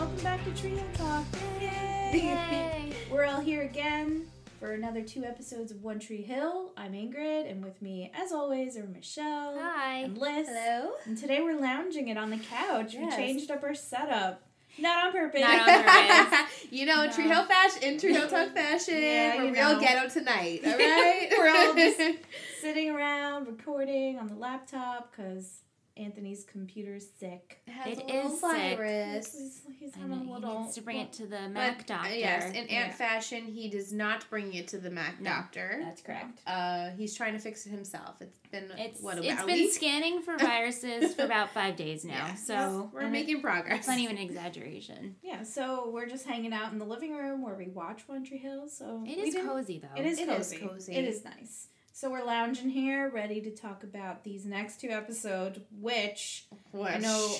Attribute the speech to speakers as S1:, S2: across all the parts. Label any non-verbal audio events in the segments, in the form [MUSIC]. S1: Patreon talk.
S2: Yay.
S1: [LAUGHS] We're all here again for another two episodes of One Tree Hill. I'm Ingrid, and with me, as always, are Michelle
S2: Hi.
S1: and Liz.
S3: Hello.
S1: And today we're lounging it on the couch.
S3: Yes.
S1: We changed up our setup. Not on purpose.
S3: [LAUGHS]
S2: Not on
S3: you know, in
S1: No.
S3: Tree Hill fashion, in Tree
S2: [LAUGHS]
S3: Hill Talk fashion,
S1: Yeah,
S3: we're
S1: you
S3: real
S1: know.
S3: ghetto [LAUGHS] tonight, all right?
S1: We're all just- [LAUGHS] Sitting around, recording on the laptop because Anthony's computer's sick.
S3: Has
S2: It
S3: a little
S2: is sick.
S3: virus.
S1: He's, he's
S2: I
S1: having
S2: know,
S1: a little.
S2: he needs to bring it to the
S3: But,
S2: Mac
S3: uh,
S2: doctor.
S3: Yes, in
S1: Yeah.
S3: ant fashion, he does not bring it to the Mac
S2: No.
S3: doctor.
S1: That's correct.
S3: Uh, he's trying to fix it himself. It's been
S2: it's
S3: uh, what about
S2: it's
S3: a
S2: been
S3: week?
S2: scanning
S3: [LAUGHS]
S2: for viruses for about five days now.
S3: Yeah.
S2: So
S3: we're
S2: and it-
S3: making progress.
S2: It's not even an exaggeration.
S1: Yeah, so we're just hanging out in the living room where we watch One Tree Hill. So
S2: It
S1: we
S2: is
S1: didn't-
S2: cozy though.
S1: It is
S3: It is
S1: cozy.
S3: cozy.
S1: It is nice. So we're lounging here, ready to talk about these next two episodes, which I
S3: [LAUGHS] Whoosh.
S1: know.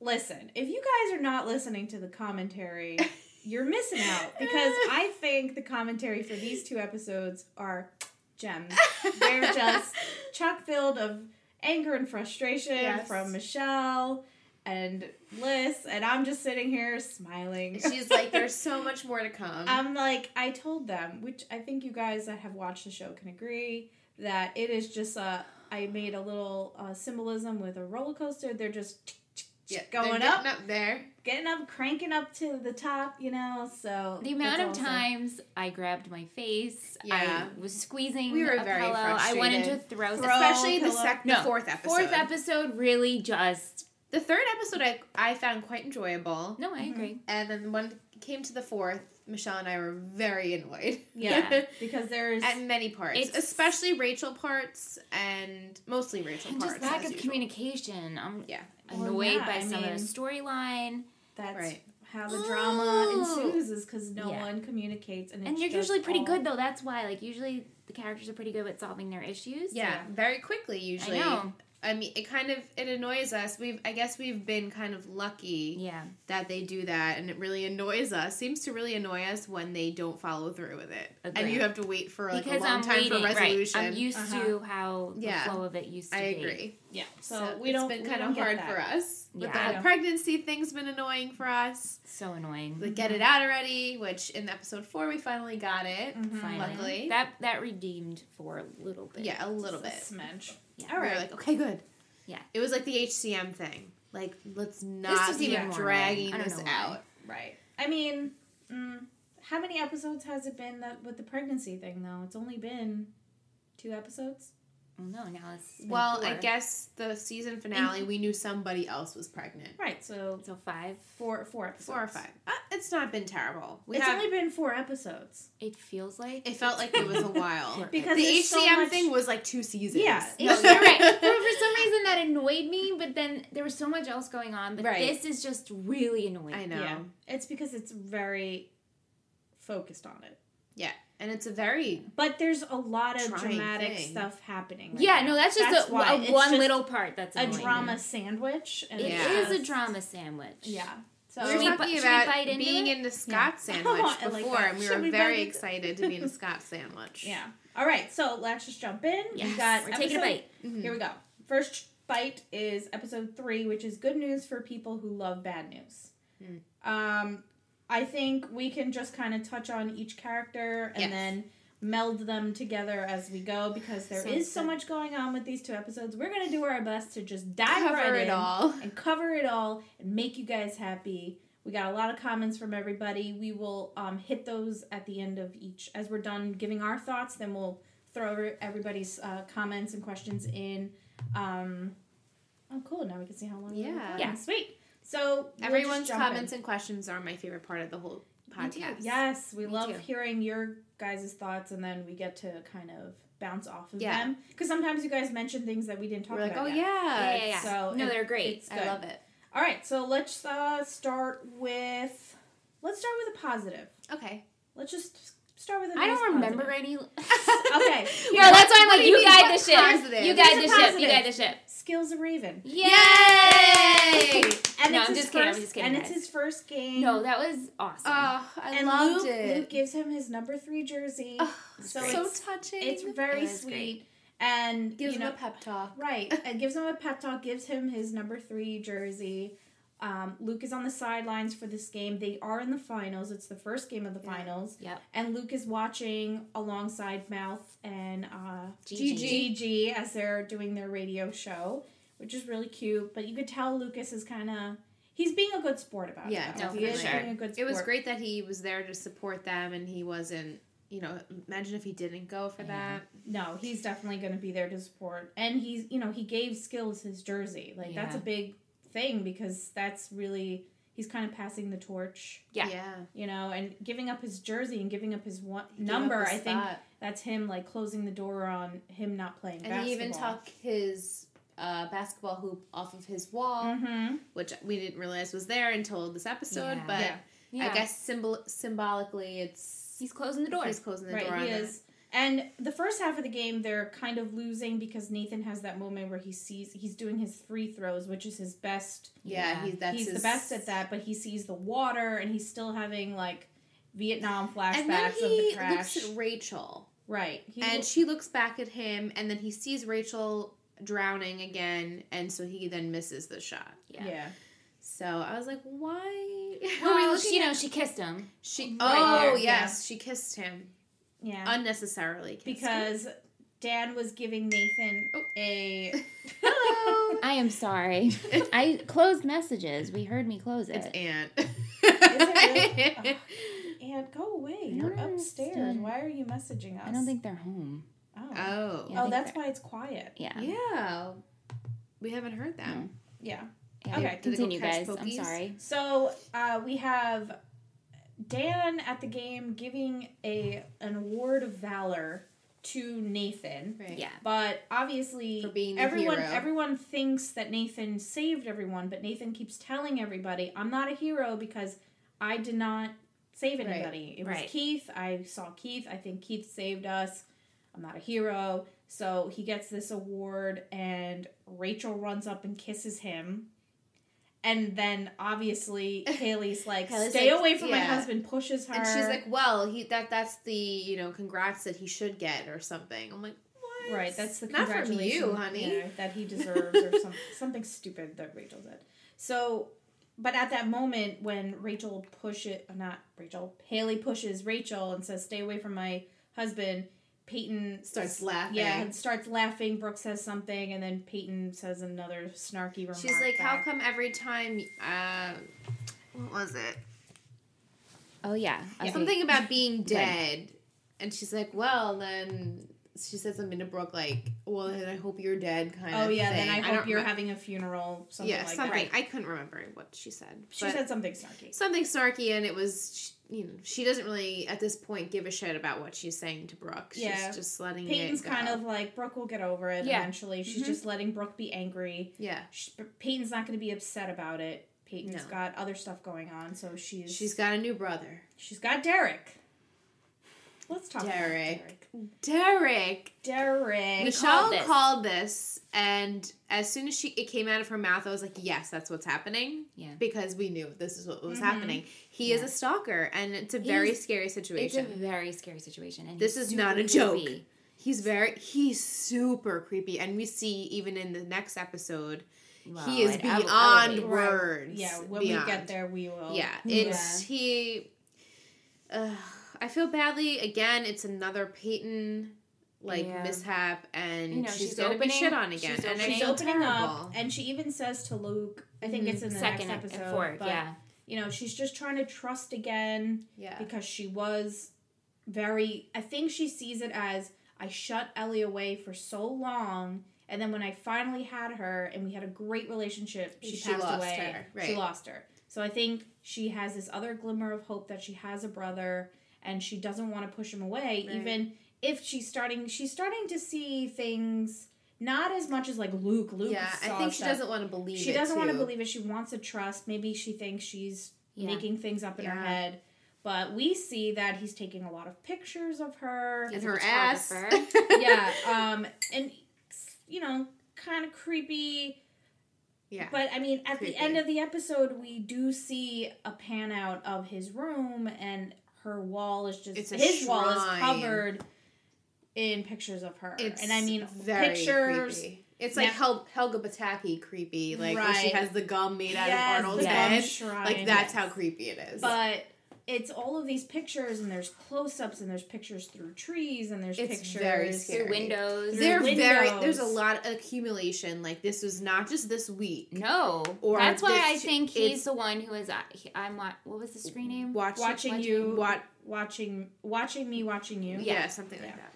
S1: Listen, if you guys are not listening to the
S3: [LAUGHS]
S1: commentary, you're missing out because I think the commentary for these two episodes are gems.
S3: [LAUGHS]
S1: They're just chock filled of anger and frustration
S3: Yes.
S1: from Michelle and Liz, and I'm just sitting here smiling.
S3: She's like, there's so much more to come.
S2: Um,
S1: I'm like, I told them, which I think you guys that have watched the show can agree, that it is just a. I made a little uh, symbolism with a roller coaster. They're just
S3: Yeah, they're
S1: going
S3: getting
S1: up,
S3: up there.
S1: getting up, cranking up to the top, you know. So
S2: The amount of
S1: it's awesome.
S2: times I grabbed my face,
S3: Yeah.
S2: I was squeezing
S3: We were
S2: a
S3: very
S2: pillow. I wanted to
S3: frustrated.
S2: throw.
S1: Throw-
S3: Especially the,
S1: pillow.
S3: sec-
S2: No,
S3: the fourth episode.
S2: Fourth episode really just
S3: The third episode I, I found quite enjoyable.
S2: no. I
S1: Mhm.
S2: agree.
S3: And then when it came to the fourth, Michelle and I were very annoyed. [LAUGHS]
S1: yeah, because there's
S3: At many parts,
S2: It's-
S3: especially Rachel parts and mostly Rachel
S2: And
S3: parts.
S2: just lack
S3: as
S2: of
S3: usual.
S2: communication. I'm
S3: Yeah.
S1: Well,
S2: annoyed
S1: yeah,
S2: by
S1: I
S2: some of
S1: mean-
S2: the storyline.
S1: that's
S3: Right.
S1: how the drama
S2: Ooh.
S1: ensues is because no
S2: Oh. Yeah.
S1: one communicates, and,
S2: And
S1: it's
S2: they're
S1: just
S2: usually pretty
S1: all-
S2: good though. That's why, like, usually the characters are pretty good at solving their issues.
S3: Yeah, very quickly usually.
S2: I know.
S3: I mean, it kind of it annoys us. We've I guess we've been kind of lucky
S2: Yeah,
S3: that they do that, and it really annoys us. Seems to really annoy us when they don't follow through with it, and
S2: Agree.
S3: you have to wait for like
S2: because
S3: a long
S2: I'm
S3: time
S2: waiting.
S3: for
S2: Right,
S3: resolution. Uh-huh.
S2: I'm used to how the
S3: Yeah.
S2: flow of it used to
S3: I
S2: be.
S3: agree.
S1: Yeah, so,
S3: So,
S1: we don't.
S3: It's
S1: we
S3: been kind
S1: don't
S3: of
S1: get
S3: hard
S1: that.
S3: for us. With
S2: Yeah.
S3: the whole pregnancy thing's been annoying for us.
S2: So annoying.
S3: The get it out already, which in episode four we finally got it.
S1: Mhm.
S2: Finally,
S3: mm-hmm, Luckily.
S2: that that redeemed for a little bit.
S3: Yeah, a little bit.
S1: Just a smidge.
S2: Yeah.
S1: All
S3: We were
S1: right.
S3: like, okay, good.
S2: Yeah.
S3: It was like the HCM thing. Like, let's not
S2: is
S3: keep
S2: even more
S3: dragging
S2: annoying. I don't know
S3: this
S2: why.
S3: out.
S1: Right. I mean, mm, how many episodes has it been that with the pregnancy thing though? It's only been two episodes.
S2: Well, no, now it's been
S3: Well, I
S2: four.
S3: guess the season finale, we knew somebody else was pregnant.
S1: Right. So
S2: so five.
S1: four four episodes.
S3: Four or five. Uh, it's not been terrible. We
S1: it's
S3: have,
S1: only been four episodes
S2: It feels like
S3: it felt like it [LAUGHS] was a while.
S2: Four
S1: because
S3: the HCM
S1: there's so much-
S3: thing was like two seasons. [LAUGHS]
S1: Yeah,
S2: No, [LAUGHS] you're right. For, for some reason, that annoyed me, but then there was so much else going on. But
S3: Right.
S2: this is just really annoying.
S3: I know.
S1: Yeah. It's because it's very focused on it.
S3: And it's a very
S1: But there's a lot of
S3: Trying
S1: dramatic
S3: thing.
S1: stuff happening. right
S2: Yeah,
S1: now.
S2: no, that's just a,
S1: why.
S2: a
S1: It's
S2: one
S1: just
S2: little part that's
S1: a
S2: annoying.
S1: drama sandwich. And
S2: It is
S1: it's
S3: Yeah.
S1: just-
S2: a drama sandwich.
S1: Yeah. So
S3: we were
S2: Should we
S3: talking
S2: bu- should we
S3: about
S2: bite into
S3: being
S2: it?
S3: in the Scott sandwich
S1: Oh, I like
S3: before,
S1: that.
S3: and we
S1: Should
S3: were
S1: we bite
S3: very
S1: into-
S3: excited to be in a Scott sandwich.
S1: yeah. All right. So let's just jump in.
S2: Yes.
S1: We got
S2: We're taking a
S1: episode
S2: bite.
S3: Mhm.
S1: Here we go. First bite is episode three, which is good news for people who love bad news.
S3: Mm.
S1: Um, I think we can just kind of touch on each character and
S3: Yes.
S1: then meld them together as we go because there is
S2: Sounds
S1: so
S2: good.
S1: much going on with these two episodes. We're gonna do our best to just dive
S3: Cover
S1: right
S3: it
S1: in
S3: all.
S1: and cover it all and make you guys happy. We got a lot of comments from everybody. We will um, hit those at the end of each. As we're done giving our thoughts, then we'll throw every- everybody's uh, comments and questions in. Um, oh, cool. Now we can see how long. we've been
S3: Yeah.
S1: recording.
S2: Yeah.
S1: sweet. So we'll just
S3: Everyone's
S1: jump in.
S3: comments and questions are my favorite part of the whole
S2: Me too.
S3: podcast.
S1: Yes, we
S2: Me
S1: love
S2: too.
S1: hearing your guys' thoughts, and then we get to kind of bounce off of
S3: Yeah.
S1: them. Because sometimes you guys mention things that we didn't talk
S3: We're like,
S1: about.
S3: oh
S1: yet.
S3: yeah,
S2: Yeah, yeah, yeah.
S1: So
S2: no,
S1: it-
S2: they're great.
S1: it's
S3: I
S1: good.
S3: love it.
S1: All right, so let's uh, start with. Let's start with a positive.
S3: [LAUGHS] Okay.
S1: Let's just start with. a
S2: I
S1: nice
S2: don't remember
S1: positive.
S2: any.
S1: [LAUGHS] Okay,
S2: Yeah,
S3: What-
S2: that's why I'm
S3: what
S2: like,
S3: do
S2: you
S3: mean,
S2: guide
S3: what
S2: the ship.
S3: positive?
S2: You
S3: [LAUGHS]
S2: guide the
S1: It's a
S2: ship. You
S1: positive.
S2: guide the ship.
S1: skills a raven,
S2: Yay!
S3: Yay!
S1: and
S2: No,
S1: it's
S2: I'm
S1: his
S2: just kidding, I'm
S1: first-
S2: just kidding,
S1: And it's
S2: guys.
S1: his first game.
S2: No, that was awesome.
S3: Oh, I
S1: and
S3: loved
S1: Luke,
S3: it.
S1: Luke gives him his number three jersey.
S3: Oh,
S1: so
S3: so
S2: great.
S1: it's
S3: touching.
S1: it's very
S2: It was
S1: sweet,
S2: great.
S1: and
S3: gives
S1: you
S3: him
S1: know,
S3: a pep talk.
S1: Uh, right, and gives him a pep talk. Gives him his number three jersey. Um, Luke is on the sidelines for this game. They are in the finals. It's the first game of the
S3: Yeah.
S1: finals.
S2: Yep.
S1: And Luke is watching alongside Mouth and uh,
S2: Gigi.
S1: Gigi as they're doing their radio show, which is really cute. But you could tell Lucas is kind of he's being a good sport about
S3: Yeah,
S1: it. though.
S2: no,
S1: he
S2: for
S1: is
S2: sure.
S1: being a good
S3: It
S1: sport.
S3: was great that he was there to support them and he wasn't, you know, imagine if he didn't go for
S2: Yeah.
S3: that.
S1: No, he's definitely going to be there to support, and he's you know he gave Skills his jersey. Like that's a
S2: Yeah.
S1: big thing because that's really he's kind of passing the torch.
S2: Yeah.
S3: Yeah.
S1: You know, and giving up his jersey and giving up his one
S3: He gave up
S1: number,
S3: his
S1: I think
S3: spot.
S1: that's him like closing the door on him not playing.
S3: And he even
S1: basketball.
S3: took his uh, basketball hoop off of his wall,
S1: Mhm.
S3: which we didn't realize was there until this episode.
S2: Yeah.
S3: But
S1: Yeah.
S3: I guess symbol- symbolically, it's
S2: he's closing the door.
S3: He's closing the
S1: right,
S3: door.
S1: he
S3: on
S1: is. And the first half of the game, they're kind of losing because Nathan has that moment where he sees he's doing his free throws, which is his best
S3: That. Yeah,
S2: Yeah.
S3: he's that's
S1: he's the
S3: his-
S1: best at that, but he sees the water and he's still having like Vietnam flashbacks
S3: And then he
S1: of the crash.
S3: looks at Rachel,
S1: right. He
S3: and
S1: lo-
S3: she looks back at him, and then he sees Rachel drowning again, and so he then misses the shot.
S1: yeah.
S3: So I was like, why? [LAUGHS]
S2: Well,
S3: Were we
S2: she,
S3: looking
S2: you know,
S3: at-
S2: she kissed him.
S3: she.
S1: Right
S3: oh
S1: there,
S3: yes, she kissed him
S1: Yeah.
S3: unnecessarily kissed him.
S1: because Dan was giving Nathan
S3: Oh.
S1: a
S3: [LAUGHS]
S1: [LAUGHS]
S3: hello,
S2: I am sorry. I closed messages. We heard me close it.
S3: it's Aunt.
S1: it
S3: [LAUGHS]
S1: really? and go away.
S2: I
S1: You're
S2: don't
S1: upstairs.
S2: understand.
S1: Why are you messaging us?
S2: I don't think they're home.
S1: Oh,
S3: oh,
S2: Yeah. I
S1: oh
S2: think
S1: that's
S2: they're-
S1: why it's quiet.
S2: Yeah.
S3: yeah. We haven't heard them.
S1: Yeah. Okay,
S2: Yeah.
S3: did they go
S2: Continue,
S3: catch
S2: guys. I'm
S3: pokies?
S2: sorry.
S1: So uh, we have Dan at the game giving a an award of valor to Nathan.
S3: Right.
S2: Yeah.
S1: But obviously,
S3: For being the
S1: everyone
S3: hero.
S1: everyone thinks that Nathan saved everyone, but Nathan keeps telling everybody, "I'm not a hero because I did not save
S3: Right.
S1: anybody. It was
S2: Right.
S1: Keith. I saw Keith. I think Keith saved us. I'm not a hero." So he gets this award, and Rachel runs up and kisses him. And then
S3: [LAUGHS]
S1: obviously Haley's like,
S3: Haley's
S1: "Stay
S3: like,
S1: away from my
S3: yeah.
S1: husband." Pushes her,
S3: And she's like, "Well, he that that's the you know congrats that he should get or something." I'm like, "What?
S1: Right, that's the
S3: not from you,
S1: congratulations,
S3: honey."
S1: yeah, that he deserves, or
S3: [LAUGHS]
S1: some, something stupid that Rachel did. So, but at that moment when Rachel pushes, not Rachel, Haley pushes Rachel and says, "Stay away from my husband." Peyton
S3: Starts laughing.
S1: Yeah, and starts laughing. Brooke says something, and then Peyton says another snarky remark.
S3: She's like, "How
S1: back.
S3: come every time? Uh, what was it?
S2: Oh yeah. Okay.
S3: Something about being
S2: Dead.
S3: dead." And she's like, "Well, then." She said something to Brooke like, "Well, then I hope you're dead." Kind
S1: Oh
S3: of.
S1: yeah, then
S3: thing.
S1: I
S3: don't
S1: hope you're
S3: remem-
S1: having a funeral. Something
S3: yeah,
S1: like
S3: something.
S1: that.
S3: I couldn't remember what she said.
S1: She
S3: but
S1: said something snarky.
S3: something snarky, and it was she, you know she doesn't really at this point give a shit about what she's saying to Brooke. She's
S1: Yeah.
S3: just letting
S1: Peyton's
S3: it go.
S1: kind of like Brooke will get over it
S2: Yeah.
S1: eventually. She's
S3: Mhm.
S1: just letting Brooke be angry.
S3: yeah.
S1: she, Peyton's not going to be upset about it. Peyton's
S3: No.
S1: got other stuff going on, so she's
S3: She's got a new brother.
S1: she's got Derek. Let's talk
S3: Derek. Derek.
S1: about Derek. Derek.
S2: Which-
S3: Michelle
S2: called
S3: called this.
S2: this.
S3: and as soon as she it came out of her mouth, I was like, "Yes, that's what's happening."
S2: Yeah.
S3: Because we knew this is what was
S1: Mhm.
S3: happening. He is
S2: Yeah.
S3: a stalker, and it's a very
S2: He's-
S3: scary
S2: It's a
S3: situation.
S2: very scary situation. And
S3: This
S2: he's
S3: is not
S2: super
S3: a joke.
S2: creepy.
S3: he's very he's super creepy, and we see even in the next episode,
S2: Well,
S3: he is
S2: I'd- I would-
S3: beyond
S2: I would be-
S1: Right.
S3: words.
S1: Yeah, when
S3: beyond.
S1: we get there, we will.
S3: Yeah,
S2: Yeah.
S3: it's he. Uh, I feel badly again. It's another Peyton like
S2: Yeah.
S3: mishap, and
S2: You know,
S3: she's,
S2: she's
S3: gonna be
S2: opening-
S3: shit on again.
S2: she's
S3: and I
S2: opening-
S1: She's
S3: feel
S1: opening
S3: terrible.
S1: up, and she even says to Luke, I think
S3: Mhm.
S1: it's in the
S2: second
S1: next episode.
S2: and fourth.
S1: but,
S2: Yeah.
S1: You know, she's just trying to trust again
S3: yeah,
S1: because she was very. I think she sees it as I shut Ellie away for so long, and then when I finally had her and we had a great relationship, she,
S3: She
S1: passed
S3: lost
S1: away.
S3: her,
S1: She
S3: right.
S1: lost her. So I think she has this other glimmer of hope that she has a brother, and she doesn't want to push him away,
S3: Right.
S1: even if she's starting. She's starting to see things not as much as like Luke. Luke,
S3: yeah. I
S1: saw
S3: think she
S1: stuff.
S3: doesn't want to believe.
S1: She
S3: it,
S1: doesn't want to
S3: too.
S1: believe it. She wants to trust. Maybe she thinks she's
S2: Yeah.
S1: making things up in her
S3: Yeah.
S1: head. But we see that he's taking a lot of pictures of her.
S3: And
S2: He's a
S3: her ass. [LAUGHS]
S2: photographer.
S1: yeah, um, and you know, kind of creepy.
S3: Yeah.
S1: But I mean, at
S3: Creepy.
S1: the end of the episode, we do see a pan out of his room, and her wall is just
S3: It's a
S1: his wall is
S3: shrine.
S1: covered in pictures of her.
S3: It's
S1: and I mean,
S3: very
S1: pictures,
S3: creepy. It's like
S1: Yeah.
S3: Hel- Helga Bataki creepy, like where she
S1: Right.
S3: has the gum made out
S1: Yes,
S3: of Arnold's
S1: the
S3: head.
S1: gum
S3: Like
S1: shrine.
S3: that's how creepy it is.
S1: But it's all of these pictures, and there's close-ups, and there's pictures through trees, and there's
S3: It's
S1: pictures.
S3: very
S2: Through
S3: Scary.
S2: windows.
S3: They're
S1: Through
S3: very
S1: windows.
S3: there's a lot of accumulation. Like this was not just this week.
S2: no.
S3: Or
S2: That's why
S3: this-
S2: I think
S3: it's-
S2: he's the one who is. I- he- I'm what? What was the screen name?
S3: Watch,
S1: Watching
S2: Watch-
S1: you,
S3: Watch,
S1: watching, watching me, watching you.
S3: yeah, something like
S1: Yeah.
S3: that.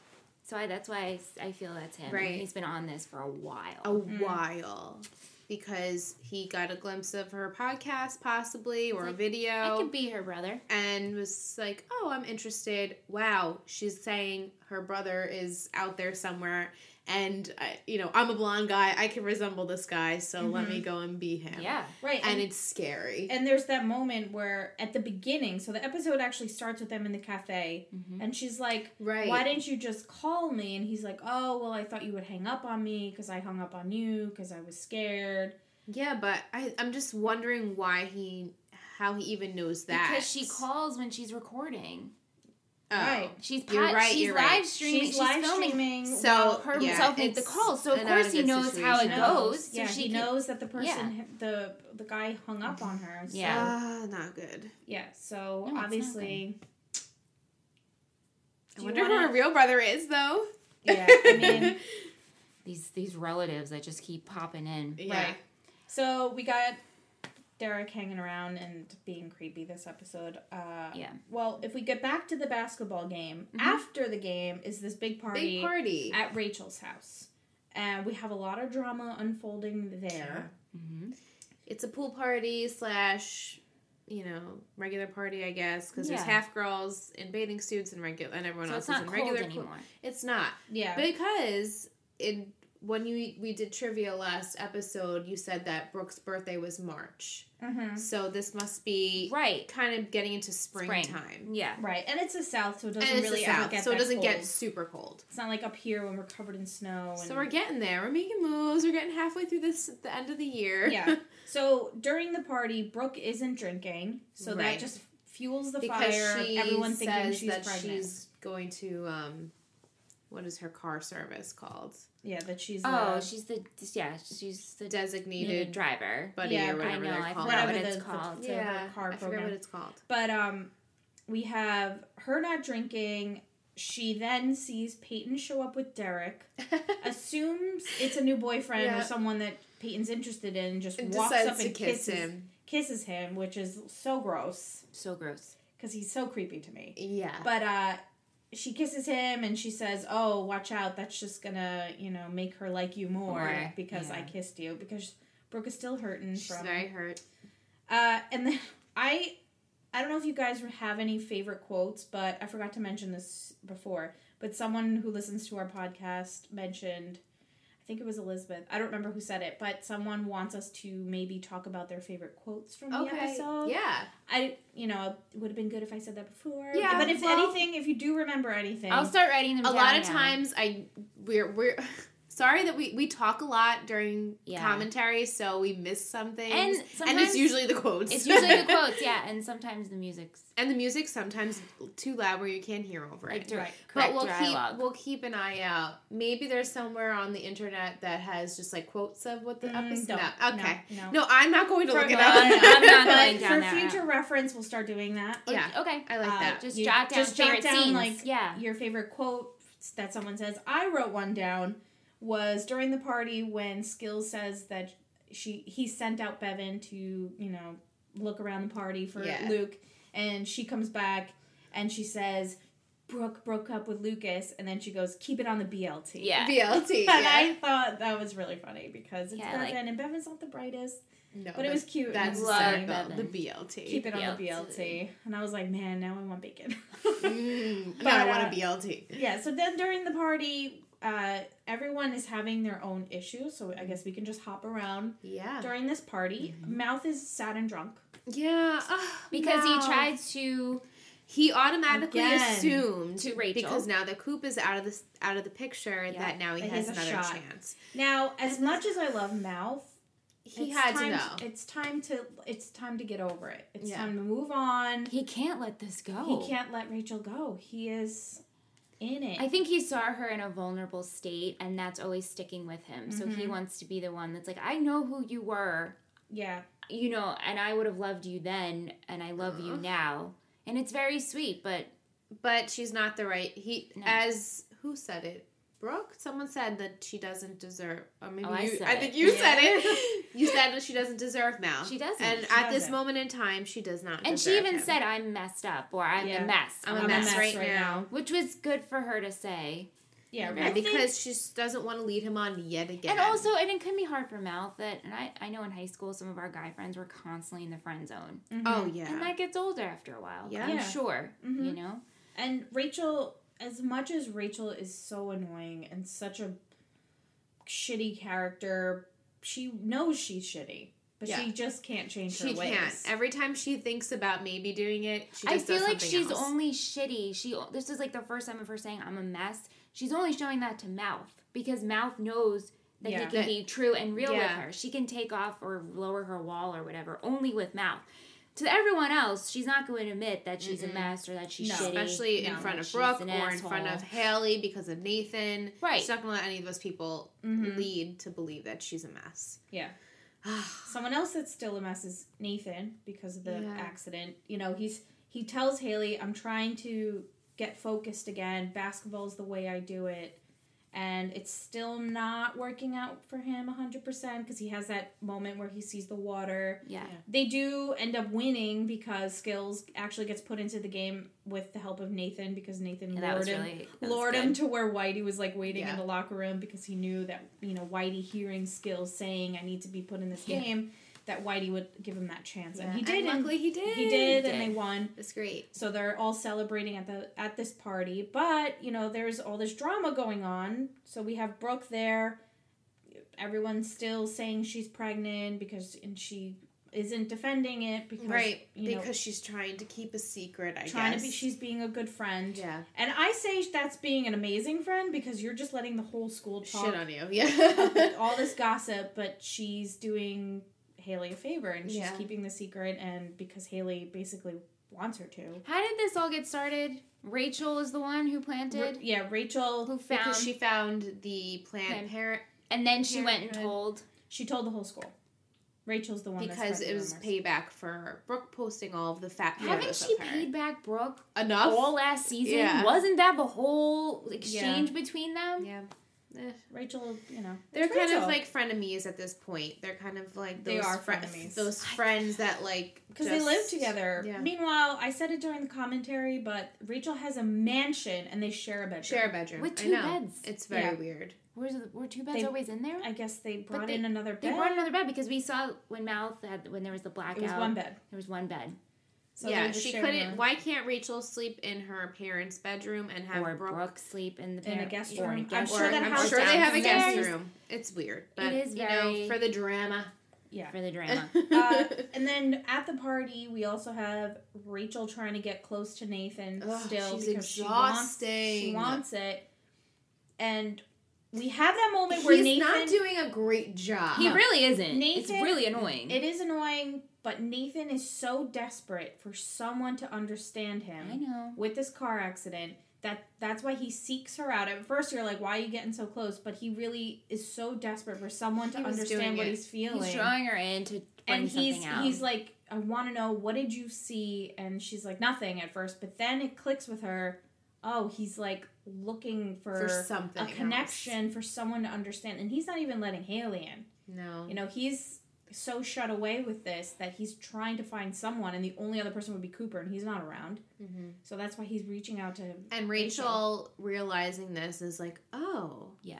S2: So I, that's why I s- I, feel that's him.
S3: Right.
S2: He's been on this for a while.
S3: A while. Because he got a glimpse of her podcast, possibly, or a
S2: like,
S3: video.
S2: I could be her brother.
S3: and was like, "Oh, I'm interested. Wow, she's saying her brother is out there somewhere, and I, you know, I'm a blonde guy. I can resemble this guy, so let me go and be him."
S2: Yeah.
S1: Right.
S3: and it's scary.
S1: and there's that moment where at the beginning so the episode actually starts with them in the cafe
S2: Mm-hmm.
S1: and she's like
S3: Right.
S1: why didn't you just call me and he's like oh well i thought you would hang up on me because i hung up on you because i was scared
S3: yeah, but I, I'm just wondering why he, how he even knows that
S2: Because she calls when she's recording.
S3: Oh.
S1: Right.
S2: She's
S3: You're
S2: pod-
S3: right,
S2: she's
S3: you're
S2: live
S3: right.
S2: streaming. She's,
S1: she's, live
S2: filming
S1: streaming
S3: So,
S1: while
S2: herself
S3: Yeah,
S2: with the
S3: it's
S2: calls. So of
S3: an
S2: course he
S3: out-of-good
S2: knows how it
S3: situation.
S2: goes. So
S1: yeah
S2: she
S1: he
S2: can-
S1: knows that the person the the guy hung up on her so,
S2: Yeah.
S3: Ah, not good.
S1: yeah so
S2: No, it's not
S1: obviously
S3: I
S1: Do you
S3: wonder who
S1: wanna-
S3: her real brother is, though.
S1: yeah
S3: [LAUGHS]
S1: i mean [LAUGHS]
S2: these these relatives that just keep popping in.
S3: yeah.
S1: Right. so we got derek hanging around and being creepy this episode uh
S2: Yeah.
S1: Well, if we get back to the basketball game, after the game is this big party,
S3: Mm-hmm. Big party.
S1: at Rachel's house. And we have a lot of drama unfolding there.
S2: Mm-hmm.
S3: it's a pool party slash you know regular party i guess because there's
S2: Yeah.
S3: half girls in bathing suits and regular and everyone
S2: So it's
S3: else is
S2: not
S3: in
S2: cold
S3: regular pool-
S2: anymore.
S3: it's not
S1: Yeah.
S3: because in when you we did trivia last episode you said that brooke's birthday was march
S1: Mhm.
S3: so this must be
S2: Right.
S3: kind of getting into
S2: Spring.
S3: springtime
S2: Yeah.
S1: Right. And it's the south, so it doesn't
S3: and it's
S1: really
S3: the
S1: ever
S3: south
S1: get
S3: so it
S1: that
S3: doesn't get
S1: cold.
S3: super cold
S1: It's not like up here when we're covered in snow. And,
S3: so we're getting there we're making moves we're getting halfway through this the end of the year [LAUGHS]
S1: yeah. So during the party, Brooke isn't drinking, so
S3: Right.
S1: that just fuels the
S3: because
S1: fire. of
S3: she
S1: everyone
S3: says
S1: thinking she's
S3: that
S1: pregnant.
S3: she's going to um, what is her car service called?
S1: yeah, that she's
S2: Oh,
S1: uh,
S2: she's the yeah, she's the
S3: Designated
S2: driver.
S3: buddy
S1: Yeah,
S3: or
S2: Mm-hmm. I
S3: whatever
S2: know,
S3: they're
S2: I
S3: called.
S2: forgot
S1: whatever
S2: what
S1: the,
S2: it's
S1: the-
S2: called.
S1: the-
S3: yeah,
S1: her car
S3: I forgot
S1: program.
S3: what it's called.
S1: But um, we have her not drinking. She then sees Peyton show up with Derek,
S3: [LAUGHS]
S1: assumes it's a new boyfriend
S3: Yeah.
S1: or someone that Peyton's interested in, just
S3: And
S1: walks
S3: decides
S1: up
S3: to
S1: and
S3: kiss
S1: kisses
S3: him.
S1: kisses him, which is so gross
S2: So gross.
S1: because he's so creepy to me.
S3: Yeah,
S1: But uh, she kisses him and she says, "Oh, watch out! That's just gonna you know make her like you more
S2: More,
S1: because I
S2: yeah.
S1: kissed you." Because Brooke is still hurting
S3: she's
S1: from
S3: very hurt.
S1: uh, and then [LAUGHS] I, I don't know if you guys have any favorite quotes, but I forgot to mention this before. But someone who listens to our podcast mentioned, I think it was Elizabeth. I don't remember who said it, but someone wants us to maybe talk about their favorite quotes from the
S3: Okay,
S1: episode.
S3: yeah,
S1: I, you know, it would have been good if I said that before.
S3: Yeah,
S1: But if
S3: well-
S1: anything, if you do remember anything,
S2: I'll start writing them
S3: a
S2: down
S3: lot of
S2: now.
S3: times I we're we're. [LAUGHS] Sorry that we, we talk a lot during
S2: Yeah.
S3: commentary, so we miss some things.
S2: And
S3: and
S2: sometimes-
S3: it's usually the quotes.
S2: It's usually
S3: [LAUGHS]
S2: the quotes, yeah, and sometimes the music's
S3: and the music sometimes too loud where you can't hear over it.
S2: like direct,
S1: Right.
S2: correct
S3: but we'll
S2: dialogue.
S3: keep we'll keep an eye out. Maybe there's somewhere on the internet that has just like quotes of what the
S1: Mm,
S3: episode.
S1: don't.
S3: No. Okay.
S1: No, uh,
S3: No,
S1: no.
S3: I'm not going to
S1: For-
S3: look it
S1: no,
S3: up.
S1: no, no, [LAUGHS]
S2: I'm not
S1: But
S2: going down
S1: for
S2: that
S1: future reference, we'll start doing that.
S2: Or-
S3: [LAUGHS] yeah.
S2: Okay.
S3: I like
S1: Uh, [LAUGHS]
S3: that.
S2: Just
S1: You-
S2: jot down
S1: just jot
S2: favorite
S1: down,
S2: scenes.
S1: like,
S2: yeah.
S1: your favorite quote that someone says. I wrote one down was during the party when Skills says that she he sent out Bevan to, you know, look around the party for
S3: Yeah.
S1: Luke and she comes back and she says Brooke broke up with Lucas and then she goes keep it on the BLT.
S2: Yeah.
S3: BLT.
S1: And
S3: yeah.
S1: I thought that was really funny because it's
S2: Yeah, like-
S1: Bevan and Bevan's not the brightest,
S3: no,
S1: but it was cute. and
S3: that's
S1: it was
S2: Love
S1: funny.
S2: that.
S3: hysterical. The
S2: Bevan.
S3: BLT.
S1: Keep it on the
S2: BLT.
S1: BLT. And I was like, man, now I want bacon.
S3: Mm, no,
S1: But,
S3: I want
S1: uh,
S3: a BLT.
S1: [LAUGHS] Yeah, so then during the party, uh, everyone is having their own issues, so I guess we can just hop around.
S3: Yeah. Mm-hmm.
S1: During this party, Mouth is sad and drunk.
S3: Yeah. Oh,
S2: Because
S3: no.
S2: he tried to
S3: He automatically
S1: Again.
S3: assumed
S2: To Rachel.
S3: because now that Coop is out of this out of the picture
S2: Yeah.
S3: that now he
S1: That he
S3: has
S1: has a
S3: another
S1: shot.
S3: chance.
S1: Now, as much as I love Mouth,
S3: He
S1: it's
S3: had to
S1: time
S3: know.
S1: it's time to it's time to get over it. It's
S3: Yeah. Oh.
S1: time to move on.
S2: he can't let this go.
S1: He can't let Rachel go. He is in it.
S2: I think he saw her in a vulnerable state, and that's always sticking with him. So
S3: Mm-hmm.
S2: he wants to be the one that's like, I know who you were,
S1: yeah.
S2: you know, and I would have loved you then, and I love you now. And it's very sweet, but
S3: But she's not the right. He
S2: No.
S3: as who said it? Brooke. Someone said that she doesn't deserve. Or maybe
S2: Oh,
S3: you,
S2: I
S3: I,
S2: said it.
S3: think you
S1: Yeah.
S3: said
S2: [LAUGHS]
S3: it. You said that she doesn't deserve Mal.
S2: She doesn't.
S3: And
S2: She
S3: at this
S1: doesn't.
S3: moment in time, she does not.
S2: and she
S3: deserve
S2: even
S3: him.
S2: said, I'm messed up, or I'm
S1: Yeah.
S2: a mess.
S3: I'm a mess right now.
S2: Which was good for her to say.
S1: Yeah,
S3: Yeah,
S1: I think-
S3: because she s- doesn't want to lead him on yet again.
S2: And also, and it can be hard for Mal that, and I, I know in high school, some of our guy friends were constantly in the friend zone.
S1: Mhm.
S3: oh yeah,
S2: And that gets older after a while.
S3: Yeah. Mm-hmm.
S2: I'm
S1: Yeah.
S2: sure. You
S1: Mhm.
S2: know?
S1: And Rachel, as much as Rachel is so annoying and such a shitty character, she knows she's shitty, but
S3: Yeah.
S1: she just can't change her
S3: she
S1: ways.
S3: can't. Every time she thinks about maybe doing it, she
S2: I
S3: just
S2: feel
S3: does
S2: like
S3: something
S2: she's
S3: else.
S2: only shitty. She This is like the first time of her saying, I'm a mess. She's only showing that to Mouth because Mouth knows that
S1: Yeah.
S2: he can be true and real with
S3: Yeah.
S2: her. She can take off or lower her wall or whatever only with Mouth. To everyone else, she's not going to admit that she's a mess or that she's
S1: No.
S2: shitty.
S3: especially in
S1: No,
S3: front of
S2: she's
S3: Brooke or
S2: an
S3: in front of
S2: asshole.
S3: Haley because of Nathan.
S2: Right.
S3: She's not gonna let any of those people
S1: Mhm.
S3: lead to believe that she's a mess. [SIGHS]
S1: Yeah. Someone else that's still a mess is Nathan because of the
S3: Yeah.
S1: accident. You know, he's he tells Haley, "I'm trying to get focused again. Basketball's the way I do it." And it's still not working out for him 100% because he has that moment where he sees the water.
S2: Yeah.
S1: They do end up winning because Skills actually gets put into the game with the help of Nathan because Nathan
S2: And that
S1: lured,
S2: was
S1: him,
S2: really. that was
S1: lured
S2: good.
S1: him to where Whitey was like waiting
S3: Yeah.
S1: in the locker room because he knew that, you know, Whitey hearing Skills saying, I need to be put in this
S2: Yeah.
S1: game, that Whitey would give him that chance.
S3: Yeah.
S1: And he did. And
S3: luckily, he did.
S1: he did,
S2: He
S1: and they
S2: did.
S1: won.
S3: It's great.
S1: So they're all celebrating at the at this party, but you know there's all this drama going on. So we have Brooke there. Everyone's still saying she's pregnant because and she isn't defending it because
S3: Right.
S1: you know
S3: because she's trying to keep a secret, I
S1: trying
S3: guess.
S1: to be she's being a good friend.
S3: Yeah.
S1: And I say that's being an amazing friend because you're just letting the whole school talk
S3: Shit on you.
S1: [LAUGHS]
S3: Yeah.
S1: all this gossip, but she's doing Haley a favor and she's
S3: Yeah.
S1: keeping the secret and because Haley basically wants her to.
S2: How did this all get started? Rachel is the one who planted,
S1: Yeah, Rachel
S2: who found,
S3: [LAUGHS] because she found the plant
S2: Plant
S3: parent
S2: and then she went and
S3: Parenthood.
S2: told.
S1: She told the whole school. Rachel's the one
S3: because
S1: that's
S3: it was
S1: paid.
S3: payback for Brooke posting all of the fat
S1: Yeah.
S2: Haven't
S3: photos
S2: she
S3: of her.
S2: paid back Brooke
S3: enough?
S2: all last season?
S3: Yeah.
S2: Wasn't that the whole exchange between them?
S3: yeah. Eh.
S1: Rachel, you know,
S3: They're
S1: it's
S3: kind of
S1: Rachel.
S3: like frenemies at this point. They're kind of like
S1: They
S3: those
S1: are
S3: fri-
S1: frenemies.
S3: Those friends that like
S1: because they live
S3: just-
S1: together.
S3: yeah.
S1: Meanwhile, I said it during the commentary, but Rachel has a mansion and they share a bedroom.
S3: Share a bedroom
S2: With
S3: I
S2: two
S3: know.
S2: beds.
S3: It's very
S1: Yeah.
S3: weird.
S2: Were, were two beds
S1: They-
S2: always in there?
S1: I guess they brought
S2: they-
S1: in another
S2: They
S1: bed.
S2: brought another bed because we saw when Mouth had when there was the blackout.
S1: it was one bed.
S2: There was one bed.
S1: So they
S3: yeah,
S1: were just
S3: she
S1: sharing
S3: couldn't.
S1: a-
S3: Why can't Rachel sleep in her parents' bedroom and have
S2: or
S3: Brooke?
S2: Brooke, sleep in the
S1: In a
S2: parent-
S1: guest
S2: or in a
S1: room. I'm
S2: guest
S1: sure
S2: room.
S1: that
S3: I'm
S1: house
S3: sure they have a guest
S1: downstairs-
S3: room. It's weird, but
S2: is
S3: you know,
S2: very-
S3: for the drama.
S1: Yeah.
S3: [LAUGHS]
S2: for the [LAUGHS] drama.
S1: Uh, and then at the party, we also have Rachel trying to get close to Nathan
S3: Ugh,
S1: still
S3: she's
S1: because she wants she
S3: exhausting.
S1: wants it, and we have that moment
S3: He's
S1: where Nathan
S3: not doing a great job.
S2: he really isn't.
S1: Nathan-
S2: it's really annoying.
S1: It is annoying, but Nathan is so desperate for someone to understand
S2: I
S1: him
S2: know.
S1: with this car accident that that's why he seeks her out. At first, you're like, "Why are you getting so close?" But he really is so desperate for someone to
S3: He was doing
S1: understand what
S3: it.
S1: he's feeling.
S2: He's drawing her in to bring
S1: and
S2: something
S1: he's
S2: out.
S1: he's like, "I want to know what did you see?" And she's like, "Nothing" at first, but then it clicks with her. Oh, he's like looking
S3: for
S1: for,
S3: something
S1: a
S3: else.
S1: connection for someone to understand, and he's not even letting Haley in.
S3: No,
S1: You know, he's so shut away with this that he's trying to find someone, and the only other person would be Cooper, and he's not around.
S3: Mhm.
S1: So that's why he's reaching out to him.
S3: and Rachel realizing this is like, oh,
S2: Yeah.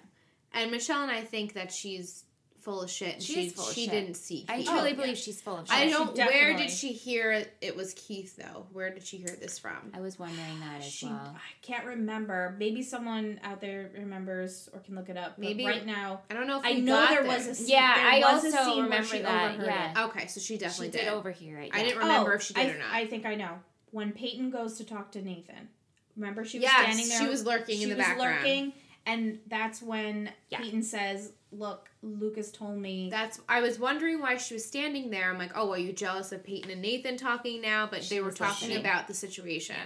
S3: And Michelle and I think that she's full of shit. And
S2: She
S3: she
S2: is full of
S3: she
S2: shit.
S3: didn't see.
S2: I
S3: Keith.
S2: truly
S1: yeah.
S2: believe she's full of shit.
S3: I
S1: she
S3: don't. where
S1: definitely-
S3: did she hear it was Keith though? Where did she hear this from?
S2: I was wondering that as
S1: She,
S2: well.
S1: I can't remember. Maybe someone out there remembers or can look it up. Maybe
S3: Maybe-
S1: right now,
S3: I don't know. if
S1: I
S3: we
S1: know
S3: got
S1: there was a scene.
S2: Yeah,
S1: there
S2: I
S1: was a
S2: also
S1: scene where
S2: remember
S1: she
S2: that,
S1: overheard it.
S2: yeah.
S3: Okay, so she definitely
S2: she
S3: did.
S2: did, overhear it.
S3: I
S2: yeah.
S3: didn't remember
S1: Oh,
S3: if she did
S1: I,
S3: or not.
S1: I think I know. When Peyton goes to talk to Nathan, remember she was
S3: yes,
S1: standing there.
S3: she was lurking
S1: she
S3: in the
S1: was
S3: background.
S1: lurking, and that's when
S2: Yeah.
S1: Peyton says, "Look, Lucas told me."
S3: That's. I was wondering why she was standing there. I'm like, oh, are you jealous of Peyton and Nathan talking now? But
S2: She
S3: they were
S2: was like
S3: talking
S2: shit.
S3: about the situation.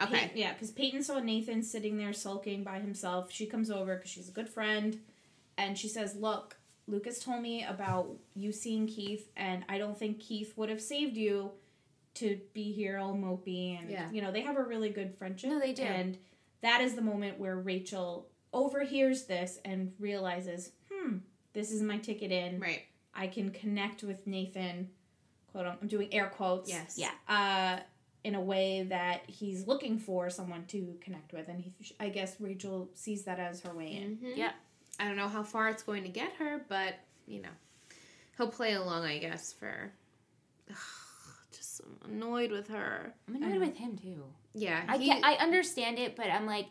S3: Okay.
S1: Pey- yeah, because Peyton saw Nathan sitting there sulking by himself. She comes over because she's a good friend, and she says, "Look, Lucas told me about you seeing Keith, and I don't think Keith would have saved you to be here all mopey." And
S3: Yeah.
S1: you know they have a really good friendship.
S2: No, they do.
S1: And that is the moment where Rachel overhears this and realizes, "Hmm, this is my ticket in.
S3: Right.
S1: I can connect with Nathan." Quote. un- I'm doing air quotes
S3: Yes.
S2: Yeah.
S1: uh, in a way that he's looking for someone to connect with, and he, I guess Rachel sees that as her way in.
S3: Mhm.
S2: Yeah.
S3: I don't know how far it's going to get her, but you know, he'll play along, I guess. For [SIGHS] just I'm annoyed with her.
S2: I'm annoyed with him too.
S3: Yeah.
S2: I
S3: he-
S2: can I understand it, but I'm like,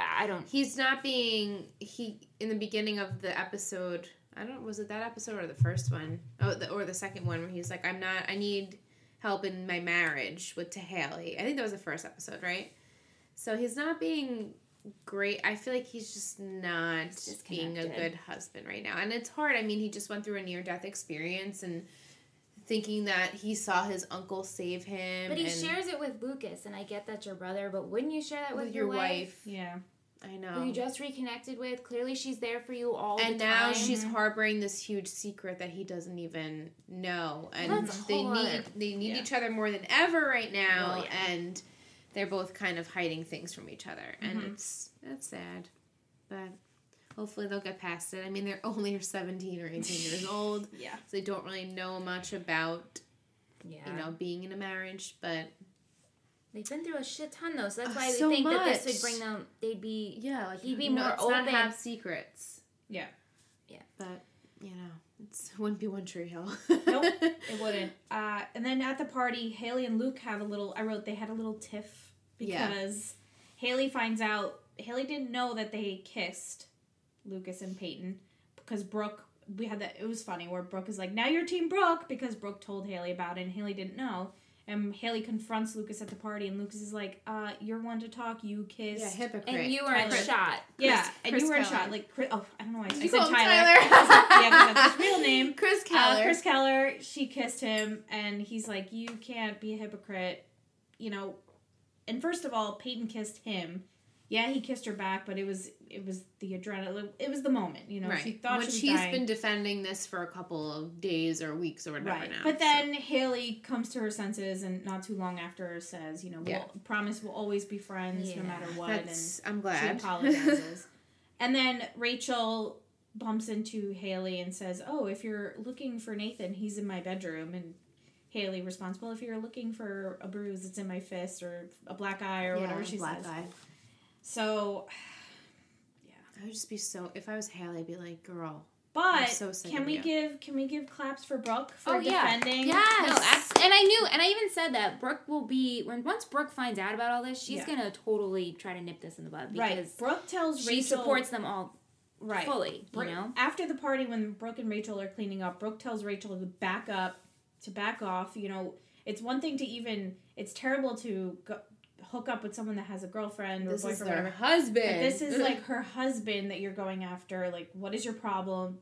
S2: I I don't.
S3: he's not being he in the beginning of the episode i don't was it that episode or the first one oh the, or the second one where he's like i'm not i need help in my marriage with Haley. i think that was the first episode right so he's not being great i feel like he's just not being a
S2: disconnected.
S3: good husband right now and it's hard i mean he just went through a near death experience and thinking that he saw his uncle save him
S2: But he
S3: and
S2: shares it with Lucas, and I get that's your brother. But wouldn't you share that with, your, wife,
S3: Mm-hmm.
S1: Yeah,
S3: i know
S2: who you just reconnected with? Clearly, she's there for you all
S3: um, and
S2: the
S3: now
S2: time.
S3: she's harboring this huge secret that he doesn't even know and
S2: That's a
S3: they
S2: whole
S3: need
S2: other-
S3: they need
S1: yeah.
S3: each other more than ever right now
S2: Well, yeah.
S3: and they're both kind of hiding things from each other and
S2: Mm-hmm.
S1: Mhm.
S3: it's that's sad but hopefully they'll get past it i mean they're only [LAUGHS] 17 or
S2: [LAUGHS]
S3: 18 years old
S1: yeah.
S3: so they don't really know much about
S2: yeah.
S3: you know being in a marriage but
S2: They've been through a shit ton though, so that's
S3: Oh,
S2: why
S3: so
S2: we think that
S3: much.
S2: this would bring them. They'd be
S3: yeah like
S2: He'd be
S3: no,
S2: more
S3: it's not
S2: open.
S3: have secrets
S1: Yeah.
S2: Yeah.
S3: but you know it's [LAUGHS] wouldn't be one tree hill [LAUGHS]
S1: Nope. It wouldn't. Uh, and then at the party, Haley and Luke have a little. I wrote they had a little tiff
S3: Yeah.
S1: because Haley finds out Haley didn't know that they kissed Lucas and Peyton because Brooke. We had that. It was funny where Brooke is like, "Now you're Team Brooke," because Brooke told Haley about it, and Haley didn't know. And Haley confronts Lucas at the party, and Lucas is like, "Uh, you're one to talk. You kissed."
S3: yeah hypocrite
S2: and you are in
S1: Tyler.
S2: shot.
S1: Yeah,
S3: Chris-
S1: and
S3: Chris
S1: you were in
S3: Keller.
S1: shot. Like, Chris, oh, I don't know why I,
S3: You
S1: said
S3: call
S1: Tyler.
S3: him
S1: [LAUGHS] yeah, 'cause that's his real name.
S3: Chris
S1: Uh,
S3: Keller.
S1: Chris Keller. She kissed him, and he's like, "You can't be a hypocrite," you know. And first of all, Peyton kissed him. Yeah, he kissed her back, but it was it was the adrenaline. It was the moment, you know.
S3: right.
S1: She thought
S3: Which
S1: she
S3: he's
S1: was dying.
S3: been defending this for a couple of days or weeks or whatever
S1: right.
S3: now.
S1: but then Haley comes to her senses, and not too long after says, "You know,
S3: Yeah.
S1: we'll promise we'll always be friends
S2: Yeah.
S1: no matter
S3: so
S1: what." and
S3: that's, I'm glad.
S1: She
S3: [LAUGHS]
S1: apologizes. and then Rachel bumps into Haley and says, Oh, if you're looking for Nathan, he's in my bedroom. And Haley responds, Well, if you're looking for a bruise, it's in my fist or a black eye or
S3: Yeah,
S1: whatever she
S3: black
S1: says.
S3: eye.
S1: So,
S3: I would just be so. If I was Haley, I'd be like, "Girl, I'm
S1: but
S3: so sick
S1: can
S3: of
S1: we
S3: you.
S1: give can we give claps for Brooke for
S2: Oh, yeah.
S1: defending?
S2: Yes.
S3: No, abs-
S2: and I knew, and I even said that Brooke will be when once Brooke finds out about all this, she's
S1: Yeah.
S2: gonna totally try to nip this in the bud because
S1: Right. Brooke tells
S2: she
S1: Rachel
S2: supports them all
S1: right.
S2: fully. You
S1: Bro-
S2: know,
S1: After the party, when Brooke and Rachel are cleaning up, Brooke tells Rachel to back up, to back off. You know, it's one thing to even, it's terrible to go, hook up with someone that has a girlfriend or
S3: this is
S1: boyfriend or
S3: their
S1: whatever.
S3: husband.
S1: But this
S2: [LAUGHS]
S1: is like her husband that you're going after. Like, what is your problem?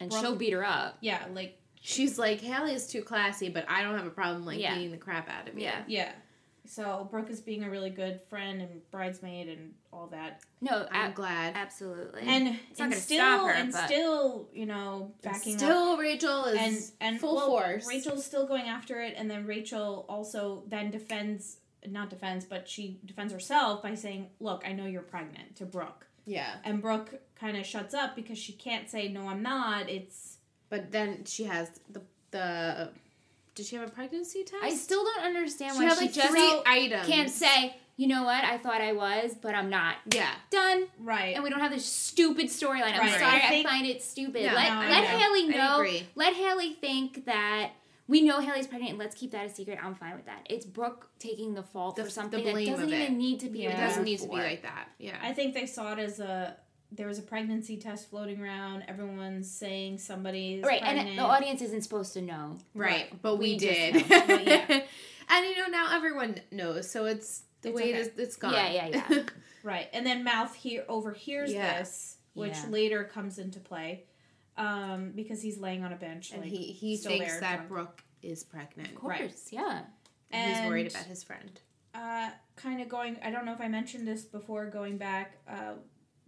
S2: and
S1: Brooke-
S2: she'll beat her up.
S1: Yeah, like,
S3: [LAUGHS] she's like, Haley is too classy, but I don't have a problem like
S2: Yeah.
S3: beating the crap out of you.
S2: Yeah.
S1: yeah. So Brooke is being a really good friend and bridesmaid and all that.
S2: No,
S3: I'm
S2: ab-
S3: glad.
S2: absolutely.
S1: And,
S2: It's not
S1: and
S2: gonna
S1: still,
S2: stop her,
S1: and
S2: but-
S1: still, you know,
S3: And
S1: backing up.
S3: still, Rachel is
S1: and and
S3: full
S1: well,
S3: force.
S1: Rachel's still going after it, and then Rachel also then defends not defends, but she defends herself by saying, "Look, I know you're pregnant." To Brooke,
S3: yeah,
S1: and Brooke kind of shuts up because she can't say, "No, I'm not." It's
S3: but then she has the the. Did she have a pregnancy test?
S2: I still don't understand
S3: She
S2: why
S3: had
S2: she
S3: like
S2: just
S3: three items.
S2: can't say. You know what? I thought I was, but I'm not.
S3: Yeah.
S2: Done.
S1: right.
S2: and we don't have this stupid storyline. I'm
S1: Right.
S2: sorry,
S1: I
S2: I,
S1: think-
S2: find it stupid.
S3: No,
S2: let
S1: no, I
S2: let
S1: know.
S2: Haley
S3: I
S2: know.
S3: agree.
S2: Let Haley think that we know Haley's pregnant. Let's keep that a secret. I'm fine with that. It's Brooke taking the fault
S3: The-
S2: for
S3: the
S2: something
S3: blame
S2: that doesn't
S3: of
S2: even
S3: it.
S2: need to be.
S1: Yeah.
S3: It
S2: there
S3: doesn't need to be
S2: for.
S3: like that. Yeah.
S1: I think they saw it as a there was a pregnancy test floating around. Everyone's saying somebody's
S2: right,
S1: pregnant.
S2: and the audience isn't supposed to know.
S3: Right, but we,
S2: We just
S3: did.
S2: know.
S1: But yeah.
S3: [LAUGHS] and you know now everyone knows, so it's the
S2: It's
S3: way
S2: okay.
S3: it is, it's gone.
S2: Yeah, yeah, yeah.
S1: Right, and then Mouth here overhears
S3: Yeah.
S1: this, which
S2: Yeah.
S1: later comes into play, um, because he's laying on a bench.
S3: [LAUGHS] and
S1: like,
S3: he he
S1: still
S3: thinks
S1: there,
S3: that
S1: drunk.
S3: Brooke is pregnant.
S2: Of
S1: Right.
S2: course, yeah.
S3: And he's worried
S1: And-
S3: about his friend.
S1: uh, kind of going, I don't know if I mentioned this before, going back uh,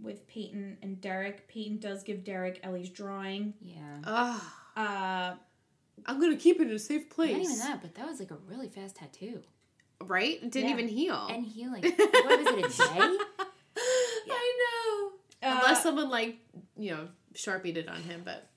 S1: with Peyton and Derek. Peyton does give Derek Ellie's drawing.
S2: Yeah.
S3: Ugh.
S1: Uh,
S3: I'm gonna keep it in a safe place.
S2: Not even that, but that was like a really fast tattoo.
S3: Right? It didn't
S1: Yeah.
S3: even heal. [GASPS]
S2: And
S3: [LAUGHS]
S2: healing. What was it, a day?
S3: I know.
S1: uh,
S3: Unless someone like you know sharpied it on him, but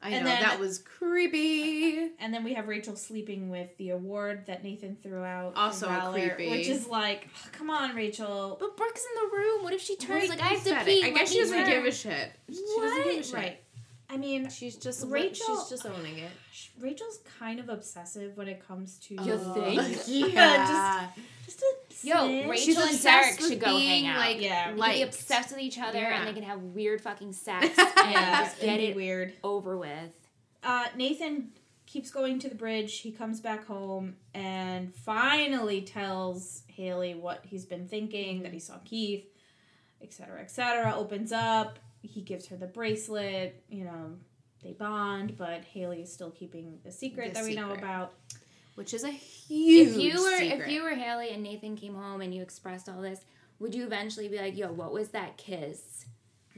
S3: I know
S1: And then-
S3: that was creepy.
S1: and then we have Rachel sleeping with the award that Nathan threw out. for
S3: Also creepy.
S1: Which is like, "Oh, come on, Rachel.
S2: But Brooke's in the room. What if she turns?
S3: Right,
S2: like,
S3: you
S2: I have to
S3: said it.
S2: pee.
S3: I
S2: let
S3: guess she
S2: me
S3: doesn't
S2: turn.
S3: give a shit. She doesn't give a shit.
S1: Right. I mean,
S3: She's just
S1: Rachel-
S3: She's just owning it.
S1: Rachel's kind of obsessive when it comes to.
S2: You
S3: Oh,
S2: think?
S1: [LAUGHS]
S3: Yeah.
S1: Just a
S2: Yo,
S1: smidge.
S2: Rachel
S3: She's
S2: and
S3: obsessed
S2: Derek
S3: with
S2: should go hang
S3: being,
S2: out.
S3: Like,
S1: Yeah.
S2: They can be
S3: liked.
S2: obsessed with each other
S3: Yeah.
S2: and they can have weird fucking sex [LAUGHS] and
S1: Yeah,
S2: just get
S1: it'd
S2: it
S1: be weird.
S2: over with.
S1: Uh, Nathan keeps going to the bridge. He comes back home and finally tells Haley what he's been thinking that he saw Keith, etc., etc. Opens up. He gives her the bracelet. You know, they bond, but Haley is still keeping the secret
S3: The
S1: that we know
S3: secret.
S1: about.
S3: which is a huge
S2: if you were
S3: secret.
S2: if you were Haley and Nathan came home and you expressed all this, would you eventually be like, "Yo, what was that kiss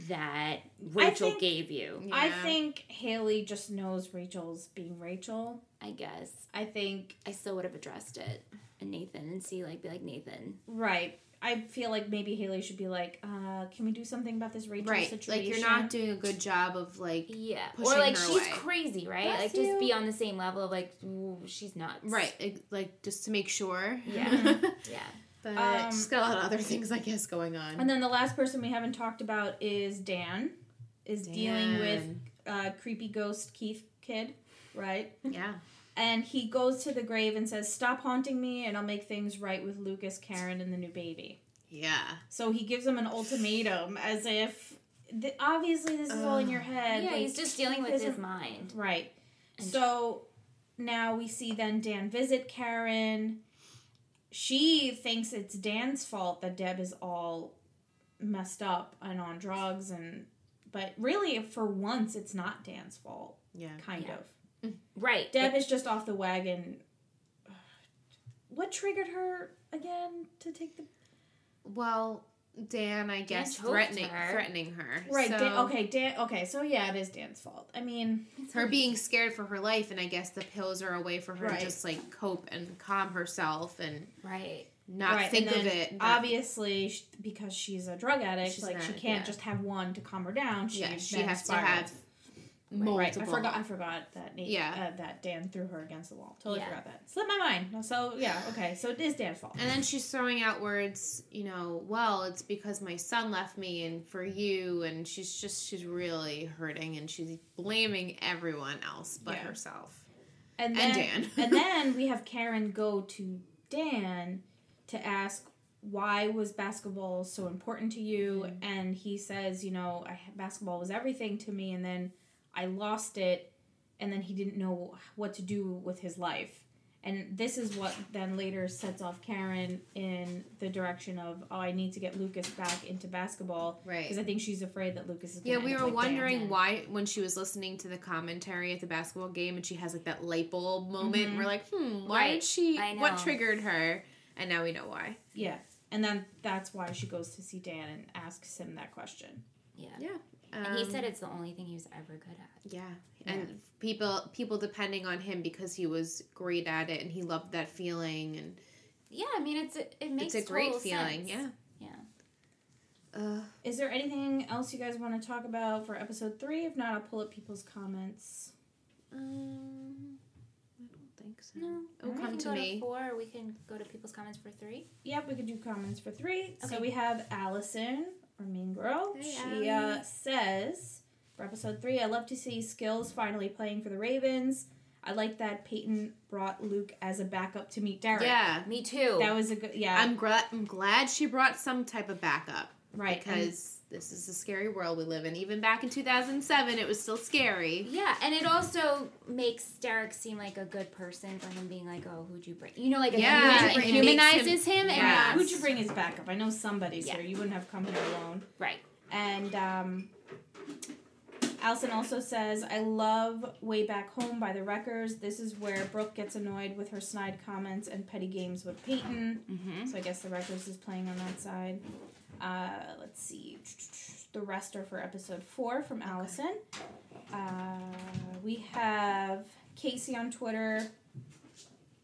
S2: that Rachel
S1: think-
S2: gave you?"
S3: Yeah.
S1: I think Haley just knows Rachel's being Rachel.
S2: I guess
S1: I think
S2: I still would have addressed it and Nathan and see like be like Nathan.
S1: right. I feel like maybe Haley should be like, uh, "Can we do something about this Rachel
S3: right,
S1: situation?"
S3: like you're not doing a good job of like
S2: Yeah, or
S3: Pushing
S2: like
S3: her
S2: she's
S3: away.
S2: crazy, right?
S1: Bless
S2: like
S1: you.
S2: just be on the same level of like ooh, she's nuts,
S3: right, it- like just to make sure.
S2: Yeah. Yeah,
S3: [LAUGHS] but
S1: Um,
S3: she's got a lot of other things, I guess, going on.
S1: And then the last person we haven't talked about is Dan, is dealing with
S3: Dan.
S1: uh, creepy ghost Keith kid, right?
S3: yeah,
S1: And he goes to the grave and says, "Stop haunting me, and I'll make things right with Lucas, Karen, and the new baby."
S3: yeah.
S1: So he gives him an ultimatum, as if th- obviously this is all in your head.
S2: yeah.
S1: like,
S2: he's just dealing
S1: Keith
S2: with his
S1: isn't-
S2: mind.
S1: right.
S2: And-
S1: So now we see then Dan visit Karen. She thinks it's Dan's fault that Deb is all messed up and on drugs and but really for once it's not Dan's fault
S3: Yeah.
S1: kind
S2: Yeah.
S1: of.
S2: Right,
S1: Deb is just off the wagon. What triggered her again to take the
S3: Well, Dan, I guess
S2: poked
S3: threatening
S2: her.
S3: threatening her.
S1: Right,
S3: So,
S1: Dan, okay, Dan okay, so yeah, it is Dan's fault. I mean,
S3: Her being scared for her life, and I guess the pills are a way for her
S1: Right.
S3: to just like cope and calm herself and
S2: right.
S3: not
S1: Right,
S3: think
S1: and
S3: of
S1: then
S3: it. not-
S1: Obviously, sh because she's a drug addict,
S3: She's
S1: like
S3: an
S1: she
S3: addict,
S1: can't
S3: yeah.
S1: just have one to calm her down. She
S3: yeah, she
S1: then
S3: has to
S1: spirals.
S3: have multiple.
S1: Right, I forgot. I forgot that. Nate,
S3: Yeah.
S1: uh, that Dan threw her against the wall. Totally
S2: Yeah.
S1: forgot that. Slipped my mind. So yeah, okay. So it is Dan's fault.
S3: And then she's throwing out words, you know, well, it's because my son left me and for you. And she's just, she's really hurting and she's blaming everyone else but
S1: Yeah.
S3: herself.
S1: And then,
S3: And Dan.
S1: and then we have Karen go to Dan to ask why was basketball so important to you?
S3: Mm-hmm.
S1: And he says, you know, I, basketball was everything to me, and then I lost it, and then he didn't know what to do with his life. And this is what then later sets off Karen in the direction of, oh, I need to get Lucas back into basketball because I
S3: [LAUGHS] Right.
S1: think she's afraid that Lucas is.
S3: Yeah,
S1: gonna
S3: we
S1: end
S3: were
S1: up like Dan.
S3: wondering
S2: Dan.
S3: why when she was listening to the commentary at the basketball game and she has like that light bulb moment. We're like, hmm, why
S2: Mm-hmm. Right.
S3: did she,
S2: I
S3: what
S2: know.
S3: triggered her? And now we know why.
S1: Yeah, and then that's why she goes to see Dan and asks him that question.
S2: Yeah,
S3: Um,
S2: and he said it's the only thing he was ever good at.
S3: Yeah. And people people depending on him because he was great at it and he loved that feeling and
S2: Yeah, I mean it's it, it makes
S3: it's a great
S2: total sense.
S3: feeling. Yeah.
S2: Yeah.
S3: Uh,
S1: Is there anything else you guys want to talk about for episode three? If not, I'll pull up people's comments.
S3: Um, I don't think so.
S2: No,
S3: It'll
S2: we
S3: come
S2: can
S3: to
S2: go
S3: me.
S2: To four, we can go to people's comments for three.
S1: Yep, we could do comments for three. So
S2: Okay.
S1: we have Allison, our mean girl.
S3: Hey,
S1: she uh,
S3: Allie.
S1: says for episode three, I love to see Skills finally playing for the Ravens. I like that Peyton brought Luke as a backup to meet Derek.
S3: Yeah,
S2: Me too.
S1: That was a good, yeah,
S3: I'm gra- I'm glad she brought some type of backup
S1: right. and-
S3: because this is a scary world we live in. Even back in 2007, it was still scary.
S2: yeah, and it also makes Derek seem like a good person for him being like, oh, who'd you bring? You know, like it,
S3: Yeah,
S1: it makes
S2: humanizes him. and
S3: Yeah.
S1: who'd you bring as backup? I know somebody's
S2: Yeah.
S1: here. You wouldn't have come here alone.
S2: Right.
S1: And um, Allison also says, I love Way Back Home by the Wreckers. This is where Brooke gets annoyed with her snide comments and petty games with Peyton.
S2: Mm-hmm.
S1: So I guess the Wreckers is playing on that side. Uh, let's see. The rest are for episode four from Allison. Uh, we have Casey on Twitter.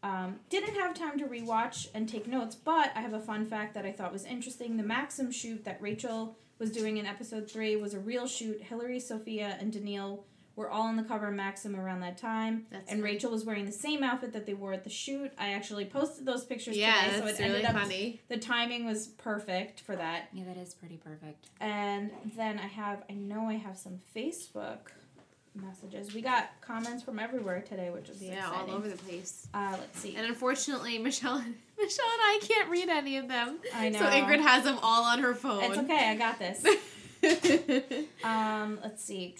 S1: Um, didn't have time to rewatch and take notes, but I have a fun fact that I thought was interesting. The Maxim shoot that Rachel was doing in episode three was a real shoot. Hillary, Sophia, and Daniil were all on the cover of Maxim around that time.
S3: That's
S1: and
S3: funny.
S1: Rachel was wearing the same outfit that they wore at the shoot. I actually posted those pictures
S3: Yeah,
S1: today, so
S3: that's
S1: it
S3: really
S1: ended up
S3: funny.
S1: the timing was perfect for that.
S2: Yeah, that is pretty perfect.
S1: And then I have, I know I have some Facebook messages. We got comments from everywhere today, which is
S3: Yeah,
S1: exciting.
S3: all over the place.
S1: Uh, let's see.
S3: And unfortunately, Michelle, [LAUGHS] Michelle and I can't read any of them.
S1: I know.
S3: So Ingrid has them all on her
S1: it's
S3: phone.
S1: okay. I got
S3: [LAUGHS]
S1: this.
S3: okay.
S1: Um, let's see.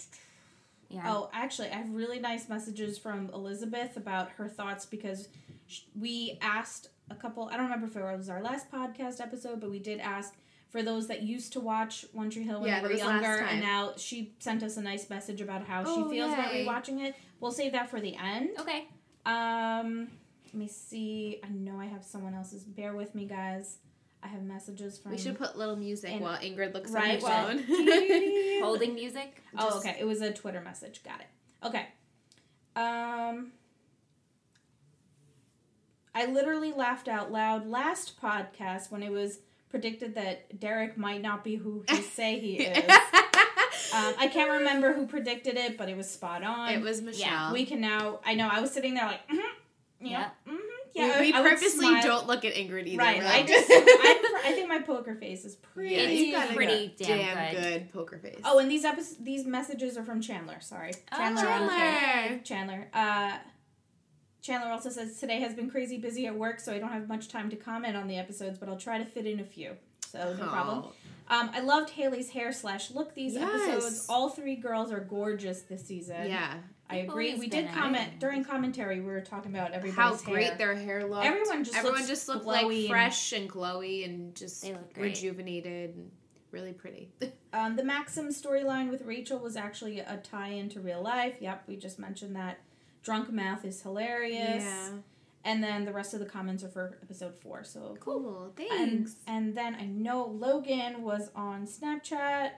S2: Yeah.
S1: Oh, actually, I have really nice messages from Elizabeth about her thoughts because sh- we asked a couple. I don't remember if it was our last podcast episode, but we did ask for those that used to watch One Tree Hill when
S3: Yeah,
S1: they
S3: that
S1: were
S3: was last
S1: younger,
S3: time.
S1: and now she sent us a nice message about how
S3: Oh,
S1: she feels about
S3: yay.
S1: rewatching it. We'll save that for the end.
S2: Okay.
S1: Um, let me see. I know I have someone else's. Bear with me, guys. I have messages from.
S3: [LAUGHS] we should put little music
S1: Um, And-
S3: while Ingrid looks
S1: right.
S3: on her
S1: [LAUGHS] Well,
S3: [LAUGHS] phone.
S2: Holding music.
S1: Oh, okay. It was a Twitter message. Got it. Okay. Um, I literally laughed out loud last podcast when it was predicted that Derek might not be who
S3: [LAUGHS]
S1: he say he is. Um, I can't remember who predicted it, but it was spot on.
S3: it was uh-huh. Michelle.
S1: um, we can now. I know. I was sitting there like, mm yeah,
S2: Yeah.
S1: hmm yeah.
S3: we, we
S1: I- I would
S3: purposely
S1: smile.
S3: don't look at Ingrid either.
S1: Right.
S3: We're
S1: I
S3: like- [LAUGHS]
S1: just. I'm, pr- I think my poker face is pretty.
S3: Yeah,
S2: It's
S3: you got a
S2: pretty
S3: good-
S2: damn good.
S3: poker face.
S1: Oh, and these episodes, these messages are from Chandler. Sorry,
S2: Oh,
S1: Chandler. on Twitter.
S3: Chandler.
S1: Chandler. Uh, Chandler also says today has been crazy busy at work, so I don't have much time to comment on the episodes, but I'll try to fit in a few. So no problem.
S3: Oh.
S1: Um, I loved Haley's hair slash look. These
S3: Yes.
S1: episodes, all three girls are gorgeous this season.
S3: Oh, Yeah.
S1: I
S2: They've
S1: agree.
S2: always
S1: We
S2: been
S1: did comment
S2: amazing.
S1: during commentary. We were talking about
S3: How
S1: everybody's
S3: great
S1: hair.
S3: their hair looked.
S1: Everyone just
S3: Everyone
S1: looks
S3: just looked
S1: glowy
S3: like
S1: and-
S3: fresh and glowy and just
S2: They look great.
S3: rejuvenated and really pretty. [LAUGHS]
S1: Um, the Maxim storyline with Rachel was actually a tie into real life. Yep, we just mentioned that. Drunk mouth is hilarious. And then the rest of the comments are for episode four. So
S3: Cool.
S1: And,
S3: Thanks.
S1: and then I know Logan was on Snapchat.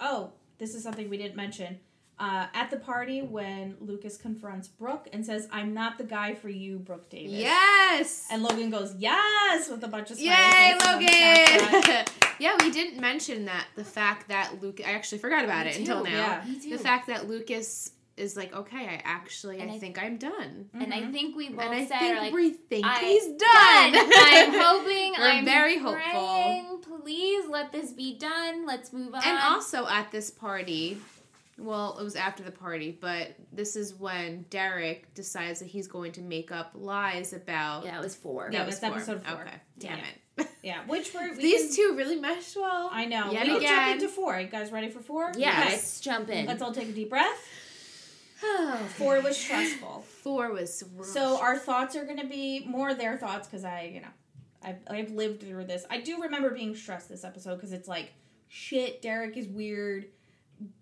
S1: Oh, this is something we didn't mention. Uh, at the party when Lucas confronts Brooke and says, I'm not the guy for you, Brooke Davis.
S3: yes.
S1: And Logan goes, yes, with a bunch of smiley
S3: Yay,
S1: faces on Snapchat.
S3: [LAUGHS] Logan. yeah, we didn't mention that the fact that Luke I actually forgot about
S2: Me
S3: it
S2: too,
S3: until now.
S1: yeah.
S2: Me too.
S3: The fact that Lucas is like, okay, I actually,
S2: And
S3: I,
S2: I-
S3: think I'm done.
S2: and I
S1: Mhm.
S2: think we both
S3: And I
S2: said
S3: think
S2: are like
S3: we think
S2: I-
S3: he's done. [LAUGHS]
S2: done. I'm hoping.
S3: We're
S2: I'm
S3: very hopeful.
S2: praying, Please let this be done. Let's move on.
S3: And
S1: Um,
S3: also at this party, well, it was after the party, but this is when Derek decides that he's going to make up lies about.
S2: yeah, that was four.
S1: Yeah. that's episode four.
S3: Okay, damn
S2: Yeah.
S3: it. [LAUGHS]
S1: Yeah, which were we
S3: These two really meshed well. [SIGHS]
S1: I know.
S3: Yet
S1: we can jump
S3: again.
S1: into four. You guys ready for four?
S2: Yeah,
S1: Okay.
S2: let's jump in.
S1: Let's all take a deep breath. Four was stressful.
S3: Oh, Four was rough.
S1: So our thoughts are going to be more their thoughts because I, you know, I've, I've lived through this. I do remember being stressed this episode because it's like, shit, Derek is weird.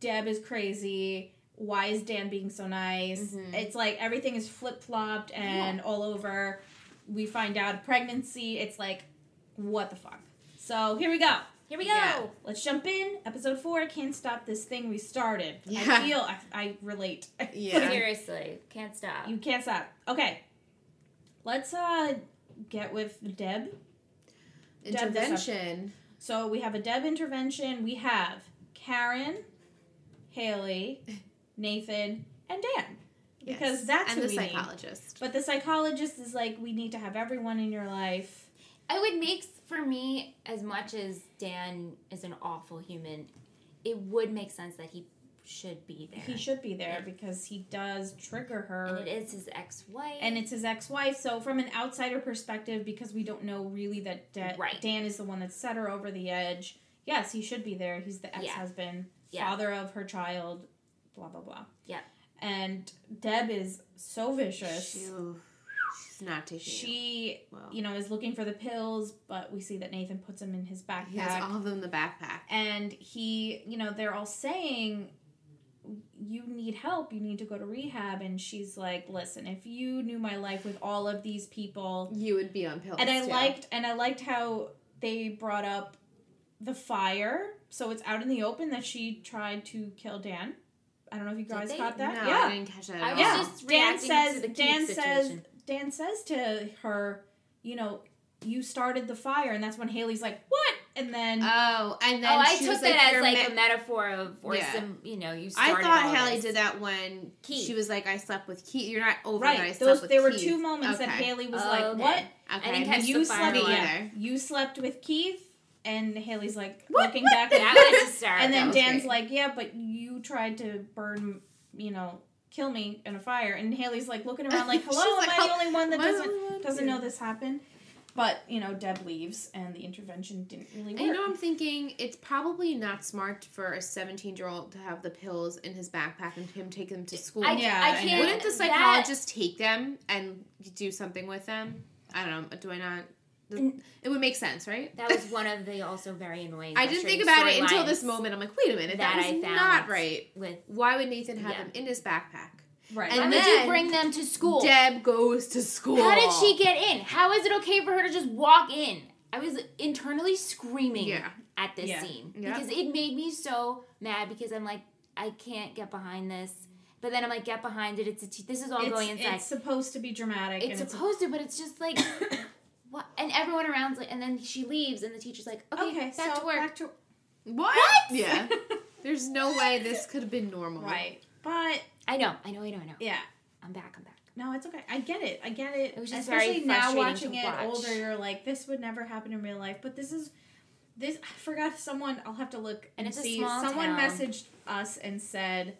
S1: Deb is crazy. Why is Dan being so nice?
S3: Mhm.
S1: It's like everything is flip flopped and all over. We find out pregnancy. It's like, what the fuck? So here we go.
S2: Here we go.
S3: Yeah.
S1: Let's jump in. Episode four. I can't stop this thing we started. I
S3: [LAUGHS] Yeah.
S1: feel. I, I relate. [LAUGHS]
S3: Yeah.
S2: Seriously, can't stop.
S1: You can't stop. Okay. Let's uh get with Deb.
S3: intervention.
S1: So we have a Deb intervention. We have Karen, Haley, Nathan, and Dan. Because
S3: Yes.
S1: that's
S3: and
S1: who
S3: the
S1: we need.
S3: psychologist.
S1: But the psychologist is like, we need to have everyone in your life.
S2: It would make for me as much as Dan is an awful human. It would make sense that he should be there.
S1: He should be there because he does trigger her.
S2: and it is his ex-wife.
S1: and it's his ex-wife so from an outsider perspective because we don't know really that da-
S2: Right.
S1: dan is the one that set her over the edge yes he should be there he's the ex-husband
S2: Yeah.
S1: father of her child blah blah blah
S2: Yeah.
S1: and deb is so vicious
S3: She- she's not taking it
S1: she
S3: well.
S1: you know is looking for the pills but we see that nathan puts them in his backpack
S3: He has all of them in the backpack.
S1: and he you know they're all saying you need help. You need to go to rehab. And she's like, listen, if you knew my life with all of these people,
S3: You would be on pills.
S1: and I
S3: yeah.
S1: liked, and I liked how they brought up the fire. So it's out in the open that she tried to kill Dan. I don't know if you guys
S2: they?
S1: caught that.
S3: No,
S1: yeah,
S3: I didn't catch that. At
S2: I was
S3: all.
S1: yeah.
S2: just
S1: Dan
S2: reacting
S1: says.
S2: to the Keith
S1: Dan says.
S2: situation.
S1: Dan says to her, you know, you started the fire, and that's when Haley's like, "What?" And then
S3: Oh, and then
S2: oh, I
S3: she
S2: took
S3: was
S2: that
S3: "You're
S2: as like
S3: ma-
S2: a metaphor of, or
S3: Yeah.
S2: some, you know, you.
S3: I
S2: Started all
S3: thought Hallie
S2: this.
S3: did that when
S2: Keith.
S3: she was like, "I slept with Keith." You're not over that. I
S1: right,
S3: slept
S1: those
S3: with
S1: there were
S3: Keith.
S1: two moments that
S3: Okay.
S1: Haley was
S2: Oh,
S1: like,
S2: okay.
S1: "What?"
S3: Okay.
S2: I didn't catch
S1: you
S2: the fire
S1: slept
S3: me
S2: one.
S1: yeah.
S3: either.
S1: You slept with Keith, and Haley's like
S3: What?
S1: looking
S3: What?
S1: back at
S2: That was
S3: [LAUGHS]
S2: hysterical.
S1: and then
S3: was
S1: Dan's
S3: great.
S1: like, "Yeah, but you tried to burn, you know, kill me in a fire." And Haley's like looking around, like,
S3: She's
S1: "Hello, am
S3: like,
S1: I the only one that
S3: "Am I the
S1: doesn't
S3: only one?"
S1: doesn't
S3: Yeah.
S1: know this happened?" But you know, Deb leaves, and the intervention didn't really work.
S3: You know, I'm thinking it's probably not smart for a 17 year old to have the pills in his backpack and him take them to school.
S2: I,
S1: Yeah,
S2: I
S1: I know.
S2: can't.
S3: Wouldn't the
S2: that-
S3: psychologist take them and do something with them? I don't know. Do I not?
S1: Mm.
S3: It would make sense, right?
S2: That was one of the also very annoying.
S3: [LAUGHS] I didn't think
S2: frustrating
S3: about it until
S2: storylines
S3: this moment. I'm like, wait a minute, that,
S2: that
S3: was
S2: I found.
S3: not right.
S2: With
S3: Why would Nathan have
S2: Yeah.
S3: them in his backpack?
S1: right?
S3: and
S2: why would
S3: then-
S2: you bring them to school?
S3: Deb goes to school.
S2: How did she get in? How is it okay for her to just walk in? I was internally screaming
S3: Yeah.
S2: at this
S1: Yeah.
S2: scene
S3: Yeah.
S2: because it made me so mad because I'm like, I can't get behind this. But then I'm like, get behind it. It's a t- this is all
S1: it's,
S2: going inside.
S1: it's supposed to be dramatic.
S2: It's
S1: and [COUGHS] it's
S2: supposed to, but it's just like, [COUGHS] what? And everyone around's like, and then she leaves, and the teacher's like, okay,
S1: okay.
S2: back
S1: so
S2: to work.
S1: back to
S3: What? Yeah. There's no way this could have been
S1: [LAUGHS]
S3: normal.
S1: right, but
S2: I know, I know, I know, I know.
S1: yeah.
S2: I'm back. I'm back.
S1: No, it's okay. I get it. I get it.
S2: It was just very
S1: Especially now
S2: frustrating
S1: watching
S2: to
S1: it
S2: watch.
S1: older, you're like, this would never happen in real life. But this is this. I forgot someone. I'll have to look
S2: And
S1: and,
S2: it's a
S1: see.
S2: small
S1: someone
S2: town.
S1: messaged us and said,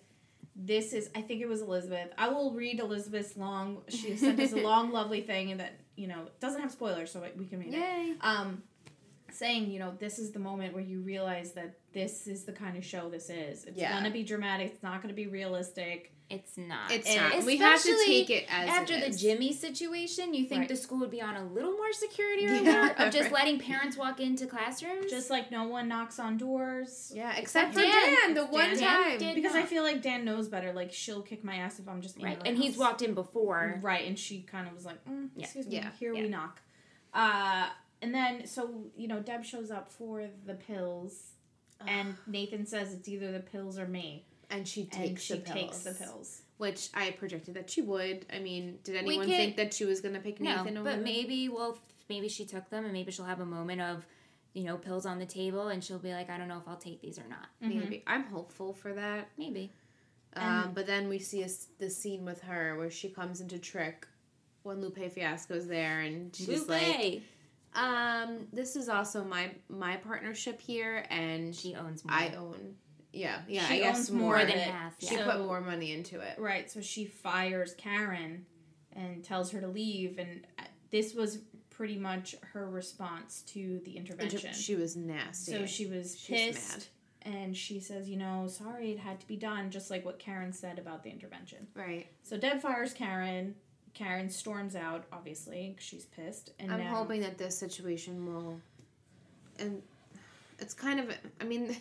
S1: "This is." I think it was Elizabeth. I will read Elizabeth's long. She sent
S2: [LAUGHS]
S1: us a long, lovely thing, and that you know it doesn't have spoilers, so we can read it
S3: Yay.
S1: um, saying, you know, this is the moment where you realize that this is the kind of show this is. It's
S3: Yeah.
S1: gonna be dramatic. It's not gonna be realistic.
S2: It's not.
S3: It's
S1: And
S3: not. We have to
S2: especially
S3: take it as
S2: after
S3: it
S2: the
S3: is.
S2: Jimmy situation, you think
S1: Right.
S2: the school would be on a little more security
S3: Yeah,
S2: alert [LAUGHS] of just
S3: right.
S2: letting parents walk into classrooms?
S1: Just like no one knocks on doors.
S3: Yeah, except for
S2: Dan.
S3: Dan, the
S2: It's
S3: one
S2: Dan.
S3: time.
S2: Dan
S1: Because I
S2: not.
S1: feel like Dan knows better. Like she'll kick my ass if I'm just in
S2: right,
S1: her
S2: and he's
S1: house.
S2: walked in before.
S1: right, and she kind of was like, mm,
S2: Yeah.
S1: "Excuse me,
S3: Yeah.
S1: here
S2: Yeah.
S1: we knock." Uh, and then so you know Deb shows up for the pills, and Nathan says it's either the pills or me,
S3: and she takes
S1: and she
S3: the pills.
S1: takes the pills.
S3: Which I projected that she would. I mean, did anyone
S2: could-
S3: think that she was going to pick
S2: Mm-hmm. No,
S3: Nathan over?
S2: but
S3: them?
S2: maybe well, maybe she took them, and maybe she'll have a moment of, you know, pills on the table, and she'll be like, I don't know if I'll take these or not.
S1: Mm-hmm.
S2: Mm-hmm.
S3: Maybe. I'm hopeful for that.
S2: Maybe.
S3: Um, but then we see a s the scene with her where she comes into trick when Lupe Fiasco's there and she's like,
S2: Lupe.
S3: um, this is also my my partnership here and
S2: she owns more
S3: I own. Yeah, yeah,
S1: She
S3: I guess
S1: owns
S3: more,
S1: more
S2: more
S1: of
S2: than
S1: it.
S2: half.
S3: She
S2: yeah.
S1: So-
S3: put more money into it.
S1: Right, so she fires Karen and tells her to leave, and uh, this was pretty much her response to the
S3: Inter-
S1: intervention.
S3: she was nasty.
S1: so she was
S3: She's
S1: pissed, and she says, "You know, sorry, it had to be done," just like what Karen said about the intervention.
S3: right.
S1: So Deb fires Karen. Karen storms out, obviously, 'cause she's pissed. And
S3: I'm
S1: now,
S3: hoping that this situation will, and it's kind of. I mean,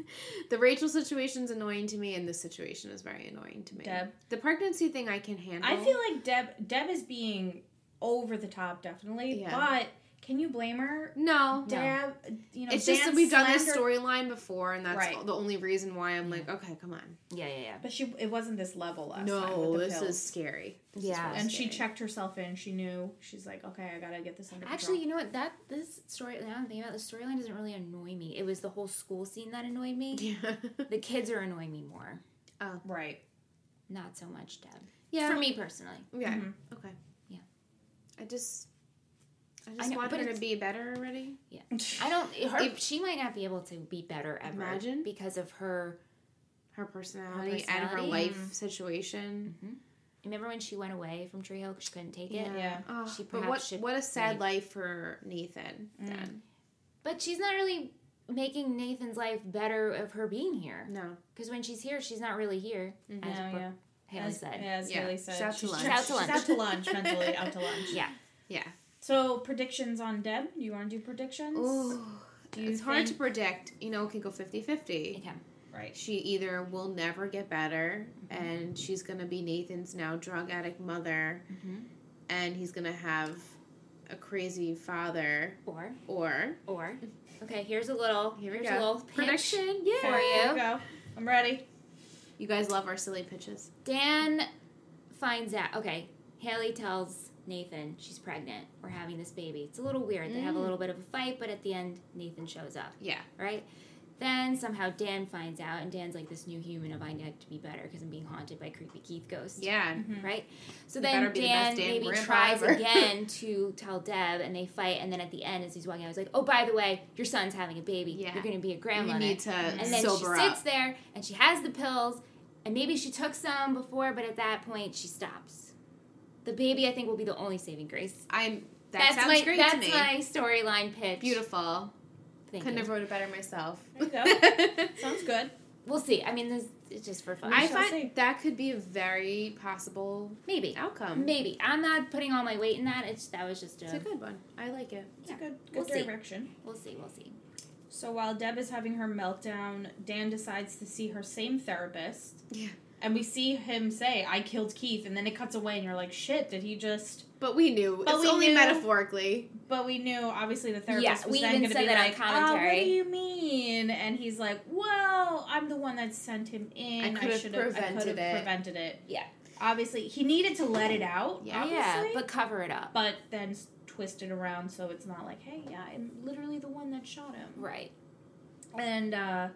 S3: [LAUGHS] the Rachel situation's annoying to me, and this situation is very annoying to me.
S1: Deb.
S3: The pregnancy thing I can handle.
S1: I feel like Deb Deb is being over the top, definitely.
S3: Yeah.
S1: But can you blame her?
S3: no.
S2: No.
S1: Deb, you know,
S3: It's just
S1: Dan
S3: that we've done this
S1: slandered
S3: storyline before, and that's
S1: Right.
S3: the only reason why I'm like, okay, come on.
S2: yeah, yeah, yeah.
S1: But she it wasn't this level last time.
S3: No,
S1: with the
S3: this
S1: pills.
S3: is scary. This is
S2: Yeah.
S3: really
S1: And she
S3: scary.
S1: checked herself in. She knew. She's like, okay, I gotta get this under control.
S2: Actually, you know what? That this story now I'm thinking about the storyline doesn't really annoy me. It was the whole school scene that annoyed me.
S3: [LAUGHS] Yeah.
S2: The kids are annoying me more.
S1: right?
S2: Not so much Deb.
S3: yeah. Mm-hmm.
S2: For me personally.
S3: Yeah.
S1: Mhm.
S3: Okay.
S2: Yeah.
S3: I just. I
S2: I
S3: just
S2: know,
S3: want
S2: but
S3: her to
S2: it's-
S3: be better already.
S1: Mm-hmm.
S2: I don't her,
S3: If-
S2: she might not be able to be better ever
S3: Imagine.
S2: because of her
S3: Her personality, and Mm-hmm. her
S2: personality.
S3: life situation.
S2: remember when she went away from Tree Hill 'cause she couldn't take it?
S3: Mm-hmm. Yeah.
S1: Yeah.
S3: Oh,
S2: She
S3: but
S2: perhaps
S3: what,
S2: should
S3: what a sad
S2: leave.
S3: life for Nathan then.
S2: But she's not really making Nathan's life better of her being here.
S3: No.
S2: Because when she's here, she's not really here.
S3: Mm-hmm.
S2: As
S1: No,
S2: Brooke
S1: yeah.
S2: Haley
S1: as,
S2: said.
S1: as
S3: Yeah.
S1: Haley said,
S3: Shout to
S1: she's
S3: lunch.
S1: just-
S2: Shout to
S1: she's
S2: lunch.
S1: out to
S2: [LAUGHS]
S1: lunch mentally, out to lunch.
S2: Yeah.
S3: Yeah.
S1: So predictions on Deb. Do you want to do predictions?
S3: Ooh.
S1: you
S3: It's hard to
S1: think-
S3: predict. You know, it can go 50 50.
S2: Okay.
S1: Right.
S3: She either will never get better and she's going to be Nathan's now drug addict mother and he's going to have a crazy father
S2: Or,
S3: or
S2: or, okay, here's a little,
S3: Here we
S2: here's
S3: go.
S2: a little pitch
S3: prediction. Yeah.
S2: for
S1: Here we
S2: you.
S1: go. I'm ready.
S3: You guys love our silly pitches.
S2: Dan finds out. Okay, Haley tells Nathan she's pregnant. We're having this baby. It's a little weird. They have a
S3: Mm.
S2: little bit of a fight, but at the end, Nathan shows up.
S3: Yeah.
S2: right? Then somehow Dan finds out, and Dan's like this new human of I need to be better because I'm being haunted by creepy Keith ghosts.
S3: Yeah.
S1: Mm-hmm.
S2: Right? So
S3: You better
S2: then
S3: be the
S2: Dan,
S3: best Dan
S2: maybe
S3: grandpa
S2: tries
S3: ever. [LAUGHS]
S2: again to tell Deb, and they fight. And then at the end, as he's walking out, he's like, Oh, by the way, your son's having a baby.
S3: Yeah.
S2: You're going to be a
S3: You
S2: grandma.
S3: need to
S2: and then
S3: sober
S2: she
S3: up.
S2: sits there and she has the pills, and maybe she took some before, but at that point, she stops. The baby, I think, will be the only saving grace.
S3: I'm that
S2: that's
S3: sounds
S2: my
S3: great
S2: that's
S3: to me.
S2: my storyline pitch.
S3: Beautiful.
S2: Thank
S3: Couldn't
S2: you.
S3: have wrote it better myself.
S1: There
S3: [LAUGHS]
S1: Sounds good.
S2: We'll see. I mean, this it's just for fun.
S3: I
S1: shall
S3: find
S1: see.
S3: that could be a very possible
S2: maybe,
S3: outcome.
S2: maybe I'm not putting all my weight in that. It's that was just
S3: um, It's a
S2: a.
S3: good one. I like it.
S1: It's a
S2: Yeah.
S1: good,
S2: We'll
S1: good
S2: see.
S1: direction.
S2: We'll see. We'll see.
S1: So while Deb is having her meltdown, Dan decides to see her same therapist.
S3: Yeah.
S1: And we see him say, I killed Keith. And then it cuts away, and you're like, shit, did he just.
S3: But we knew.
S1: But
S3: it's
S1: we
S3: only
S1: knew.
S3: metaphorically.
S1: But we knew, obviously, the therapist
S2: Yeah,
S1: was
S2: we
S1: then
S2: even
S1: going to
S2: said
S1: be
S2: that on
S1: like, "Ah, what
S2: commentary."
S1: do you mean? And he's like, well, I'm the one that sent him in.
S3: I could have
S1: should have I could have
S3: prevented it."
S1: prevented it.
S2: Yeah.
S1: Obviously, he needed to let it out.
S3: Yeah.
S2: Yeah,
S1: obviously,
S2: but cover it up.
S1: but then s- twist it around so it's not like, hey, yeah, I'm literally the one that shot him.
S2: Right.
S1: And uh,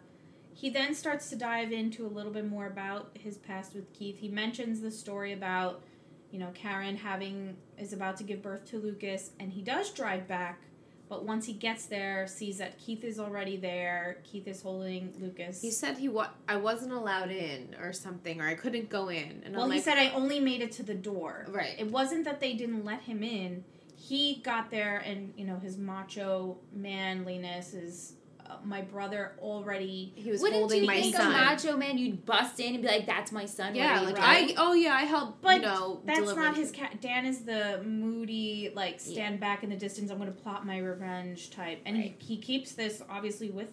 S1: he then starts to dive into a little bit more about his past with Keith. He mentions the story about, you know, Karen having is about to give birth to Lucas, and he does drive back. But once he gets there, sees that Keith is already there. Keith is holding Lucas.
S3: He said he wa- I wasn't allowed in or something, or I couldn't go in. And
S1: well,
S3: I'm
S1: he
S3: like,
S1: said I only made it to the door.
S3: right.
S1: It wasn't that they didn't let him in. He got there, and you know his macho manliness is uh, my brother already.
S3: He was
S2: Wouldn't
S3: holding
S2: you
S3: my
S2: think
S3: son.
S2: a macho man you'd bust in and be like, "That's my son"?
S3: yeah,
S2: ready,
S3: like
S2: right?
S3: I. Oh yeah, I helped.
S1: But
S3: you know,
S1: That's
S3: deliver
S1: not
S3: the-
S1: his cat. Dan is the moody, like stand back in the distance. I'm going to plot my revenge type, and
S2: Right.
S1: he, he keeps this obviously with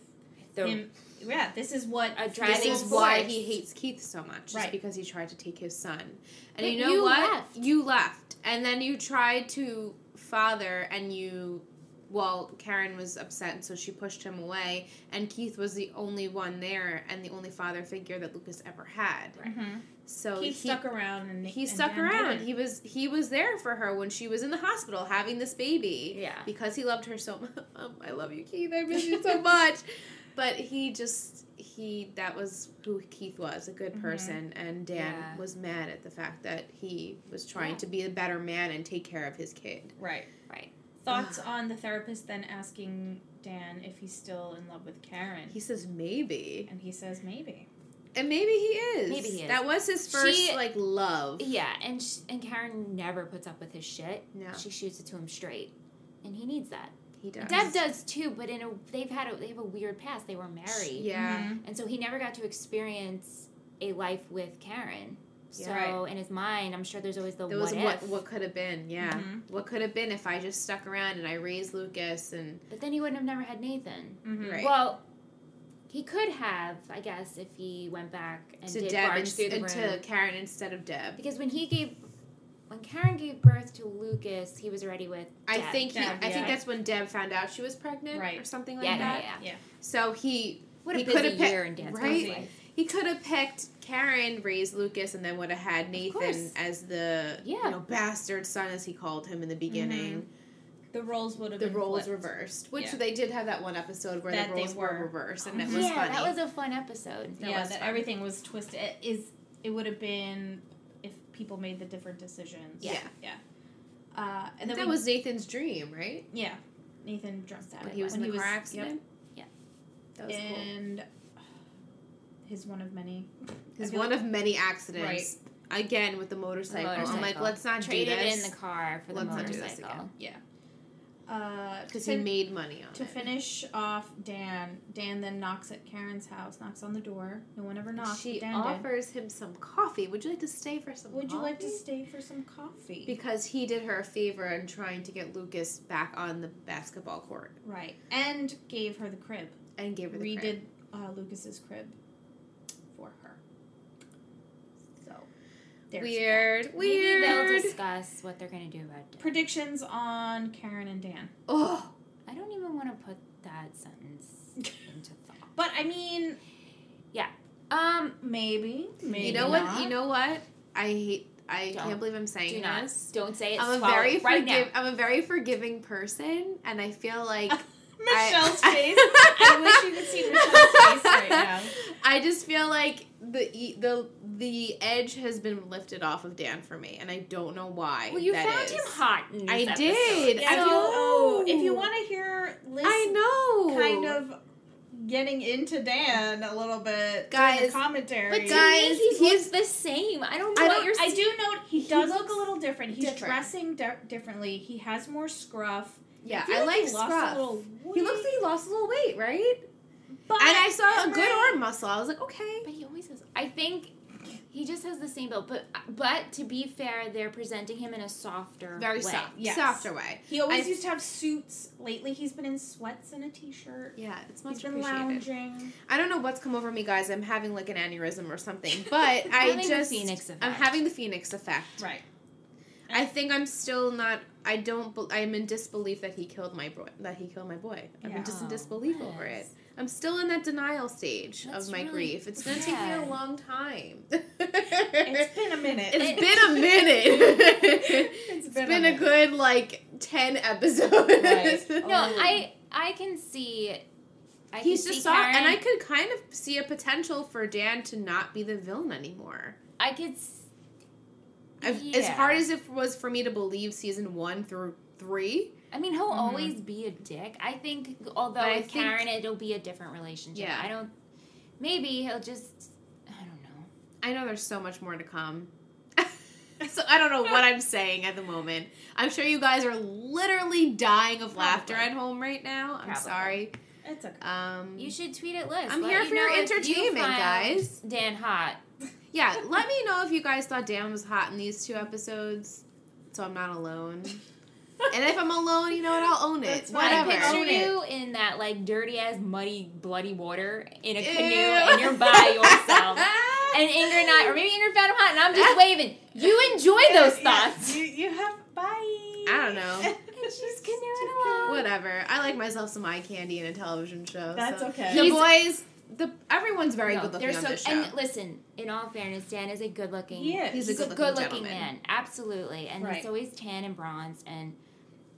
S2: The-
S1: him. Yeah, this is what
S2: a
S3: This
S2: driving
S3: is
S2: force.
S3: why he hates Keith so much,
S1: Right.
S3: is because he tried to take his son. And
S2: But
S3: you know
S2: you
S3: what?
S2: left.
S3: You left, and then you tried to father, and you. Well, Karen was upset, and so she pushed him away. And Keith was the only one there, and the only father figure that Lucas ever had.
S1: Mhm.
S3: So
S1: Keith
S3: he
S1: stuck around, and
S3: he
S1: and
S3: stuck
S1: Dan
S3: around.
S1: didn't.
S3: He was he was there for her when she was in the hospital having this baby.
S2: Yeah.
S3: Because he loved her so much. [LAUGHS] I love you, Keith. I miss
S2: [LAUGHS]
S3: you so much. But he just he that was who Keith was, a good
S1: Mhm.
S3: person, and Dan
S2: Mm-hmm. Yeah.
S3: was mad at the fact that he was trying
S2: Yeah.
S3: to be a better man and take care of his kid.
S1: right,
S2: Right.
S1: Thoughts on the therapist then asking Dan if he's still in love with Karen,
S3: He says maybe,
S1: and he says maybe.
S3: and maybe he is.
S2: Maybe he is.
S3: That was his first
S2: She-
S3: like love.
S2: Yeah, and sh- and Karen never puts up with his shit.
S3: No,
S2: She shoots it to him straight, and he needs that.
S3: he does.
S2: Deb does too, but in a they've had a they have a weird past. They were married.
S3: Yeah.
S1: Mhm.
S2: And so he never got to experience a life with Karen. So
S3: Yeah.
S2: in his mind, I'm sure there's always the
S3: There
S2: what
S3: was
S2: if. Mm-hmm.
S3: what what could have been, yeah.
S1: Mhm.
S3: What could have been if I just stuck around and I raised Lucas and
S2: But then he wouldn't have never had Nathan.
S1: Mhm.
S3: Right.
S2: Well, he could have, I guess, if he went back and
S3: to
S2: did
S3: Deb
S2: barge
S3: and,
S2: through the
S3: and
S2: room.
S3: to Karen instead of Deb.
S2: Because when he gave, when Karen gave birth to Lucas, he was already with.
S3: I
S2: Deb.
S3: think he,
S1: Deb,
S3: I
S1: yeah.
S3: think that's when Deb found out she was pregnant or
S1: Right.
S3: something like
S2: Yeah, yeah,
S3: that.
S2: yeah.
S1: Yeah.
S3: So he
S2: What a
S3: He
S2: busy
S3: could've picked-
S2: year in dance
S3: right?
S2: life.
S3: he could have picked Karen, raised Lucas, and then would have had Nathan
S2: course.
S3: as the
S2: Yeah.
S3: you know bastard son as he called him in the beginning.
S1: The roles would have
S3: The
S1: been
S3: roles
S1: flipped.
S3: reversed, which
S1: Yeah.
S3: they did have that one episode where
S1: That
S3: the
S1: they
S3: roles were.
S1: were.
S3: reversed, and
S1: Oh,
S3: that was
S2: yeah,
S3: funny.
S2: that was a fun episode.
S3: That
S1: yeah,
S3: was
S1: uh, that
S3: fun.
S1: everything was twisted. It is it would have been if people made the different decisions.
S3: yeah.
S1: Uh, and then
S3: That
S1: we,
S3: was Nathan's dream, right?
S1: yeah. Nathan dressed that
S2: When
S3: When he was in
S1: when
S3: the car
S1: yep,
S3: accident.
S2: yep.
S3: That was cool.
S1: and his one of many. I
S3: It's
S1: feel
S3: one of many accidents. Again with the motorcycle. I'm like,
S2: motorcycle.
S3: let's not
S2: Traded
S3: do
S2: it
S3: this.
S2: in the car for the
S3: Let's not do
S2: motorcycle.
S3: this again.
S1: Uh,
S3: because
S1: to-
S3: he made money on
S1: to
S3: it.
S1: finish off Dan, Dan then knocks at Karen's house, knocks on the door. No one ever knocks.
S3: she
S1: but Dan did.
S3: offers him some coffee. Would you like to stay for some?
S1: Would you like to
S3: coffee?"
S1: stay for some coffee?
S3: Because he did her a favor in trying to get Lucas back on the basketball court
S1: right, and gave her the crib.
S3: and gave her the
S1: Redid
S3: crib.
S1: Uh, Lucas's crib. There's
S3: Weird.
S2: Maybe they'll
S3: Weird.
S2: discuss what they're going to do about
S1: that.
S2: it.
S1: Predictions on Karen and Dan.
S3: Oh,
S2: I don't even want to put that sentence
S3: [LAUGHS]
S2: into thought.
S1: But I mean,
S2: Um,
S1: maybe. Maybe.
S3: you know
S1: not.
S3: what? You know what? I hate. I
S2: Don't.
S3: can't believe I'm saying
S2: do not.
S3: this.
S2: Don't say it.
S3: I'm a
S2: swallow
S3: very
S2: it right now.
S3: forgiv- I'm a very forgiving person, and I feel like
S1: Michelle's
S3: [LAUGHS] I-
S1: face. I wish you could see Michelle's face right
S3: [LAUGHS]
S1: now.
S3: I just feel like the e- the the edge has been lifted off of Dan for me, and I don't know why.
S2: Well, you
S3: that
S2: found
S3: is.
S2: him hot. In this
S3: I
S2: episode.
S3: did.
S1: Yeah,
S3: I
S1: if you, oh, if you
S3: know.
S1: want to hear Liz
S3: I know.
S1: kind of getting into Dan a little bit during the
S3: Guys,
S1: commentary.
S2: But to
S3: Guys,
S2: me, he
S3: he's-
S2: looks the same. I don't know
S1: I,
S2: what
S1: don't-
S2: you're.
S1: I do note he
S2: He
S1: does look
S2: looks
S1: a little different. He's
S2: different.
S1: dressing di- differently. He has more scruff.
S3: yeah.
S1: feel
S3: I like
S1: he lost
S3: Scruff.
S1: A little
S3: He looks like
S1: weight,
S3: he lost a little weight, right?
S1: but
S3: and I saw a good
S1: Henry-
S3: arm muscle. I was like, okay.
S2: But he always has. I think he just has the same build. But but to be fair, they're presenting him in a softer,
S3: Very
S2: way.
S3: soft,
S1: yes.
S3: softer way.
S1: He always
S3: I-
S1: used to have suits. Lately, he's been in sweats and a t-shirt.
S3: Yeah, it's
S1: He's
S3: much
S1: been
S3: appreciated.
S1: lounging.
S3: I don't know what's come over me, guys. I'm having like an aneurysm or something, but I
S2: Having the
S3: just
S2: Phoenix effect.
S3: I'm having the phoenix effect.
S1: Right.
S3: I think I'm still not. I don't. bel- I'm in disbelief that he killed my boy. That he killed my boy. I'm
S1: Yeah.
S3: just in
S2: Oh,
S3: disbelief over it.
S2: Liz.
S3: I'm still in that denial stage
S2: That's
S3: of my
S2: really
S3: grief. It's gonna take me
S2: sad.
S3: a long time. [LAUGHS]
S1: It's been a minute.
S2: It's-
S3: it's been a minute.
S1: It's
S3: It's been a
S1: minute.
S3: good like ten episodes. [LAUGHS]
S1: Right.
S2: No,
S1: Oh.
S2: I I can see. I
S3: He's
S2: can
S3: just
S2: see
S3: soft,
S2: Karen.
S3: and I could kind of see a potential for Dan to not be the villain anymore.
S2: I could. s-
S3: I've- As
S2: Yeah.
S3: hard as it was for me to believe season one through three,
S2: I mean, he'll
S1: Mhm.
S2: always be a dick. I think, although
S3: Mm-hmm. But I
S2: with
S3: think-
S2: Karen, it'll be a different relationship.
S3: Yeah.
S2: I don't. Maybe he'll just. I don't know.
S3: I know there's so much more to come. [LAUGHS] so I don't know what I'm saying at the moment. I'm sure you guys are literally dying of laughter
S2: Probably.
S3: at home right now. I'm
S2: Probably.
S3: sorry.
S1: It's okay.
S3: Um,
S2: You should tweet at Liz.
S3: I'm
S2: Let
S3: here
S2: me
S3: for your
S2: know if you
S3: entertainment,
S2: found
S3: guys.
S2: Dan hot.
S3: yeah, let me know if you guys thought Dan was hot in these two episodes, so I'm not alone. [LAUGHS]
S1: [LAUGHS]
S3: And if I'm alone, you know what? I'll own it.
S1: That's fine.
S3: Whatever.
S2: I
S1: Own
S2: picture
S1: it.
S2: you in that like dirty ass, muddy, bloody water in a canoe,
S3: Ew.
S2: and you're
S3: [LAUGHS]
S2: by yourself. and Ingrid and I, or maybe Ingrid found him hot, and I'm just waving. You enjoy
S3: [LAUGHS]
S2: those
S1: Yeah,
S2: thoughts.
S1: You, you have bye.
S3: I
S1: [LAUGHS]
S3: don't know.
S2: And she's canoeing along.
S3: [LAUGHS] Whatever. I like myself some eye candy in a television show.
S1: That's
S3: so.
S1: okay.
S3: The
S2: He's-
S3: boys, the everyone's very
S2: No,
S3: good looking
S2: they're
S3: on
S2: so-
S3: this show.
S2: And listen, in all fairness, Dan is a good looking.
S1: He is.
S2: He's, a good, looking
S3: gentleman.
S2: man, absolutely, and
S1: Right.
S2: he's always tan and bronzed, and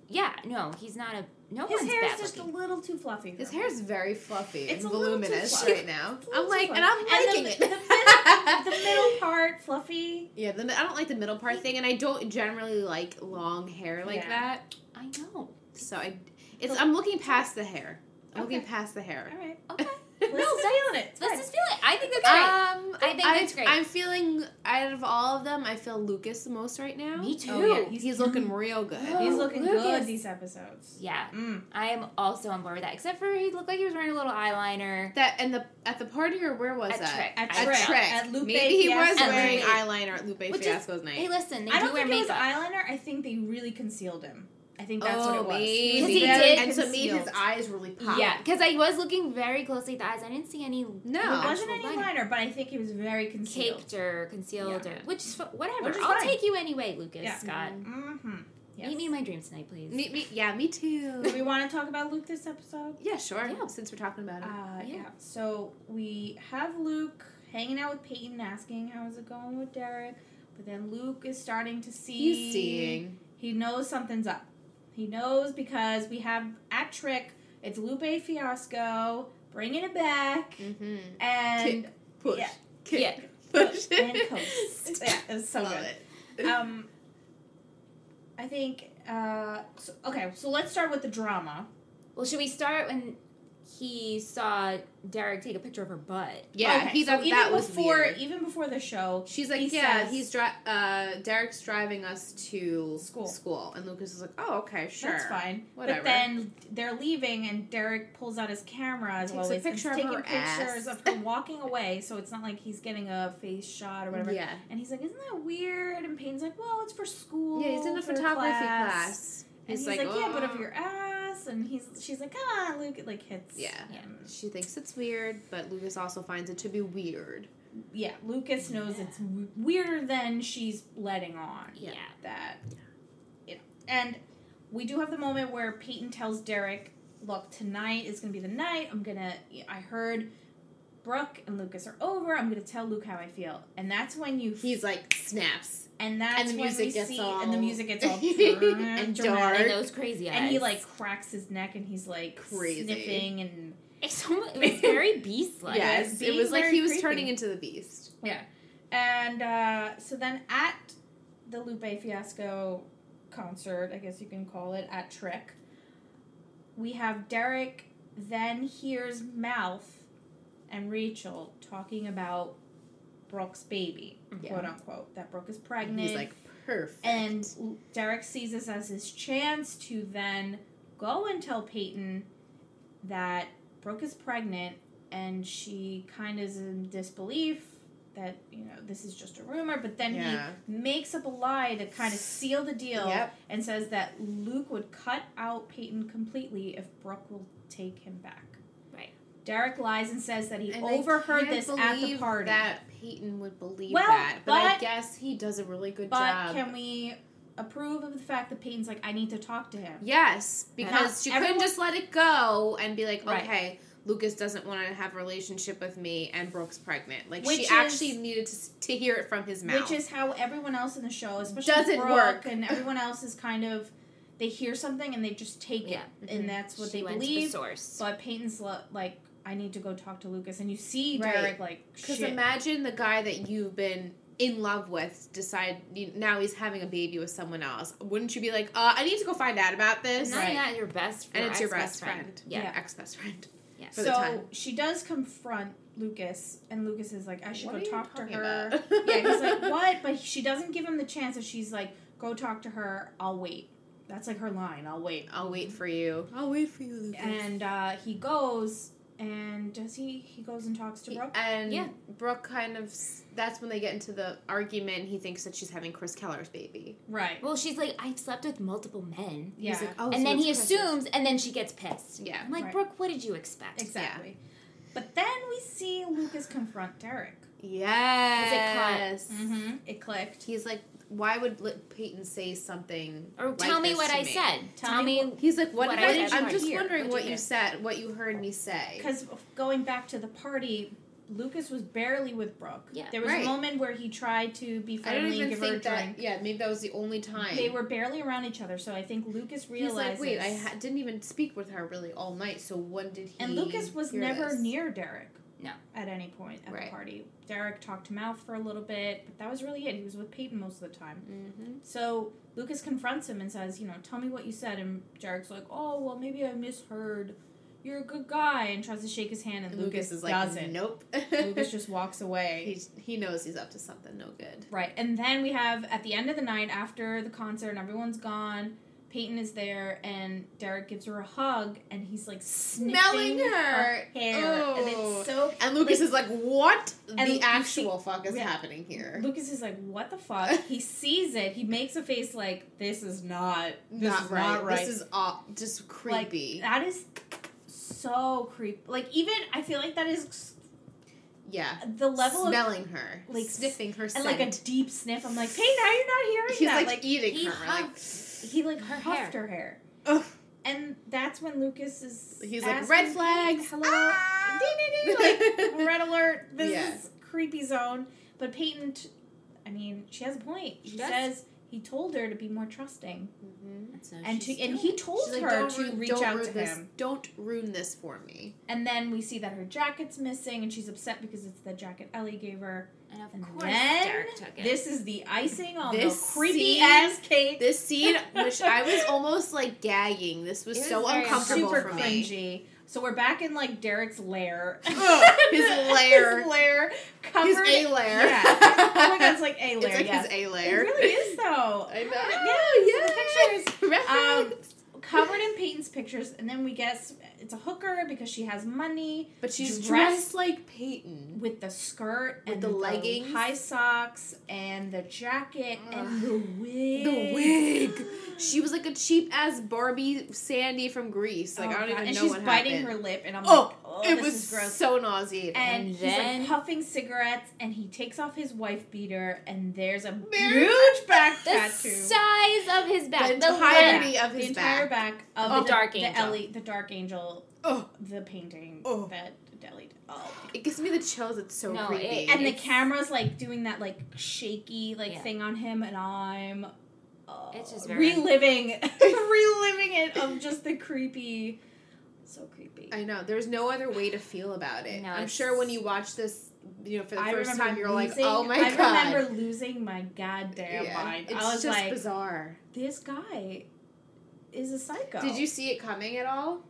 S2: yeah, no, he's not a no
S1: His
S2: one's
S1: hair
S2: bad
S1: is just
S2: looking.
S1: a little too fluffy.
S3: His
S1: for me.
S3: hair's very fluffy
S1: It's
S3: it's
S1: a
S3: and
S1: little too
S3: voluminous
S1: fluffy.
S3: right now.
S1: It's a
S3: I'm
S1: little too
S3: like, and I'm
S1: fluffy.
S3: liking
S1: And
S3: it.
S1: the- [LAUGHS] the
S3: [LAUGHS]
S1: middle part fluffy.
S3: yeah, the, I don't like the middle part thing, and I don't generally like long hair like
S1: Yeah.
S3: that.
S2: I know.
S1: [LAUGHS]
S3: So I, it's I'm looking past the hair. I'm looking
S1: Okay.
S3: past the hair.
S1: All right.
S3: [LAUGHS]
S2: Okay,
S1: Liz is feeling it. It's
S2: let's
S1: fine.
S2: just feel it. I think that's great.
S3: Um,
S2: I think that's great.
S3: I'm feeling out of all of them, I feel Lucas the most right now.
S2: Me too.
S1: Oh, yeah.
S3: He's,
S1: [GASPS]
S3: looking real good.
S2: Oh.
S1: He's looking
S2: Lucas.
S1: good these episodes.
S2: Yeah,
S1: Mm.
S2: I am also on board with that. Except for he looked like he was wearing a little eyeliner.
S3: That and the at the party or where was
S2: At
S3: that?
S2: Trek.
S1: At
S3: At
S2: I
S1: Trek.
S3: Trek.
S2: felt.
S1: At Lupe
S3: Maybe he was
S1: Fiasco's
S3: wearing
S2: night.
S3: eyeliner at Lupe
S2: Which is-
S3: Fiasco's night.
S2: Hey, listen, they
S1: I
S2: do
S1: don't
S2: wear
S1: think it was
S2: makeup.
S1: eyeliner. I think they really concealed him. I think that's what
S3: oh,
S1: it was.
S3: maybe.
S1: was
S2: Because he
S1: very
S2: did-
S3: and so it made his
S1: concealed.
S3: eyes really pop.
S2: Yeah, because I was looking very closely at the eyes. I didn't see any
S1: There
S3: No.
S1: wasn't any
S2: actual
S1: liner, but I think he was very concealed.
S2: caked or concealed or which is f- whatever.
S1: Which is
S2: I'll
S1: fine.
S2: take you anyway, Lucas
S1: Yeah.
S2: Scott.
S1: Mm-hmm. Yes.
S2: Meet me in my dreams tonight, please.
S3: mm. Me, me, yeah, me
S1: Do
S3: [LAUGHS] too.
S1: we want to talk about Luke this episode?
S3: yeah, sure.
S2: Yeah.
S3: Since we're talking about
S1: Uh,
S3: it.
S1: yeah.
S2: Yeah.
S1: So we have Luke hanging out with Peyton, asking how's it going with Derek, but then Luke is starting to see.
S3: He's seeing.
S1: He knows something's up. He knows because we have at Trick. It's Lupe Fiasco bringing it back
S3: Mm-hmm. [LAUGHS]
S1: and
S3: Push.
S1: Yeah.
S3: Kick.
S2: Yeah.
S3: [LAUGHS] Push.
S1: and
S3: [LAUGHS]
S1: coast. Yeah, it's so
S3: Oh, Love
S1: good.
S3: it.
S1: um, I think. Uh, so, okay, so let's start with the drama.
S2: Well, should we start when he saw Derek take a picture of her butt?
S3: yeah,
S1: okay,
S3: he
S1: so
S3: thought
S1: even
S3: that was
S1: before,
S3: weird.
S1: even before the show.
S3: She's like,
S1: he
S3: yeah,
S1: says-
S3: he's dri- uh, Derek's driving us to
S1: School.
S3: School, and Lucas is like, oh, okay, sure,
S1: That's fine.
S3: whatever.
S1: But then they're leaving, and Derek pulls out his camera as
S3: Takes
S1: well.
S3: a
S1: He's
S3: picture of
S1: taking
S3: her
S1: pictures
S3: ass.
S1: of her walking away, so it's not like he's getting a face shot or whatever.
S3: yeah,
S1: And he's like, "Isn't that weird?" And Payne's like, "Well, it's for school.
S3: yeah, he's in a
S1: for
S3: photography class. "Oh."
S1: And he's, like, "Yeah, but of your ass." And he's, she's like, "Come on, Luke." It like hits.
S3: Yeah.
S1: him.
S3: She thinks it's weird, but Lucas also finds it to be weird.
S1: yeah, Lucas knows it's w- weirder than she's letting on.
S2: Yeah.
S1: That, you know, and we do have the moment where Peyton tells Derek, "Look, tonight is gonna be the night. I'm gonna. I heard." Brooke and Lucas are over. I'm gonna tell Luke how I feel, and that's when you
S3: He's like snaps
S1: and that's
S3: and the
S1: when we
S3: music gets
S1: see
S3: all
S1: and the music gets all
S3: [LAUGHS] and
S1: dramatic.
S2: And
S3: dark.
S2: those crazy eyes.
S1: and he like cracks his neck and he's like
S3: Crazy.
S1: sniffing and
S2: [LAUGHS] It's almost, it was very beast like.
S1: it's
S3: yes, it
S1: being
S3: was like
S1: very
S3: he was
S1: creepy.
S3: turning into the beast.
S1: and uh, so then at the Lupe Fiasco concert, I guess you can call it at Trick, we have Derek then hears Mouth and Rachel talking about Brooke's baby,
S3: Yeah.
S1: quote unquote, that Brooke is
S3: And
S1: pregnant.
S3: he's like perfect.
S1: And Derek sees this as his chance to then go and tell Peyton that Brooke is pregnant and she kind of is in disbelief that, you know, this is just a rumor. But then
S3: Yeah.
S1: he makes up a lie to kind of seal the deal
S3: yep.
S1: and says that Luke would cut out Peyton completely if Brooke will take him back.
S2: Right.
S1: Derek lies and says that he
S3: And I
S1: overheard
S3: can't
S1: this at the
S3: believe
S1: party.
S3: That Peyton would believe
S1: Well,
S3: that, but, I
S1: but-
S3: guess he does a really good
S1: but
S3: job.
S1: can we approve of the fact that Peyton's like, I need to talk to him?
S3: Yes, because
S1: Not
S3: you couldn't
S1: everyone-
S3: just let it go and be like,
S1: Right.
S3: okay, Lucas doesn't want to have a relationship with me, and Brooke's pregnant. Like
S1: Which
S3: she
S1: is-
S3: actually needed to, s- to hear it from his mouth.
S1: Which is how everyone else in the show, especially
S3: Doesn't
S1: Brooke
S3: work.
S1: and everyone else, is kind of they hear something and they just take
S2: Yeah.
S1: it,
S3: Mhm.
S1: and that's what
S2: she
S1: they
S2: went to the
S1: believe.
S2: source.
S1: But Peyton's lo- like, I need to go talk to Lucas, and you see
S3: Right.
S1: Derek like,
S3: because
S1: shit.
S3: imagine the guy that you've been in love with decide you- now he's having a baby with someone else. Wouldn't you be like, uh, I need to go find out about
S2: And
S3: this?
S2: not
S1: Right.
S2: only that, your best
S3: And it's your
S2: ex-best
S3: best friend.
S2: Yeah.
S1: Yeah.
S3: Ex best friend.
S2: Yeah.
S3: For the
S1: so
S3: time.
S1: she does confront Lucas, and Lucas is like, I should
S3: What are
S1: go
S3: you
S1: talk to
S3: talking
S1: her.
S3: about?
S1: [LAUGHS] yeah, he's like,
S3: [LAUGHS]
S1: what? But she doesn't give him the chance. So she's like, go talk to her. I'll wait. That's like her line. I'll wait.
S3: I'll wait for you. I'll wait for you, Lucas.
S1: And uh, he goes, and does he? He goes and talks to
S3: He-
S1: Brooke.
S3: And
S2: Yeah.
S3: Brooke kind of, s- that's when they get into the argument. He thinks that she's having Chris Keller's baby.
S1: Right.
S2: Well, she's like, I've slept with multiple men.
S1: Yeah.
S3: He's like, oh, so
S2: and then
S3: it's
S2: he
S3: Chris's."
S2: assumes, and then she gets pissed.
S3: Yeah.
S2: I'm like,
S1: Right.
S2: Brooke, what did you expect?
S1: Exactly. But then we see Lucas confront Derek.
S3: Yes.
S1: It clicked.
S3: He's like, why would Li- Peyton say something?
S2: Or
S3: like
S2: tell me
S3: this
S2: what
S3: to
S2: I said.
S1: Tell
S2: Tell,
S1: me
S2: me.
S3: He's like, what,
S2: What
S3: did I,
S2: I said
S3: I'm
S2: right
S3: just
S2: here.
S3: wondering
S2: What'd
S3: what
S2: you
S3: you
S2: think?
S3: said, what you heard me say.
S1: Because going back to the party, Lucas was barely with Brooke.
S2: Yeah.
S1: There was
S3: Right.
S1: a moment where he tried to be
S3: I don't
S1: friendly and
S3: even
S1: give her a
S3: think that.
S1: drink.
S3: Yeah, maybe that was the only time.
S1: They were barely around each other, so I think Lucas
S3: He's
S1: realized.
S3: like, wait, I ha- didn't even speak with her really all night. So when did he?
S1: And Lucas was
S3: hear
S1: never
S3: this?
S1: near Derek.
S2: No.
S1: At any point at the
S3: Right.
S1: party. Derek talked to Mouth for a little bit, but that was really it. He was with Peyton most of the time.
S3: Mhm.
S1: So Lucas confronts him and says, you know, tell me what you said. And Derek's like, oh, well, maybe I misheard. You're a good guy. And tries to shake his hand, and
S3: And
S1: Lucas,
S3: Lucas is like,
S1: doesn't.
S3: nope.
S1: [LAUGHS]
S3: [LAUGHS]
S1: Lucas just walks away.
S3: He's, he knows he's up to something no good.
S1: Right. And then we have at the end of the night after the concert and everyone's gone, Peyton is there and Derek gives her a hug and he's like
S3: Smelling
S1: sniffing
S3: her.
S1: hair. And
S3: Oh.
S1: it's so
S3: And Lucas
S1: Like-
S3: is like, what
S1: you
S3: the
S1: see-
S3: actual fuck is
S1: yeah.
S3: happening here?
S1: Lucas is like, what the fuck?
S3: [LAUGHS]
S1: He sees it. He makes a face like, this is not, this
S3: not,
S1: is
S3: right.
S1: not right.
S3: This is all just
S1: Like,
S3: creepy.
S1: that is so creepy. Like, even, I feel like that is
S3: yeah.
S1: the level of,
S3: Smelling her,
S1: like,
S3: like sniffing her
S1: and
S3: scent.
S1: like a deep sniff. I'm like, Peyton, how are you not hearing
S3: He's
S1: that?
S3: like,
S1: Like,
S3: eating
S2: he
S3: her. Like,
S1: he like
S2: Her
S1: puffed her hair.
S3: Ugh.
S1: And that's when Lucas is.
S3: he's like
S1: asking-
S3: red flags.
S1: Hello.
S3: Ah!
S1: Ding, ding, ding,
S3: [LAUGHS]
S1: like, red alert. This
S3: Yeah.
S1: is creepy zone. But Peyton, t- I mean, she has a point. She
S2: She does.
S1: says he told her to be more trusting.
S3: Mhm.
S1: and to, and he told
S3: She's like,
S1: her
S3: "Don't
S1: to
S3: ru-
S1: reach
S3: don't
S1: out
S3: ruin
S1: to
S3: this,
S1: him.
S3: Don't ruin this for me.
S1: And then we see that her jacket's missing, and she's upset because it's the jacket Ellie gave her.
S2: And of
S1: And
S2: course,
S1: then
S2: Derek took it.
S1: This is the icing on
S3: This
S1: the creepy
S3: scene-
S1: ass cake.
S3: This scene, which I
S1: [LAUGHS]
S3: was almost like gagging. This was,
S2: It was
S3: so
S2: very
S3: uncomfortable
S1: super
S3: for me.
S1: cringy. So we're back in like Derek's lair.
S3: Ugh, [LAUGHS] his lair.
S1: his lair. Covered.
S3: His A layer.
S1: Yeah. Oh my god, it's like a lair.
S3: It's like
S1: yeah.
S3: his A
S1: It
S3: layer.
S1: really
S3: [LAUGHS]
S1: is though.
S3: I know.
S1: Yeah, Um, yeah.
S3: [LAUGHS] pictures.
S1: Reference. Covered in Peyton's pictures, and then we guess it's a hooker because she has money
S3: but she's
S1: dressed-
S3: dressed, like Peyton.
S1: with the skirt
S3: With
S1: and
S3: the leggings.
S1: high socks, and the jacket and
S3: Ugh.
S1: the wig. [GASPS]
S3: The wig. She was like a cheap ass Barbie Sandy from Greece. Like
S1: Oh,
S3: I don't
S1: God.
S3: even
S1: and
S3: know
S1: she's
S3: what
S1: biting
S3: happened.
S1: her lip, and I'm
S3: Oh,
S1: like, oh,
S3: it
S1: this
S3: was
S1: is gross.
S3: so nauseating.
S1: and
S2: And
S1: he's
S2: then-
S1: like puffing cigarettes, and he takes off his wife beater, and there's a
S3: There's-
S1: huge
S3: [LAUGHS]
S1: back
S2: The
S1: tattoo.
S2: size of his back.
S3: the
S2: The,
S3: entirety
S2: leg.
S3: of
S1: the
S3: his
S1: entire
S3: back.
S1: back, of
S2: Of
S1: the
S2: Dark
S1: the
S2: Angel.
S1: Ellie, the Dark Angel,
S3: Oh,
S1: the painting
S3: Oh.
S1: that Ellie did. Oh.
S3: it gives me the chills. It's so
S2: No,
S3: creepy.
S2: it-
S1: And the
S2: It's-
S1: camera's like doing that like shaky like
S2: Yeah.
S1: thing on him, and I'm uh,
S2: It's just very-
S3: [LAUGHS]
S1: reliving, [LAUGHS] reliving it of just the creepy, so creepy.
S3: I know. There's no other way to feel about it.
S2: No,
S3: I'm
S2: it's-
S3: sure when you watch this, you know, for the
S1: I
S3: first
S1: remember
S3: time, you're
S1: losing,
S3: like, oh my
S1: I
S3: god.
S1: remember losing my goddamn
S3: Yeah.
S1: mind.
S3: It's
S1: I was
S3: just
S1: like,
S3: bizarre.
S1: this guy is a psycho.
S3: Did you see it coming at all?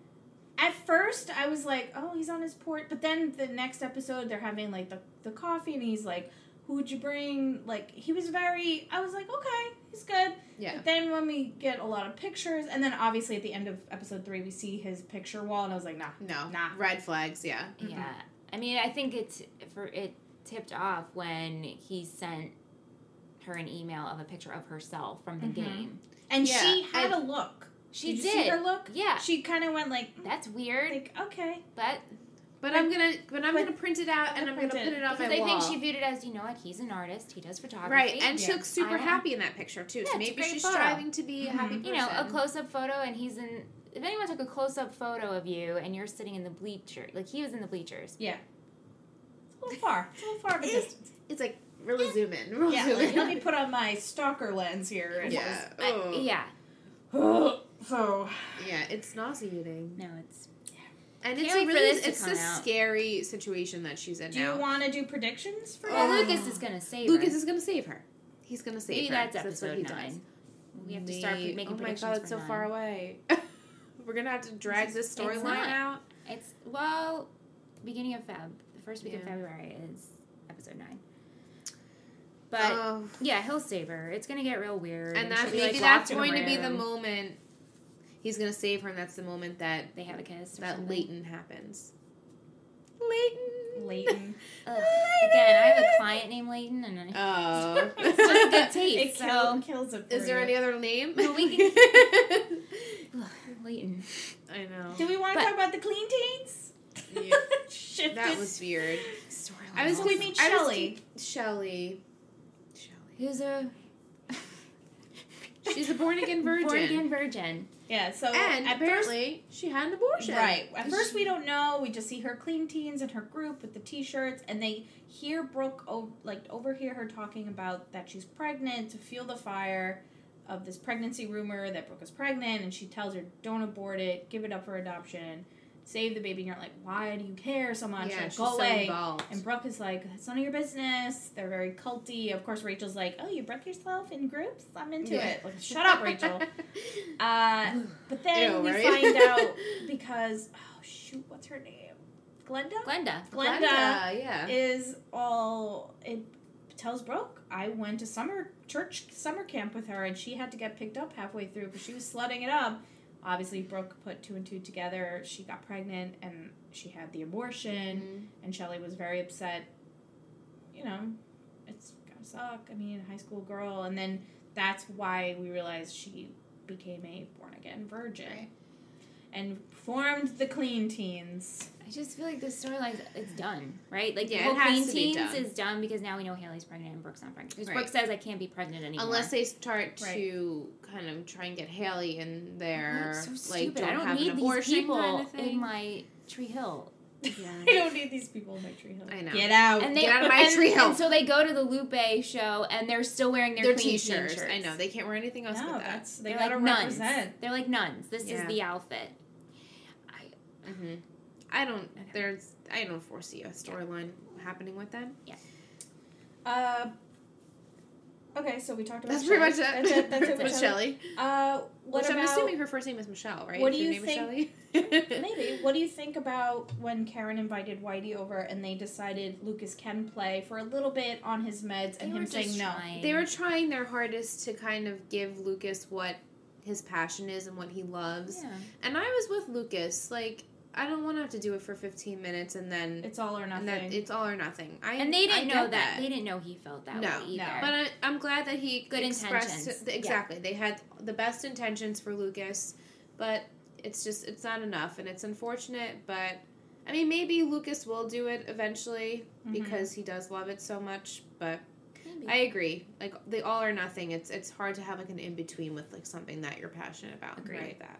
S1: At first, I was like, oh, he's on his port. But then the next episode, they're having like the, the coffee, and he's like, who'd you bring? Like, he was very. I was like, okay, he's good.
S3: Yeah.
S1: But then when we get a lot of pictures, and then obviously at the end of episode three, we see his picture wall, and I was like, nah.
S3: No.
S1: Nah.
S3: Red flags, yeah.
S2: Yeah, I mean, I think it's for it tipped off when he sent her an email of a picture of herself from the
S1: Mhm.
S2: game.
S1: And
S3: Yeah,
S1: she had
S3: I-
S1: a look.
S2: She
S1: did.
S2: did.
S1: You see her look?
S2: Yeah,
S1: She kind of went like, mm,
S2: that's weird,
S1: like okay.
S2: but
S3: But I'm gonna, but I'm
S1: But-
S3: gonna print it out and I'm gonna
S1: Print it.
S3: put it on my
S2: because I
S3: wall.
S2: think she viewed it as you know what he's an artist, he does photography,
S3: right, and she
S1: Yeah.
S3: looks
S2: I
S3: super
S2: don't-
S3: happy in that picture too.
S2: Yeah,
S3: so
S2: it's a
S3: maybe
S2: great
S3: she's
S2: photo.
S3: striving to be a happy
S1: Mhm.
S3: person.
S2: you know, a close-up photo, and he's in. If anyone took a close-up photo of you and you're sitting in the bleacher, like he was in the bleachers,
S1: It's a little far. It's a little far of a
S3: Eh.
S1: distance.
S3: It's like really zoom in, [LAUGHS] really
S1: Yeah,
S3: zoom
S1: like, let
S3: in.
S1: me put on my stalker lens here. And
S3: yeah,
S2: I-
S3: oh.
S2: yeah,
S1: so
S3: [LAUGHS] yeah, it's nauseating,
S2: no, it's
S3: and
S2: Can't
S3: it's a
S2: wait for
S3: really,
S2: this to
S3: it's
S2: come
S3: a
S2: out.
S3: scary situation that she's in
S1: do
S3: now.
S1: you want to do predictions for um,
S2: well,
S3: Oh.
S1: that?
S2: Lucas is gonna save her.
S3: Lucas is gonna save her. He's gonna save
S2: Maybe
S3: her.
S2: that's
S3: so
S2: episode
S3: what he does.
S2: nine. We have to start
S3: Maybe-
S2: making
S3: Oh my
S2: predictions
S3: god, it's
S2: for
S3: so
S2: nine.
S3: far away. [LAUGHS] We're gonna have to drag this
S2: not.
S3: storyline out.
S2: It's well, beginning of Feb, the first week of
S3: Yeah.
S2: February is episode nine. But
S3: Oh.
S2: yeah, he'll save her. It's gonna get real weird.
S3: and that
S2: she'll be,
S3: maybe
S2: like,
S3: that's
S2: walking
S3: going to be the
S2: around.
S3: moment he's gonna save her, and that's the moment that
S2: they have a kiss. Or
S3: that
S2: something.
S3: Leighton happens. Leighton. [LAUGHS]
S1: Leighton.
S2: Ugh. Again, I have a client named Leighton, and I,
S3: Oh.
S2: [LAUGHS] It's just a good taste.
S1: It
S2: so
S1: kill, kills it. For
S3: [LAUGHS] Is there
S1: you.
S3: any other name?
S2: No,
S3: [LAUGHS]
S2: we
S3: Uh,
S2: Ugh, Leighton.
S3: I know.
S2: [LAUGHS]
S1: Do we want to
S2: But-
S1: talk about the clean teens?
S3: Yeah.
S1: [LAUGHS] Shifted.
S3: That was weird.
S2: Storyline.
S3: I was
S1: So we
S2: also.
S1: meet
S3: I just
S1: Shelley.
S3: Shelly. Shelly.
S2: Who's a
S3: She's a born again
S2: [LAUGHS]
S3: virgin.
S2: born again virgin?
S1: Yeah. So
S3: And
S1: at
S3: apparently, she had an
S1: first,
S3: abortion.
S1: right at
S3: She-
S1: first we don't know. We just see her clean teens and her group with the t-shirts, and they hear Brooke o- like overhear her talking about that she's pregnant to feel the fire of this pregnancy rumor that Brooke is pregnant, and she tells her, "Don't abort it. Give it up for adoption. Save the baby." And you're like, "Why do you care so much?
S3: Yeah,
S1: Like,
S3: she's
S1: go
S3: so
S1: away."
S3: involved.
S1: And Brooke is like, it's none of your business. They're very culty. Of course, Rachel's like, oh, you broke yourself in groups? I'm into
S3: Yeah.
S1: it. Like, shut up, [LAUGHS] Rachel. Uh, but then
S3: Ew,
S1: we
S3: right? [LAUGHS]
S1: find out because, oh, shoot, what's her name? Glenda?
S2: Glenda.
S1: Glenda,
S3: yeah.
S1: is all, it tells Brooke, I went to summer church summer camp with her and she had to get picked up halfway through because she was slutting it up. Obviously, Brooke put two and two together. She got pregnant and she had the abortion and Shelly was very upset. You know, it's gotta suck. I mean, high school girl, and then that's why we realized she became a born again virgin
S3: Right.
S1: and formed the Clean Teens.
S2: I just feel like this storyline it's done, right? Like
S3: Yeah,
S2: the whole
S3: it has
S2: Queen
S3: to be
S2: Teens
S3: done.
S2: is done because now we know Haley's pregnant and Brooke's not pregnant. Because
S3: Right.
S2: Brooke says I can't be pregnant anymore.
S3: Unless they start
S1: Right.
S3: to kind of try and get Haley in there,
S2: Like, so
S3: like
S2: stupid.
S3: don't,
S2: I don't
S3: have
S2: need
S3: an abortion
S2: these people
S3: kind of
S2: in
S3: thing.
S2: my Tree Hill.
S1: [LAUGHS] I don't need these people in my tree hill.
S3: I know.
S1: Get out.
S2: And they
S3: Oh, Get out of my
S2: and,
S3: Tree Hill.
S2: And so they go to the Lupe show and they're still wearing their,
S3: They're
S2: Queen Teen
S3: t-shirts.
S2: shirts.
S3: I know they can't wear anything else
S1: no,
S3: but that.
S1: that's
S2: They
S1: they
S2: are
S1: gotta
S2: like nuns.
S1: represent.
S2: They're like nuns. This
S3: Yeah.
S2: is the outfit.
S3: hmm I don't.
S2: Okay.
S3: There's. I don't foresee a storyline happening with them.
S1: Uh, okay, so we talked about
S3: That's pretty
S1: Shelley.
S3: much
S1: That's it.
S3: it. [LAUGHS]
S1: That's it. with
S3: With
S1: Shelley.
S3: Shelley,
S1: Uh, what
S3: which
S1: about
S3: I'm assuming her first name is Michelle, right?
S1: What
S3: If
S1: do
S3: your
S1: you
S3: name is
S1: [LAUGHS]
S3: Shelley?
S1: Maybe. What do you think about when Karen invited Whitey over and they decided Lucas can play for a little bit on his meds and
S2: They
S1: him
S2: were just
S1: saying no?
S2: trying.
S3: They were trying their hardest to kind of give Lucas what his passion is and what he loves.
S2: Yeah.
S3: And I was with Lucas. Like, I don't want to have to do it for 15 minutes and then
S1: It's all or nothing.
S3: and that it's all or nothing. I
S2: And they
S3: I
S2: didn't
S3: get
S2: know that. They didn't know he felt that
S3: No,
S2: way either.
S1: no.
S3: But I, I'm glad that he
S2: Good
S3: expressed
S2: intentions.
S3: th- exactly. They had the best intentions for Lucas, but it's just it's not enough, and it's unfortunate. But I mean, maybe Lucas will do it eventually
S1: Mm-hmm.
S2: Mm-hmm.
S3: because he does love it so much. But
S2: Maybe.
S3: I agree. Like the all or nothing. It's it's hard to have like an in between with like something that you're passionate about.
S2: Agreed.
S3: Right. That.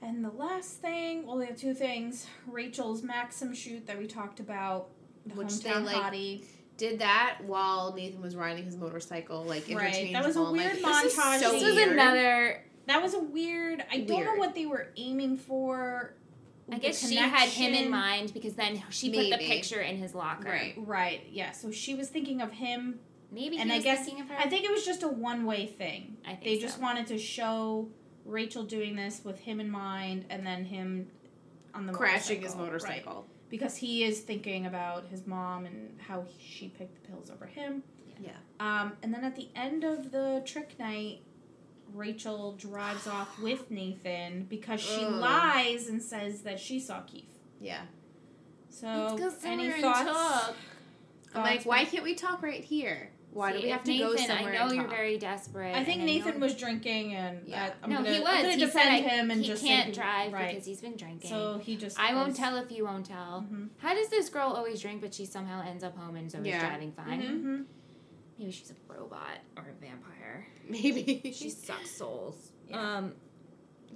S1: And the last thing, well, we have two things. Rachel's Maxim shoot that we talked about, the
S3: Which they,
S1: hometown
S3: like,
S1: hottie.
S3: Did that while Nathan was riding his motorcycle, like
S1: Right,
S3: interchangeable.
S1: that was a
S3: and, like,
S1: weird
S3: this is
S1: montage
S3: so
S2: this was
S3: weird.
S2: another.
S1: That was a weird. I don't know
S3: Weird.
S1: what they were aiming for.
S2: I
S1: the
S2: guess she had him in
S1: connection.
S2: mind because then she put the
S3: Maybe.
S2: picture in his locker.
S3: Right.
S1: Right. Yeah. So she was thinking of him.
S2: Maybe he
S1: And I
S2: was
S1: guess-
S2: thinking of her.
S1: I think it was just a one-way thing.
S2: I think
S1: They
S2: so.
S1: just wanted to show Rachel doing this with him in mind, and then him on the
S3: crashing his
S1: motorcycle. Right.
S3: motorcycle.
S1: because he is thinking about his mom and how he, she picked the pills over him.
S3: Yeah.
S1: Um, and then at the end of the trick night, Rachel drives
S2: [SIGHS]
S1: off with Nathan because she
S3: Ugh.
S1: lies and says that she saw Keith.
S3: Yeah.
S1: So
S2: Let's go
S1: any
S2: somewhere and
S1: thoughts?
S2: talk.
S3: I'm
S1: Thoughts?
S3: like, why can't we talk right here? Why do
S2: See,
S3: we
S2: if
S3: have to
S2: Nathan,
S3: go somewhere?
S2: I know
S3: and
S2: you're
S3: talk?
S2: very desperate.
S1: I think
S2: and
S1: Nathan
S2: know-
S1: was drinking and
S3: Yeah.
S1: uh, I'm
S2: no,
S1: gonna,
S2: he was.
S1: I'm gonna
S2: he
S1: defend
S2: said I-
S1: him and
S2: he
S1: just say
S2: can't
S1: he-
S2: drive
S1: right.
S2: because he's been drinking.
S1: so he just
S2: I won't
S1: goes-
S2: tell if you won't tell.
S1: Mhm.
S2: How does this girl always drink, but she somehow ends up home and is always
S3: Yeah.
S2: driving fine?
S3: Mhm.
S1: Mhm.
S2: Maybe she's a robot or a vampire.
S3: [LAUGHS] Maybe
S2: She sucks souls.
S1: Yeah.
S2: Um,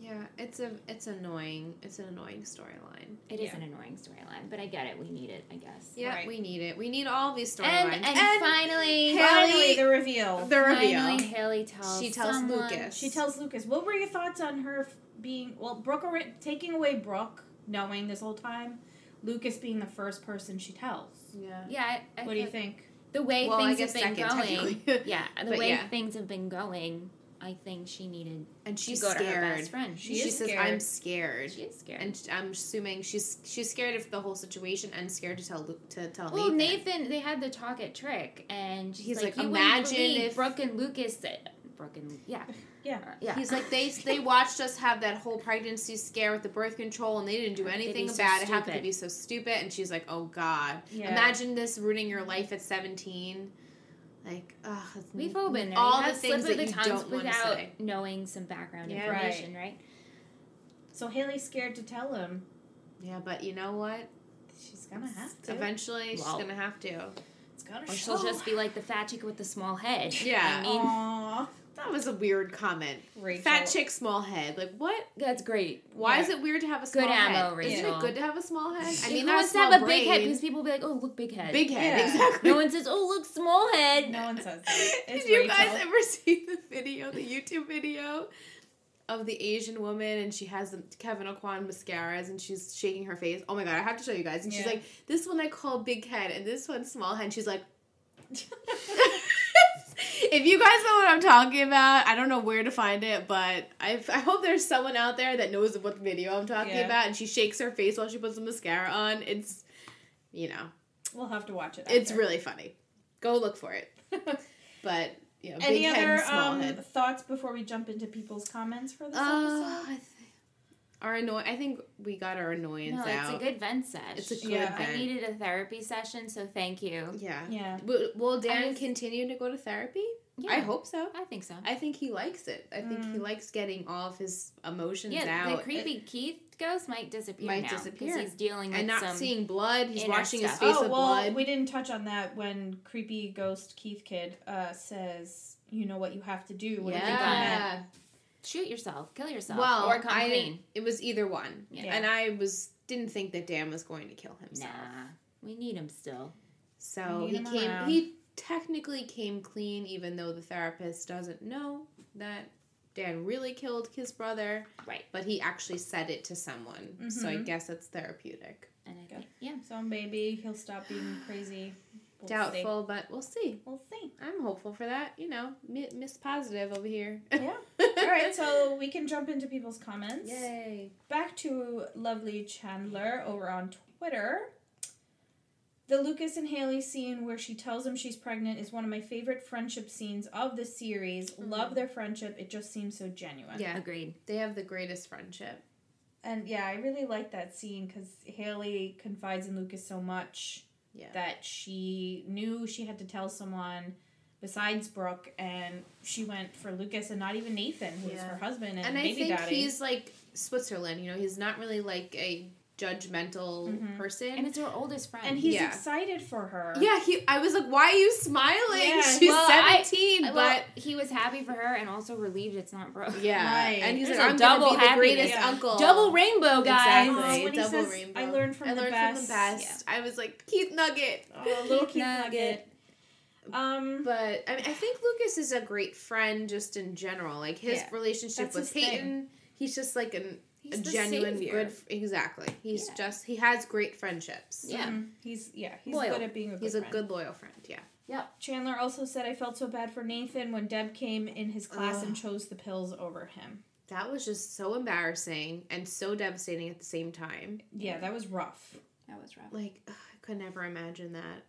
S3: Yeah, it's a it's annoying. It's an annoying storyline.
S2: it is
S1: Yeah.
S2: an annoying storyline, but I get it. We need it, I guess.
S3: Yeah,
S1: Right.
S3: we need it. We need all these
S2: And,
S3: storylines.
S2: and finally,
S3: Haley-
S1: Finally, the reveal.
S3: the reveal.
S2: finally, Haley tells
S3: She tells
S2: someone-
S3: Lucas.
S1: She tells Lucas, "What were your thoughts on her f- being well, Brooke alre- taking away Brooke, knowing this whole time, Lucas being the first person she tells?
S3: Yeah.
S2: Yeah, I, I
S1: What do you
S2: thought
S1: think?
S2: The way
S3: well, I
S2: things
S3: guess
S2: have been
S3: second
S2: going.
S3: technically. [LAUGHS]
S2: Yeah, the
S3: But
S2: way
S3: yeah.
S2: things have been going, I think she needed
S3: and she's
S2: to go to her
S3: scared.
S2: best friend.
S1: She
S3: She,
S1: is
S3: says,
S1: scared.
S3: "I'm scared."
S2: She is scared.
S3: and sh- I'm assuming she's she's scared of the whole situation and scared to tell Lu- to tell
S2: well,
S3: Nathan.
S2: Nathan, they had the talk at Trick, and she's
S3: He's
S2: like,
S3: like,
S2: "You wouldn't
S3: imagine
S2: believe
S3: if-
S2: Brooke and Lucas said Brooke and yeah,
S1: [LAUGHS] Yeah.
S2: Uh, yeah."
S3: He's like
S2: [LAUGHS]
S3: they they watched us have that whole pregnancy scare with the birth control and they didn't do
S2: How could they be
S3: anything
S2: so
S3: about it. How could they
S2: stupid?
S3: be so stupid? And she's like, "Oh God,
S1: Yeah.
S3: imagine this ruining your life at 17." Like, ugh, it's-
S2: We've all been there.
S3: All
S2: you
S3: the
S2: have slip
S3: things
S2: of
S3: that
S2: the
S3: you
S2: tongues
S3: don't wanna
S2: without
S3: say.
S2: knowing some background
S3: Yeah.
S1: Right.
S2: information, right?
S1: So Haley's scared to tell him.
S3: Yeah, but you know what?
S1: She's gonna have to.
S3: Eventually,
S2: Well.
S3: she's gonna have to.
S1: It's gonna
S2: Or
S1: show.
S2: she'll just be like the fat chick with the small head.
S3: Yeah.
S2: I mean,
S1: Aw,
S3: That was a weird comment.
S1: Rachel.
S3: Fat chick, small head. Like what?
S2: [LAUGHS] that's great.
S3: Why
S1: Yeah.
S3: is it weird to have a small
S2: Good
S3: head?
S2: ammo,
S3: Isn't
S2: Rachel.
S3: it good to have a small head? I mean,
S2: who
S3: that's
S2: wants to
S3: small
S2: have a big head
S3: brain.
S2: because people be like, "Oh, look, big head."
S3: Big head,
S1: Yeah.
S3: exactly.
S2: No one says, "Oh, look, small head."
S1: No one says that. It's
S3: [LAUGHS] Did you
S1: Rachel.
S3: guys ever see the video, the YouTube video of the Asian woman and she has the Kevin O'Quan mascaras and she's shaking her face? Oh my god, I have to show you guys. And she's
S1: Yeah.
S3: like, this one I call big head and this one small head. And she's like, [LAUGHS] if you guys know what I'm talking about, I don't know where to find it, but I, I hope there's someone out there that knows what video I'm talking
S1: Yeah.
S3: about. And she shakes her face while she puts the mascara on. It's, you know,
S1: [LAUGHS] we'll have to watch it. [LAUGHS]
S3: it's
S1: after.
S3: really [LAUGHS] funny. Go look for it. But yeah, big
S1: Any
S3: head,
S1: other
S3: small
S1: um,
S3: head.
S2: [LAUGHS]
S1: thoughts before we jump into people's comments for this
S3: Uh,
S1: episode?
S3: I th- our annoy. I think we got our annoyance
S2: No,
S3: out.
S2: it's a good vent sesh.
S3: It's a good
S1: Yeah.
S2: I
S3: vent.
S2: needed a therapy session, so thank you.
S3: yeah.
S1: Yeah.
S3: Will, will
S2: I
S3: Dan
S2: was-
S3: continue to go to therapy?
S2: Yeah,
S3: I hope so.
S2: I think so.
S3: I think he likes it. I think he
S1: Mm.
S3: likes getting all of his emotions
S2: yeah,
S3: out.
S2: the creepy Keith ghost might disappear
S3: Might
S2: now 'cause
S3: disappear.
S2: he's dealing with
S3: and not
S2: some.
S3: seeing blood. He's
S2: inner
S3: washing his
S2: stuff.
S3: face
S1: oh
S3: with
S1: well,
S3: blood.
S1: we didn't touch on that when creepy ghost Keith kid uh, says, "You know what you have to do." What do you think of that?
S3: yeah.
S2: shoot yourself, kill yourself,
S3: Well,
S2: or come
S3: I
S2: clean.
S3: didn't, it was either one,
S1: Yeah.
S3: and I was didn't think that Dan was going to kill himself.
S2: Nah, we need him still.
S3: So
S1: Need
S3: he
S1: him
S3: came.
S1: around.
S3: He technically came clean, even though the therapist doesn't know that Dan really killed his brother.
S2: Right.
S3: But he actually said it to someone, so I
S1: Mhm.
S3: guess it's therapeutic.
S2: And I
S1: Good.
S2: think, yeah.
S1: So maybe he'll stop being crazy. We'll see.
S3: Doubtful, but we'll see.
S1: We'll see.
S3: I'm hopeful for that. You know, mi- Miss Positive over here. [LAUGHS]
S1: Yeah. All right, so we can jump into people's comments.
S3: Yay.
S1: Back to lovely Chandler over on Twitter. The Lucas and Haley scene where she tells him she's pregnant is one of my favorite friendship scenes of the series. Love their friendship. It just seems so genuine.
S3: Mm-hmm. Yeah,
S2: Agreed.
S3: they have the greatest friendship.
S1: And yeah, I really like that scene because Haley confides in Lucas so much
S3: Yeah.
S1: that she knew she had to tell someone besides Brooke, and she went for Lucas and not even Nathan, who was
S3: Yeah.
S1: her husband and,
S3: And I
S1: baby
S3: think
S1: daddy.
S3: he's like Switzerland. You know, he's not really like a judgmental
S1: Mhm.
S3: person.
S2: and it's her oldest friend.
S1: and he's
S3: Yeah.
S1: excited for her.
S3: yeah, he. I was like, "Why are you smiling?
S1: Yeah,
S3: She's
S2: well, I-
S3: seventeen,
S2: Well,
S3: but
S2: he was happy for her and also relieved it's not broke.
S3: yeah."
S1: Right.
S3: And he's
S2: There's
S3: like,
S2: a
S3: "I'm gonna
S2: double
S3: be the
S2: happiness.
S3: greatest
S1: Yeah.
S2: [LAUGHS]
S3: uncle."
S2: Double rainbow, guys.
S1: Oh,
S3: Exactly.
S1: when he
S3: Double
S1: says,
S3: rainbow.
S1: I learned from
S3: I
S1: the
S3: learned
S1: best.
S3: from the best. I was like Keith Nugget.
S1: Oh, little
S2: Keith
S1: Keith
S2: Nugget.
S1: Nugget. Um,
S3: But I, mean, I think Lucas is a great friend just in general. Like his
S2: Yeah.
S3: relationship
S1: That's
S3: with
S1: his thing.
S3: Peyton, he's just like an,
S2: He's
S3: a
S2: the
S3: genuine
S2: savior.
S3: good. f- Exactly. He's
S2: Yeah.
S3: just he has great friendships.
S2: Yeah.
S1: mhm, he's yeah, he's
S2: Loyal.
S1: good at being a good
S3: He's a
S1: friend.
S3: good loyal friend. Yeah.
S1: Chandler also said I felt so bad for Nathan when Deb came in his class and chose the pills over him.
S3: That was just so embarrassing and so devastating at the same time.
S1: Yeah, that was rough.
S2: That was rough.
S3: Like ugh, I could never imagine that.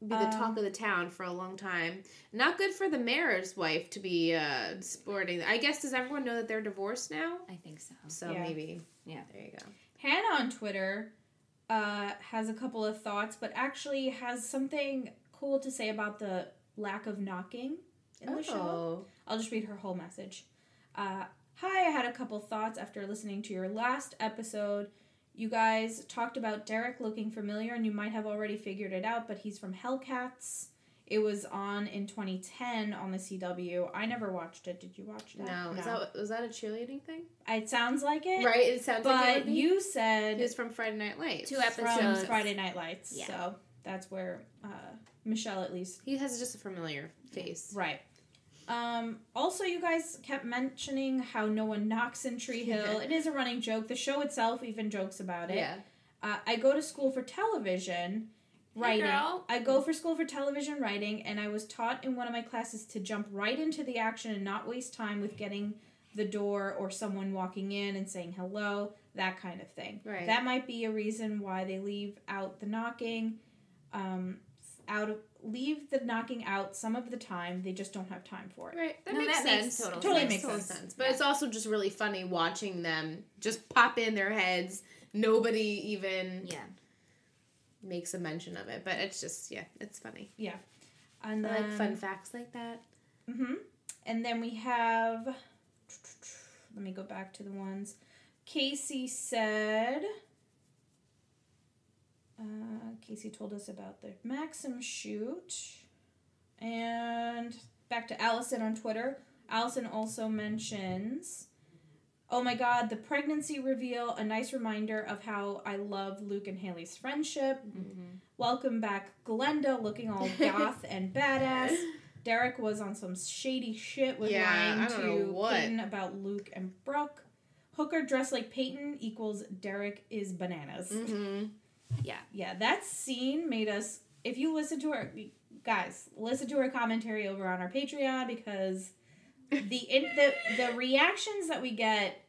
S3: Be the talk
S1: Um,
S3: of the town for a long time. Not good for the mayor's wife to be uh, sporting. I guess does everyone know that they're divorced now?
S2: I think so.
S3: So
S1: Yeah.
S3: maybe.
S2: Yeah.
S3: There you go.
S1: Hannah on Twitter uh, has a couple of thoughts, but actually has something cool to say about the lack of knocking in the
S3: Oh.
S1: show. I'll just read her whole message. Uh, Hi, I had a couple thoughts after listening to your last episode. You guys talked about Derek looking familiar, and you might have already figured it out, but he's from Hellcats. It was on in 2010 on the CW. I never watched it. Did you watch that?
S3: No, Is that, was that a cheerleading thing?
S1: it sounds like it.
S3: Right, it sounds like it
S1: But
S3: would be.
S1: you said
S3: He was from Friday Night Lights.
S2: Two
S1: from
S2: episodes.
S1: Friday Night Lights.
S2: Yeah.
S1: So that's where uh, Michelle at least.
S3: He has just a familiar face.
S1: Right. Um, also, you guys kept mentioning how no one knocks in
S2: [LAUGHS]
S1: Tree Hill. it is a running joke. The show itself even jokes about it.
S3: Yeah.
S1: Uh, I go to school for television writing.
S2: girl.
S1: I go for school for television writing, and I was taught in one of my classes to jump right into the action and not waste time with getting the door or someone walking in and saying hello, that kind of thing.
S3: Right.
S1: That might be a reason why they leave out the knocking. Um, out of leave the knocking out some of the time. They just don't have time for it.
S3: Right. That
S2: No,
S3: makes
S2: that makes
S3: sense.
S2: total
S1: Totally sense. makes sense.
S3: But it's also just really funny watching them just pop in their heads. Nobody even
S2: Yeah.
S3: makes a mention of it. But it's just yeah, it's funny.
S1: And
S3: I like
S1: then-
S3: fun facts like that.
S1: Mm-hmm. And then we have. Let me go back to the ones. Casey said. Uh, Casey told us about the Maxim shoot. And back to Allison on Twitter. Allison also mentions. Oh my god, the pregnancy reveal, a nice reminder of how I love Luke and Haley's friendship. Welcome back, Glenda, looking all goth and badass. Derek was on some shady shit with
S3: Yeah, I
S1: lying
S3: don't know
S1: to
S3: what.
S1: Peyton about Luke and Brooke. Hooker dressed like Peyton equals Derek is bananas.
S3: Mm-hmm.
S1: Yeah, that scene made us. If you listen to our guys, listen to our commentary over on our Patreon
S3: [LAUGHS]
S1: because the in, the the reactions that we get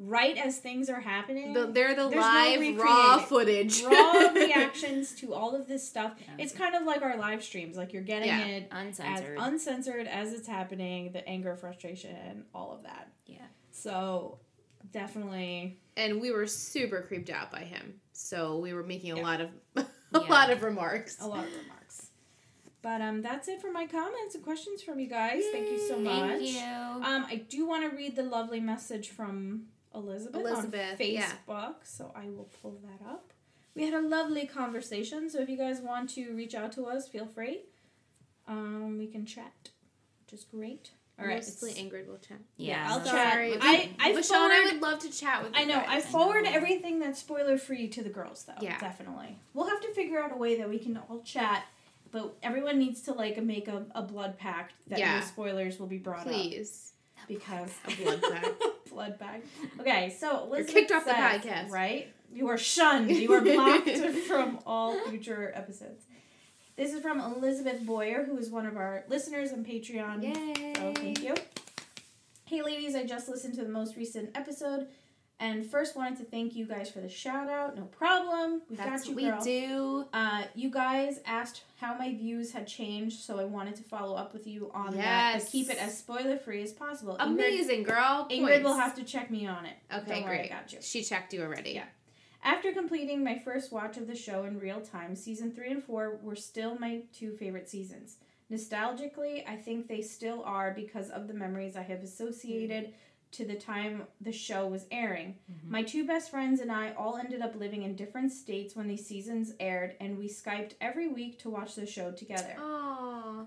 S1: right as things are happening,
S3: The, they're the
S1: There's no
S3: live
S1: recreating
S3: raw
S1: it.
S3: footage. [LAUGHS]
S1: raw reactions to all of this stuff.
S2: Yeah.
S1: It's kind of like our live streams. Like you're getting
S3: Yeah.
S1: it
S2: Uncensored.
S1: as uncensored as it's happening, the anger, frustration, all of that.
S2: Yeah.
S1: So definitely
S3: and we were super creeped out by him. So we were making a
S1: Yeah.
S3: lot of [LAUGHS]
S2: Yeah.
S3: a lot of remarks.
S1: a lot of remarks. But um, that's it for my comments and questions from you guys. Thank you so
S3: Yay.
S1: much.
S2: Thank you.
S1: Um, I do want to read the lovely message from Elizabeth, on
S3: Elizabeth,
S1: Facebook,
S3: yeah.
S1: so I will pull that up. We had a lovely conversation, so if you guys want to reach out to us, feel free. Um, we can chat, which is great. All right,
S3: Mostly
S1: it's-
S3: Ingrid will chat.
S2: yeah.
S1: I'll
S2: so-
S1: try.
S3: Sorry.
S1: I- I
S3: Michelle and I
S1: forward-
S3: would love to chat with.
S1: I
S3: you
S1: know. I
S3: guys.
S1: forward everything that's spoiler free to the girls, though.
S3: Yeah.
S1: definitely. We'll have to figure out a way that we can all chat, but everyone needs to like make a, a blood pact that
S3: Yeah.
S1: no spoilers will be brought up
S3: Please.
S1: because
S3: A blood [LAUGHS] pact.
S1: blood pact. Okay, so Elizabeth
S3: kicked off the
S1: says,
S3: podcast.
S1: right? You are shunned. You are
S3: [LAUGHS]
S1: blocked from all future episodes. This is from Elizabeth Boyer, who is one of our listeners on Patreon.
S2: Yay.
S1: So Oh, thank you. Hey ladies, I just listened to the most recent episode and first wanted to thank you guys for the shout out. No problem. We
S2: That's
S1: got you,
S2: what we
S1: girl.
S2: do.
S1: Uh, you guys asked how my views had changed, so I wanted to follow up with you on that
S3: Yes.
S1: to keep it as spoiler free as possible. Ingrid,
S3: Amazing girl.
S1: Ingrid will
S3: Points.
S1: have to check me on it.
S3: Okay,
S1: Don't worry,
S3: great.
S1: I got you.
S3: She checked you already.
S1: Yeah. After completing my first watch of the show in real time, season 3 and 4 were still my two favorite seasons. Nostalgically, I think they still are because of the memories I have associated to the time the show was airing. My two best friends and I all ended up living in different states when the seasons aired, and we Skyped every week to watch the show together.
S3: Oh.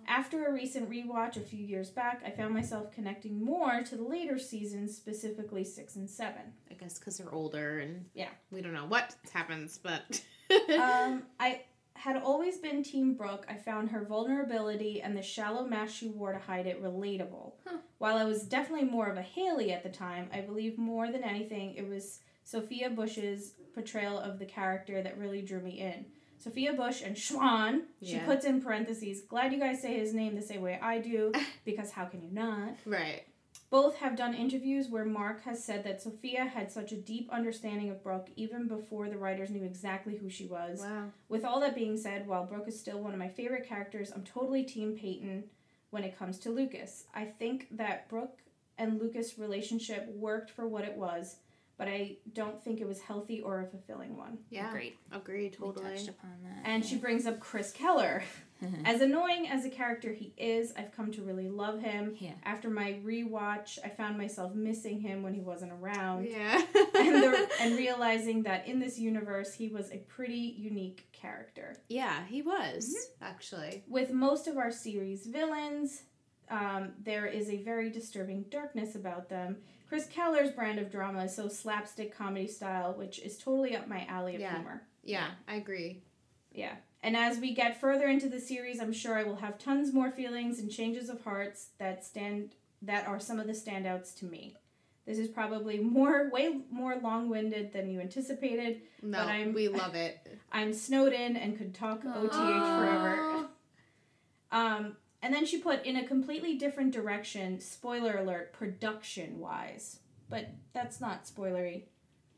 S1: After a recent rewatch a few years back, I found myself connecting more to the later seasons, specifically 6 and 7.
S3: I guess because they're older and
S1: Yeah.
S3: we don't know what happens, but
S1: um, I had always been Team Brooke. I found her vulnerability and the shallow mask she wore to hide it relatable.
S3: Huh.
S1: While I was definitely more of a Haley at the time, I believe more than anything it was Sophia Bush's portrayal of the character that really drew me in. Sophia Bush and Schwan, she
S3: Yeah.
S1: puts in parentheses, glad you guys say his name the same way I
S3: [LAUGHS]
S1: do, because how can you not?
S3: [LAUGHS] right.
S1: Both have done interviews where Mark has said that Sophia had such a deep understanding of Brooke even before the writers knew exactly who she was.
S3: Wow.
S1: With all that being said, while Brooke is still one of my favorite characters, I'm totally Team Peyton when it comes to Lucas. I think that Brooke and Lucas' relationship worked for what it was, but I don't think it was healthy or a fulfilling one.
S3: Yeah. Agreed.
S2: Agreed. We touched
S3: Totally.
S2: upon that.
S1: And she brings up Chris Keller. as annoying as a character he is, I've come to really love him.
S2: Yeah.
S1: After my rewatch, I found myself missing him when he wasn't around. [LAUGHS]
S3: Yeah.
S1: and,
S3: [LAUGHS]
S1: the, and realizing that in this universe, he was a pretty unique character.
S3: yeah, he was
S1: Mm-hmm.
S3: actually.
S1: With most of our series villains, um, there is a very disturbing darkness about them. Chris Keller's brand of drama is so slapstick comedy style, which is totally up my alley of
S3: Yeah.
S1: humor.
S3: Yeah, I agree.
S1: Yeah. And as we get further into the series, I'm sure I will have tons more feelings and changes of hearts that stand that are some of the standouts to me. This is probably more way more long-winded than you anticipated.
S3: No,
S1: But I'm-
S3: we love it.
S1: [LAUGHS] I'm snowed in and could talk OTH forever.
S3: Aw.
S1: Um, and then she put in a completely different direction, spoiler alert, production wise. But that's not spoilery.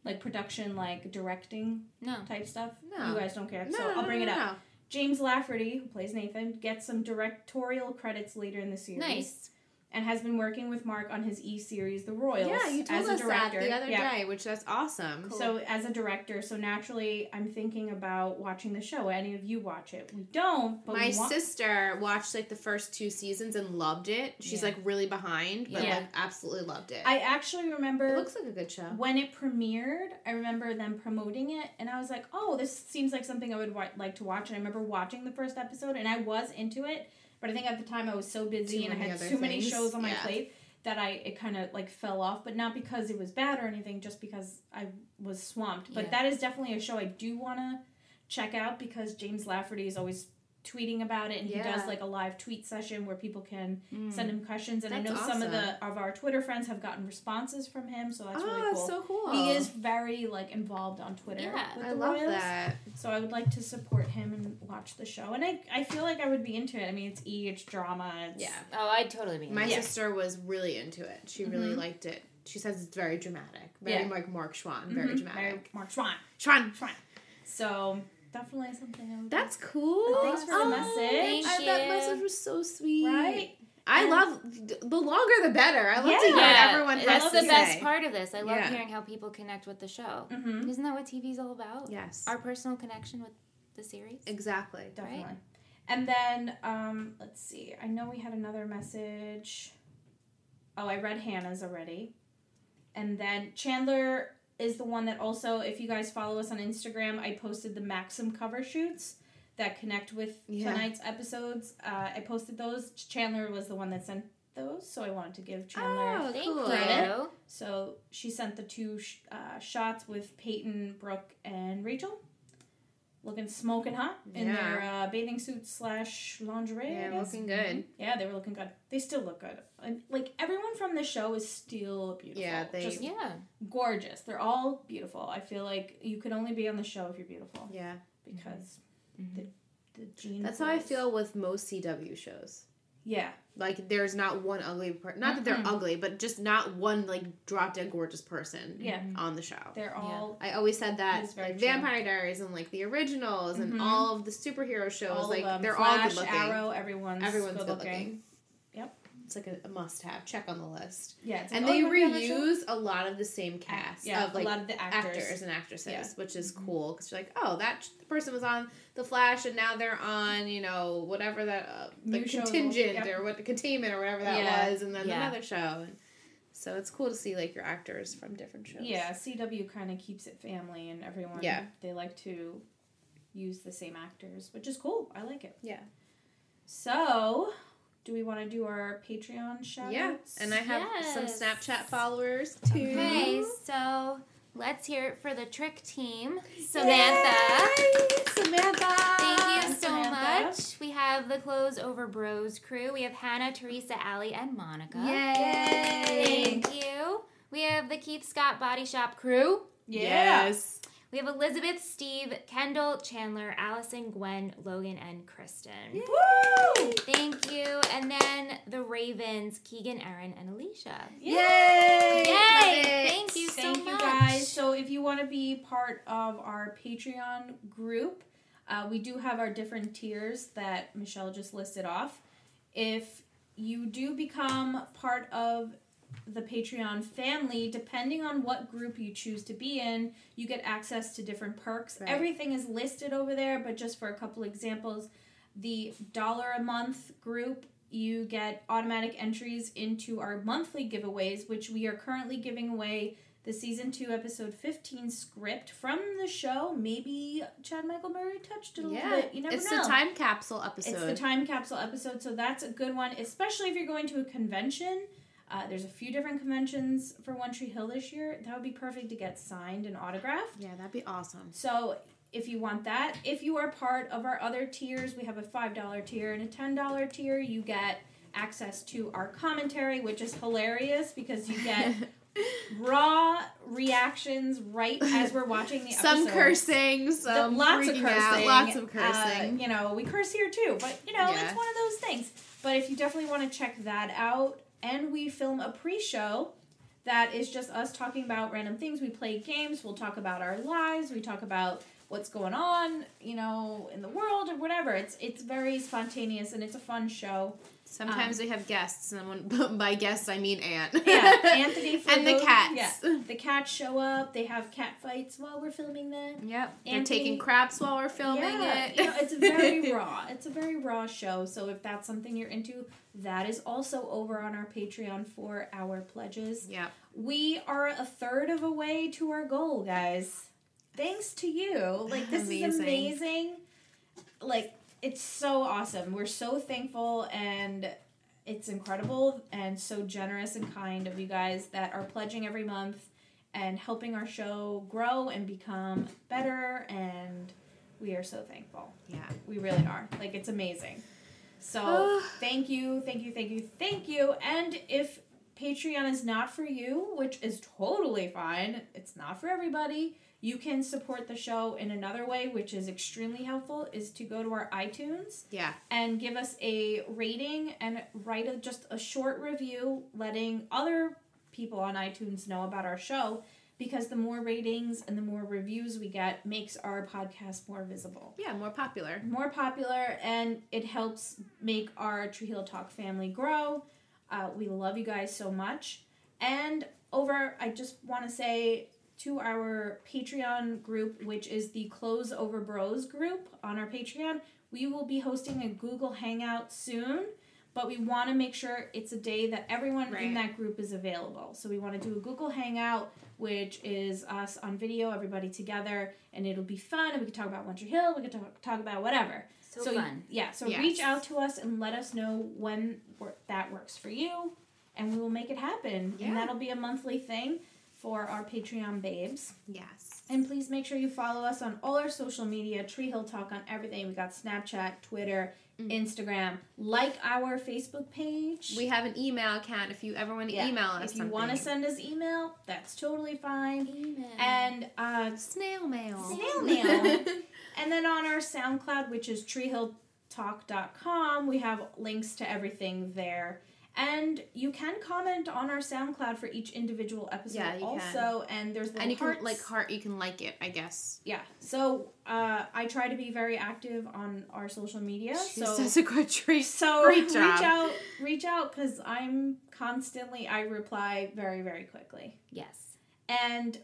S1: Like production, like directing
S2: no.
S1: type stuff.
S3: No.
S1: You guys don't care.
S3: No,
S1: so I'll bring
S3: no,
S1: it
S3: no,
S1: up. James Lafferty, who plays Nathan, gets some directorial credits later in the series.
S2: Nice.
S1: And has been working with Mark on his E series, The
S3: no.
S1: Royals,
S3: Yeah, you told
S1: as
S3: us
S1: a director.
S3: that the other
S1: yeah.
S3: day, which that's awesome.
S2: Cool.
S1: So as a director, so naturally I'm thinking about watching the show. Any of you watch it? We don't, but
S3: My
S1: we want
S3: sister watched like the first two seasons and loved it. She's
S2: Yeah.
S3: like really behind, but
S1: Yeah.
S3: like absolutely loved it.
S1: I actually remember
S3: it looks like a good show.
S1: when it premiered, I remember them promoting it, and I was like, "Oh, this seems like something I would wa- like to watch." And I remember watching the first episode, and I was into it, but I think at the time I was so busy
S3: Too
S1: and I
S3: many
S1: had so
S3: other
S1: many
S3: things.
S1: shows on my
S3: Yeah.
S1: plate that I it kind of like fell off. But not because it was bad or anything, just because I was swamped. But
S2: Yeah.
S1: that is definitely a show I do want to check out because James Lafferty is always tweeting about it, and he
S3: Yeah. Mm.
S1: does like a live tweet session where people can
S2: Mm.
S1: send him questions. And I know
S3: That's
S1: some of the of our Twitter friends have gotten responses from him, so that's really cool.
S3: Ah, so cool.
S1: He is very like involved on Twitter.
S2: Yeah,
S1: with
S3: I
S1: the
S3: love
S1: Royals.
S3: that.
S1: So I would like to support him and watch the show. And I, I feel like I would be into it. I mean, it's E, it's drama. It's,
S3: Yeah.
S2: Oh, I'd totally be.
S3: My
S2: into
S1: Yeah.
S3: sister was really into it. She really
S1: Mhm.
S3: liked it. She says it's very dramatic. Very
S1: Yeah.
S3: like Mark Schwann. Very
S1: Mhm.
S3: dramatic.
S1: Mark Schwann.
S3: Schwann.
S1: So definitely something I would.
S3: That's cool.
S1: But thanks for the
S2: Oh,
S1: message.
S2: thank
S3: I, that
S2: you.
S3: message was so sweet.
S1: Right?
S3: I
S1: And-
S3: love the longer the better. I love to
S1: Yeah.
S3: hear
S2: it.
S3: what
S2: yeah,
S3: everyone has
S2: that's
S3: to
S2: the best
S3: say.
S2: part of this. I love
S3: Yeah.
S2: hearing how people connect with the show.
S1: Mm-hmm.
S2: Isn't that what TV's all about?
S3: Yes.
S2: Our personal connection with the series.
S3: Exactly.
S1: Definitely. And then um, let's see. I know we had another message. Oh, I read Hannah's already. And then Chandler is the one that also, if you guys follow us on Instagram, I posted the Maxim cover shoots that connect with
S3: Yeah.
S1: tonight's episodes. Uh, I posted those. Chandler was the one that sent those, so I wanted to give Chandler.
S3: Oh,
S2: Thank
S3: cool.
S2: you.
S1: So she sent the two sh- uh, shots with Peyton, Brooke, and Rachel, looking smoking hot in
S3: Yeah.
S1: their uh, bathing suits slash lingerie. I
S3: Yeah,
S1: guess.
S3: looking good.
S1: Yeah, they were looking good. They still look good. And, like everyone from the show is still beautiful.
S3: Yeah, they-
S1: just
S2: Yeah.
S1: gorgeous. They're all beautiful. I feel like you could only be on the show if you're beautiful
S3: Yeah.
S1: because
S2: Mhm.
S1: the the gene.
S3: Mm-hmm. That's how I
S1: pools.
S3: feel with most CW shows.
S1: Yeah,
S3: Like there's not one ugly person. Not that they're
S1: Mm-mm.
S3: ugly, but just not one like drop dead gorgeous person
S1: yeah.
S3: on the show.
S1: They're all
S3: I always said that
S1: It's very
S3: like
S1: true.
S3: Vampire Diaries and like the originals
S1: Mhm.
S3: and all of the superhero shows,
S1: all
S3: like
S1: of them.
S3: they're all
S1: Flash,
S3: good looking.
S1: Arrow, everyone's
S3: Everyone's good looking.
S1: looking. Yep.
S3: It's like a, a must have. Check on the list.
S1: Yeah, it's
S3: and
S1: like,
S3: they
S1: oh, you wanna be on the show?
S3: reuse a lot of the same cast
S1: yeah,
S3: of like
S1: a lot of the
S3: actors.
S1: actors.
S3: and actresses,
S1: Yeah. Mm-hmm.
S3: which is cool because you're like, oh, that person was on The Flash and now they're on, you know, whatever that uh, the
S1: New show,
S3: contingent
S1: yep.
S3: or what the containment or whatever that
S1: Yeah.
S3: was, and then
S2: Yeah.
S3: another show. And So it's cool to see like your actors from different shows.
S1: Yeah, CW kind of keeps it family, and everyone.
S3: Yeah.
S1: They like to use the same actors, which is cool. I like it.
S3: Yeah.
S1: So, do we want to do our Patreon shout
S3: Yeah. And I have some
S2: Yes.
S3: Snapchat followers too.
S2: Mm-hmm. Okay, so let's hear it for the trick team. Samantha.
S3: Yay, Samantha.
S2: Thank you so
S1: Samantha.
S2: much. We have the Clothes Over Bros crew. We have Hannah, Teresa, Allie, and Monica.
S3: Yay.
S2: Thank you. We have the Keith Scott Body Shop crew.
S3: Yes.
S2: We have Elizabeth, Steve, Kendall, Chandler, Allison, Gwen, Logan, and Kristen.
S1: Woo!
S2: Thank you. And then the Ravens, Keegan, Aaron, and Alicia.
S3: Yay.
S2: Yay!
S3: Love it.
S2: Thank you so
S1: Thank you
S2: much.
S1: guys. So if you want to be part of our Patreon group, uh, we do have our different tiers that Michelle just listed off. If you do become part of the Patreon family, depending on what group you choose to be in, you get access to different perks.
S3: Right.
S1: Everything is listed over there, but just for a couple examples, the dollar a month group, you get automatic entries into our monthly giveaways, which we are currently giving away the season two, episode 15 script from the show. Maybe Chad Michael Murray touched it a
S3: Yeah.
S1: little bit. You never
S3: it's
S1: know.
S3: the time capsule episode.
S1: It's the time capsule episode, so that's a good one, especially if you're going to a convention. Uh, there's a few different conventions for One Tree Hill this year. That would be perfect to get signed and autographed.
S3: yeah, that'd be awesome.
S1: So if you want that, if you are part of our other tiers, we have a $5 tier and a $10 tier. You get access to our commentary, which is hilarious because you
S3: [LAUGHS]
S1: get raw reactions right as we're watching the episode.
S3: some cursing, some
S1: The- lots of
S3: freaking
S1: cursing.
S3: out, lots of
S1: Uh,
S3: cursing.
S1: you know, we curse here too, but you know,
S3: Yeah.
S1: it's one of those things. But if you definitely want to check that out, and we film a pre-show that is just us talking about random things. We play games. We'll talk about our lives. We talk about what's going on, you know, in the world or whatever. It's it's very spontaneous and it's a fun show.
S3: Sometimes we have guests, and when, [LAUGHS] by guests I mean Aunt.
S1: um,
S3: [LAUGHS]
S1: Yeah, Anthony for
S3: and the
S1: those-
S3: cats.
S1: yeah. The cats show up. They have cat fights while we're filming them.
S3: Yep, they're
S1: Anthony-
S3: taking craps while we're filming
S1: yeah,
S3: it.
S1: you know, it's
S3: [LAUGHS]
S1: very raw. It's a very raw show. So if that's something you're into, that is also over on our Patreon for our pledges.
S3: Yep.
S1: We are a third of a way to our goal, guys. Thanks to you. Like this is
S3: Amazing.
S1: amazing. Like it's so awesome. We're so thankful and it's incredible and so generous and kind of you guys that are pledging every month and helping our show grow and become better and we are so thankful.
S3: Yeah.
S1: We really are. Like it's amazing. So
S3: Ah.
S1: thank you, thank you, thank you, thank you. And if Patreon is not for you, which is totally fine, it's not for everybody. You can support the show in another way, which is extremely helpful, is to go to our iTunes
S3: Yeah.
S1: and give us a rating and write a, just a short review letting other people on iTunes know about our show because the more ratings and the more reviews we get makes our podcast more visible
S3: Yeah. More popular.
S1: more popular and it helps make our Tree Hill Talk family grow. Uh, we love you guys so much. And over, I just want to say to our Patreon group, which is the Close Over Bros group on our Patreon, we will be hosting a Google Hangout soon. But we want to make sure it's a day that everyone in
S3: Right.
S1: that group is available. So we want to do a Google Hangout which is us on video, everybody together, and it'll be fun. And we can talk about Winter Hill, we can talk, talk about whatever.
S2: So, fun.
S1: yeah, so
S3: Yes.
S1: reach out to us and let us know when wor- that works for you, and we will make it happen.
S3: Yeah.
S1: And that'll be a monthly thing for our Patreon babes.
S3: Yes.
S1: And please make sure you follow us on all our social media, Tree Hill Talk on everything. We got Snapchat, Twitter, Instagram. Like our Facebook page.
S3: Mm. We have an email account if you ever want to
S1: Yeah.
S3: email us.
S1: if you want to
S3: something.
S1: send us email, that's totally fine.
S2: Amen.
S1: And uh,
S3: snail mail.
S1: Snail mail. And then on our SoundCloud, which is treehilltalk.com, we have links to everything there. And you can comment on our SoundCloud for each individual episode
S3: Yeah, you
S1: also. And there's little
S3: [LAUGHS] and you
S1: hearts.
S3: can like heart. You can like it, I guess.
S1: yeah. So uh, I try to be very active on our social media.
S3: She's
S1: [LAUGHS] so
S3: such a good trace.
S1: so
S3: Great
S1: reach
S3: job.
S1: out reach out because I'm constantly I reply very, very quickly.
S2: yes.
S1: And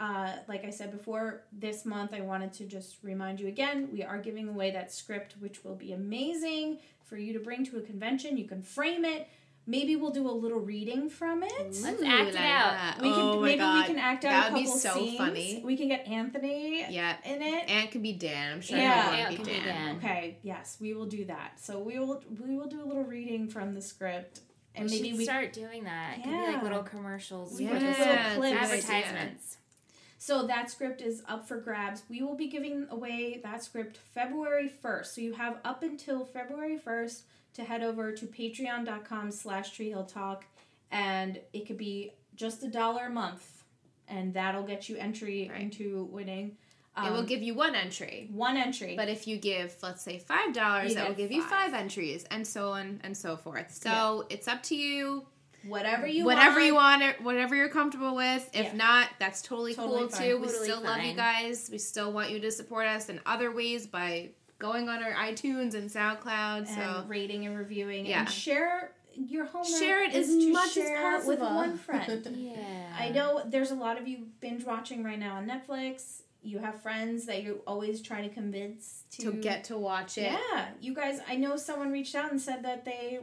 S1: uh, like I said before, this month I wanted to just remind you again we are giving away that script, which will be amazing for you to bring to a convention. You can frame it, Maybe we'll do a little reading from it.
S2: Let's
S3: Ooh,
S2: act it out.
S3: like that.
S1: We can
S3: oh my
S1: maybe
S3: god.
S1: we can act out
S3: That
S1: a
S3: would be
S1: couple
S3: so
S1: scenes.
S3: funny.
S1: We can get Anthony
S3: Yeah.
S1: in it.
S3: Ant could be Dan. I'm sure
S1: Yeah.
S3: yeah,
S2: Ant
S3: would
S2: could be
S3: be Dan.
S2: Dan.
S1: Okay, yes, we will do that. So we will we will do a little reading from the script and
S2: we
S1: maybe
S2: should
S1: we
S2: start doing that. It could be
S1: Yeah.
S2: like little commercials
S1: We
S2: for
S1: could
S2: the
S1: do
S2: soap,
S1: little clips.
S2: advertisements.
S1: So that script is up for grabs. We will be giving away that script February 1st. So you have up until February 1st to head over to patreon.com slash treehilltalk and it could be just a dollar a month and that'll get you entry
S3: Right.
S1: into winning. Um,
S3: it will give you one entry.
S1: one entry.
S3: But if you give, let's say, five dollars,
S1: You
S3: that will
S1: get
S3: give you
S1: five.
S3: five entries, and so on and so forth. So it's up to you.
S1: whatever you
S3: whatever
S1: want.
S3: you want, it- whatever you're comfortable with. If
S1: Yeah.
S3: not, that's totally,
S1: Totally
S3: cool
S1: fine.
S3: too. we
S2: Totally
S3: still love you
S2: fine.
S3: guys. We still want you to support us in other ways by going on our iTunes and SoundCloud.
S1: and
S3: So
S1: rating and reviewing
S3: Yeah.
S1: and share your homework
S3: Share it
S1: is
S3: as
S1: to
S3: much as
S1: share it with
S3: possible.
S1: one
S3: [LAUGHS]
S1: friend.
S2: Yeah.
S3: Um,
S1: I know there's a lot of you binge watching right now on Netflix. You have friends that you always try to convince to,
S3: to get to watch it.
S1: Yeah, you guys. I know someone reached out and said that they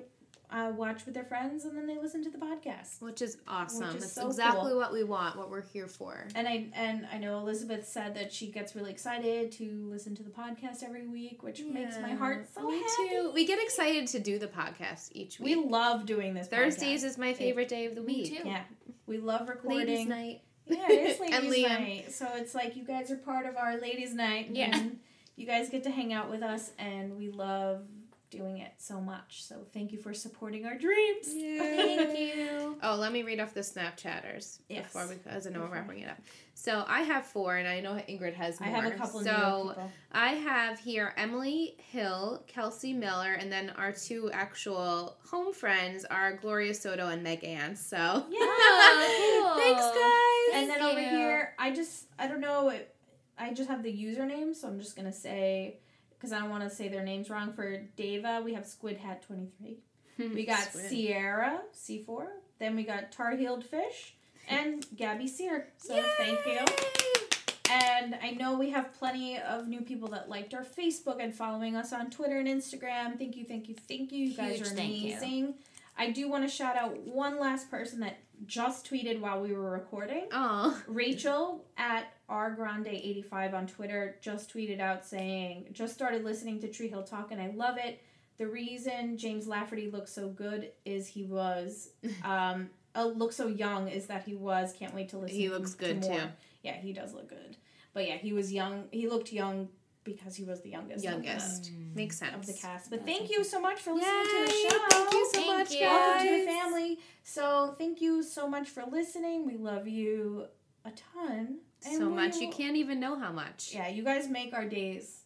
S1: uh, watch with their friends and then they listen to the podcast.
S3: Which is awesome.
S1: Which is
S3: That's
S1: so
S3: exactly
S1: cool.
S3: what we want, what we're here for.
S1: And I and I know Elizabeth said that she gets really excited to listen to the podcast every week, which makes my heart so
S3: Me
S1: happy.
S3: too. We get excited to do the podcast each
S1: We
S3: week.
S1: love doing this.
S3: Thursdays
S1: podcast.
S3: is my favorite day of the
S2: Me
S3: week.
S2: too.
S1: Yeah, we love recording.
S3: Ladies' night.
S1: Yeah, it is ladies'
S3: [LAUGHS] And Liam.
S1: night. So it's like you guys are part of our ladies' night.
S2: Yeah.
S1: And you guys get to hang out with us, and we love doing it so much. So thank you for supporting our dreams.
S2: Thank
S1: [LAUGHS]
S2: you.
S3: Oh, let me read off the Snapchatters
S1: Yes.
S3: before because I know we're
S1: Before.
S3: wrapping it up. So I have four, and I know Ingrid has
S1: I
S3: more.
S1: have a couple
S3: So
S1: new
S3: [LAUGHS]
S1: people.
S3: I have here Emily Hill, Kelsey Miller, and then our two actual home friends are Gloria Soto and Meg Ann. So [LAUGHS]
S2: Oh, cool.
S3: thanks, guys.
S1: And then over
S2: you.
S1: here, I just, I don't know, it, I just have the username, so I'm just going to say, because I don't want to say their names wrong. For Deva, we have Squid Hat 23. We got
S3: Mm, Squid.
S1: Sierra C4. Then we got Tar Heeled Fish and Gabby Sear. So thank you. And I know we have plenty of new people that liked our Facebook and following us on Twitter and Instagram. Thank you, thank you, thank you. You guys
S2: Huge
S1: are
S2: thank you.
S1: amazing. I do want to shout out one last person that just tweeted while we were recording.
S3: Oh,
S1: Rachel at rgrande85 on Twitter just tweeted out saying, just started listening to Tree Hill Talk and I love it. The reason James Lafferty looked so good is he
S3: [LAUGHS]
S1: was, um, uh, looked so young is that he was. Can't wait to listen.
S3: He looks
S1: to
S3: good,
S1: more.
S3: too.
S1: Yeah, he does look good. But yeah, he was young. He looked young because he was the youngest. of the-
S3: youngest makes sense.
S1: Of the cast, but
S2: That's
S1: thank you so much for listening to the
S3: Yay,
S1: show.
S3: Thank you so
S2: Thank
S3: much,
S2: you.
S1: Welcome to the
S3: guys.
S1: family. So thank you so much for listening. We love you a ton. And
S3: So
S1: we
S3: much you
S1: will-
S3: can't even know how much.
S1: Yeah, you guys make our days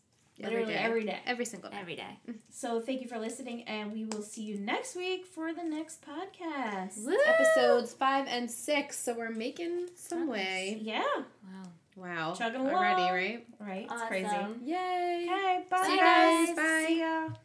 S3: Every
S1: literally
S3: day.
S1: every day.
S3: Every single day.
S2: Every day.
S1: So thank you for listening, and we will see you next week for the next podcast.
S2: Woo!
S3: Episodes five and six, so we're making some
S2: Progress.
S3: way.
S1: Yeah,
S2: Wow.
S3: Wow.
S1: Chugging
S3: Already,
S1: along.
S3: right?
S1: right. It's
S2: Awesome.
S1: crazy.
S3: Yay.
S1: Okay, bye
S2: See you
S1: guys.
S2: guys.
S1: Bye. See ya.